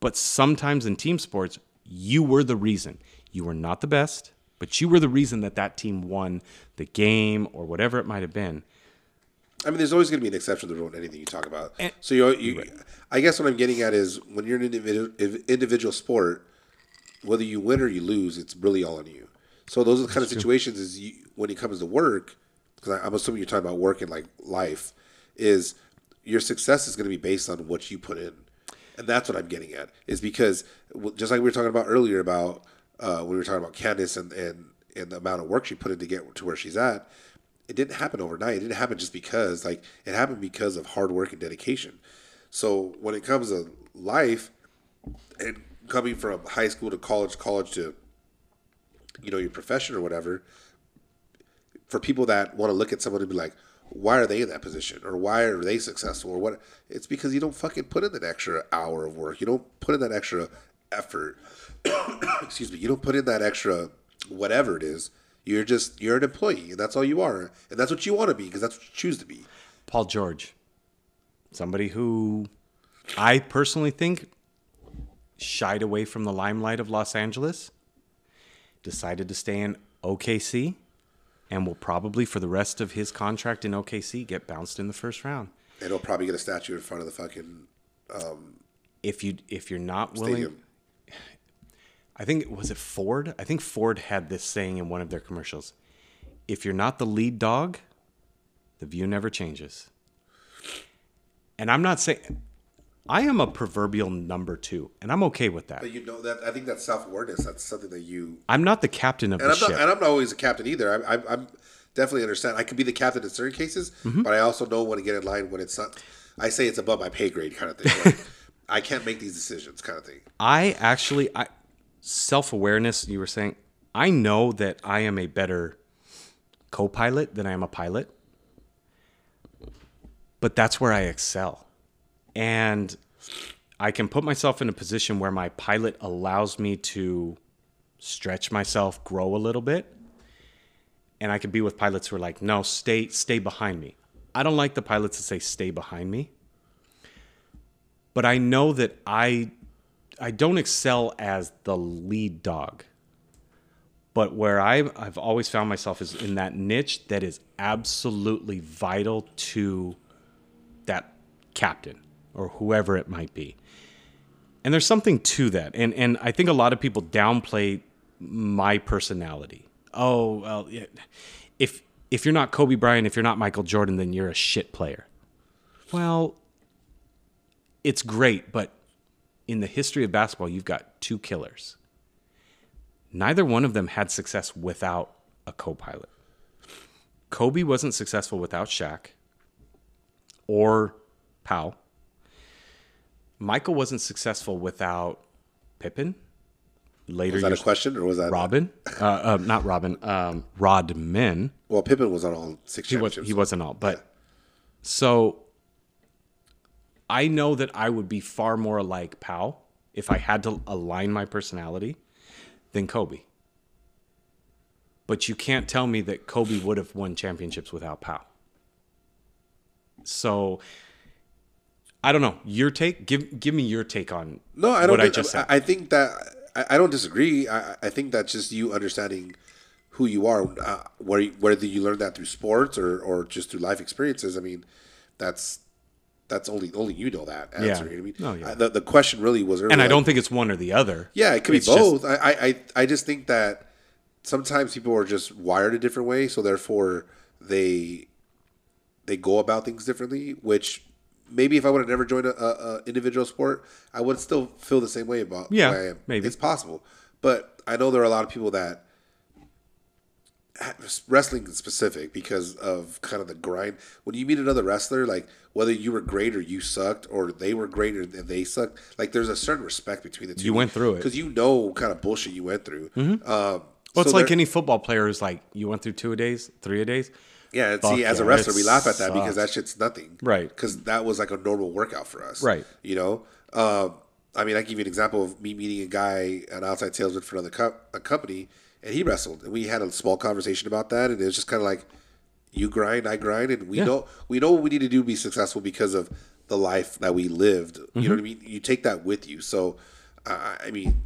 F: But sometimes in team sports, you were the reason. You were not the best, but you were the reason that that team won the game or whatever it might have been.
G: I mean, there's always going to be an exception to the rule in anything you talk about. so you, you I guess what I'm getting at is when you're an individual individual sport, whether you win or you lose, it's really all on you. So those are the kind of situations is you, when it comes to work, because I'm assuming you're talking about work and like life, is your success is going to be based on what you put in, and that's what I'm getting at. Is because w- just like we were talking about earlier about uh, when we were talking about Candace and and and the amount of work she put in to get to where she's at, it didn't happen overnight. It didn't happen just because like it happened because of hard work and dedication. So when it comes to life, and coming from high school to college, college to you know your profession or whatever, for people that want to look at someone and be like, why are they in that position or why are they successful or what? It's because you don't fucking put in that extra hour of work. You don't put in that extra effort. Excuse me. You don't put in that extra whatever it is. You're just you're an employee and that's all you are and that's what you want to be because that's what you choose to be.
F: Paul George, somebody who I personally think shied away from the limelight of Los Angeles, decided to stay in OKC, and will probably for the rest of his contract in OKC get bounced in the first round.
G: And it'll probably get a statue in front of the fucking
F: If you if you're not willing,
G: stadium.
F: I think was it Ford? I think Ford had this saying in one of their commercials. If you're not the lead dog, the view never changes. And I'm not saying I am a proverbial number two, and I'm okay with that.
G: But you know that I think that's self awareness. That's something that you
F: I'm not the captain of
G: and
F: the
G: I'm not
F: ship.
G: and I'm not always a captain either. I, I, I'm definitely understand. I could be the captain in certain cases,
F: Mm-hmm.
G: but I also know when to get in line when it's not. I say it's above my pay grade kind of thing. Like, I can't make these decisions kind of thing.
F: I actually, I self awareness. You were saying, I know that I am a better co-pilot than I am a pilot, but that's where I excel, and I can put myself in a position where my pilot allows me to stretch myself, grow a little bit, and I could be with pilots who are like, "No, stay, stay behind me." I don't like the pilots that say "stay behind me," but I know that I I don't excel as the lead dog. But where I've, I've always found myself is in that niche that is absolutely vital to that captain or whoever it might be. And there's something to that. And, and I think a lot of people downplay my personality. Oh, well, yeah, if, if you're not Kobe Bryant, if you're not Michael Jordan, then you're a shit player. Well, it's great, but in the history of basketball, you've got two killers. Neither one of them had success without a co pilot. Kobe wasn't successful without Shaq or Powell. Michael wasn't successful without Pippen. Later,
G: Was that a
F: years-
G: question or was that
F: Robin, uh, uh, not Robin, um, Rodman.
G: Well, Pippen was on all six
F: He was
G: championships.
F: he wasn't all, but so I know that I would be far more like Powell if I had to align my personality than Kobe. But you can't tell me that Kobe would have won championships without Powell. So I don't know. Your take? Give give me your take on
G: No, I don't.
F: what
G: think,
F: I just said.
G: I think that I, I don't disagree. I, I think that's just you understanding who you are, uh, where you- whether you learn that through sports or, or just through life experiences. I mean, that's that's only only you know that answer.
F: Yeah.
G: You know what I mean,
F: No, yeah.
G: Uh, the, the question really was, earlier,
F: and I
G: like,
F: don't think it's one or the other.
G: yeah, it could be
F: It's just-
G: both. I, I, I, I just think that sometimes people are just wired a different way, so therefore they they go about things differently. Which maybe if I would have never joined a, a, a individual sport, I would still feel the same way about the
F: Yeah,
G: way I am.
F: maybe.
G: it's possible. But I know there are a lot of people that wrestling in specific because of kind of the grind. When you meet another wrestler, like whether you were great or you sucked, or they were great and they sucked, like there's a certain respect between the two.
F: You went through it. Mm-hmm.
G: because you know what kind of bullshit you went through. Um,
F: Well, it's
G: so
F: like
G: there-
F: any football player who's like, you went through two a days, three a days.
G: yeah. And
F: Fuck
G: see, as a
F: yeah,
G: wrestler,
F: it
G: we laugh at that because that
F: sucks.
G: shit's nothing,
F: Right.
G: Because that was like a normal workout for us,
F: Right.
G: You know. Um, I mean, I give you an example of me meeting a guy, an outside salesman for another co- a company, and he wrestled, and we had a small conversation about that, and it was just kind of like, you grind, I grind, and we
F: Yeah.
G: know we know what we need to do to be successful because of the life that we lived.
F: Mm-hmm.
G: You know what I mean? You take that with you. So, I, I mean,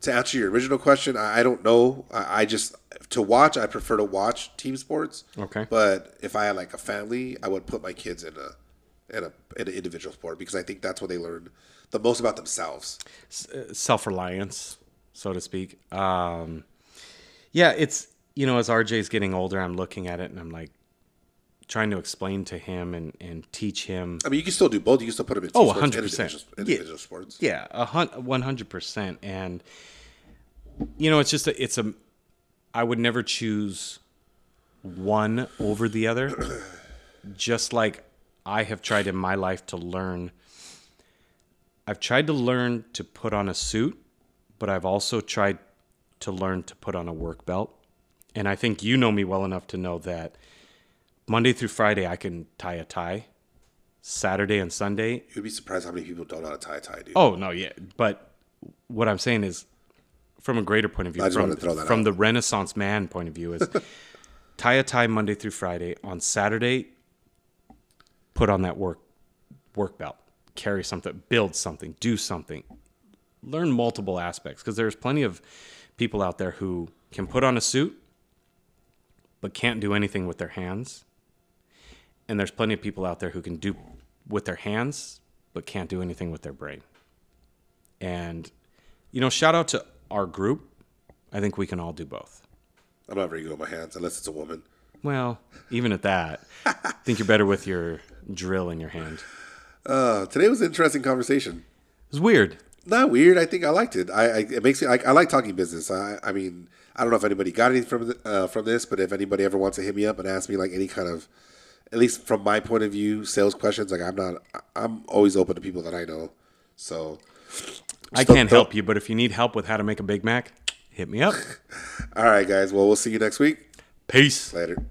G: to answer your original question, I, I don't know. I, I just to watch. I prefer to watch team sports.
F: Okay.
G: But if I had like a family, I would put my kids in a in a in an individual sport because I think that's what they learn the most about themselves.
F: self reliance, so to speak. Um, yeah, it's you know as RJ's getting older, I'm looking at it and I'm like trying to explain to him and and teach him.
G: I mean, you can still do both. You can still put them in team
F: Oh,
G: sports and
F: 100%.
G: individual,
F: Yeah.
G: individual sports.
F: Yeah, a hun- one hundred percent. And you know, it's just a, it's a. I would never choose one over the other. just like I have tried in my life to learn. I've tried to learn to put on a suit, but I've also tried to learn to put on a work belt. And I think you know me well enough to know that Monday through Friday I can tie a tie. Saturday and Sunday
G: You'd be surprised how many people don't know how to tie a tie, dude.
F: Oh no, yeah, but what I'm saying is, from a greater point of view,
G: I just
F: from,
G: wanted to throw that
F: from
G: out.
F: the Renaissance man point of view, is tie a tie Monday through Friday. On Saturday, put on that work work belt, carry something, build something, do something, learn multiple aspects because there's plenty of people out there who can put on a suit but can't do anything with their hands. And there's plenty of people out there who can do with their hands but can't do anything with their brain. And you know, shout out to our group. I think we can all do both.
G: I'm not very good with my hands unless it's a woman.
F: Well, even at that, I think you're better with your drill in your hand.
G: Uh, today was an interesting conversation.
F: It's weird.
G: Not weird. I think I liked it. I, I it makes me like I like talking business. I I mean I don't know if anybody got anything from th- uh, from this, but if anybody ever wants to hit me up and ask me like any kind of, at least from my point of view, sales questions, like I'm not I- I'm always open to people that I know. So
F: I
G: Still-
F: can't help you, but if you need help with how to make a Big Mac, hit me up.
G: all right, guys. Well, we'll see you next week.
F: Peace.
G: Later.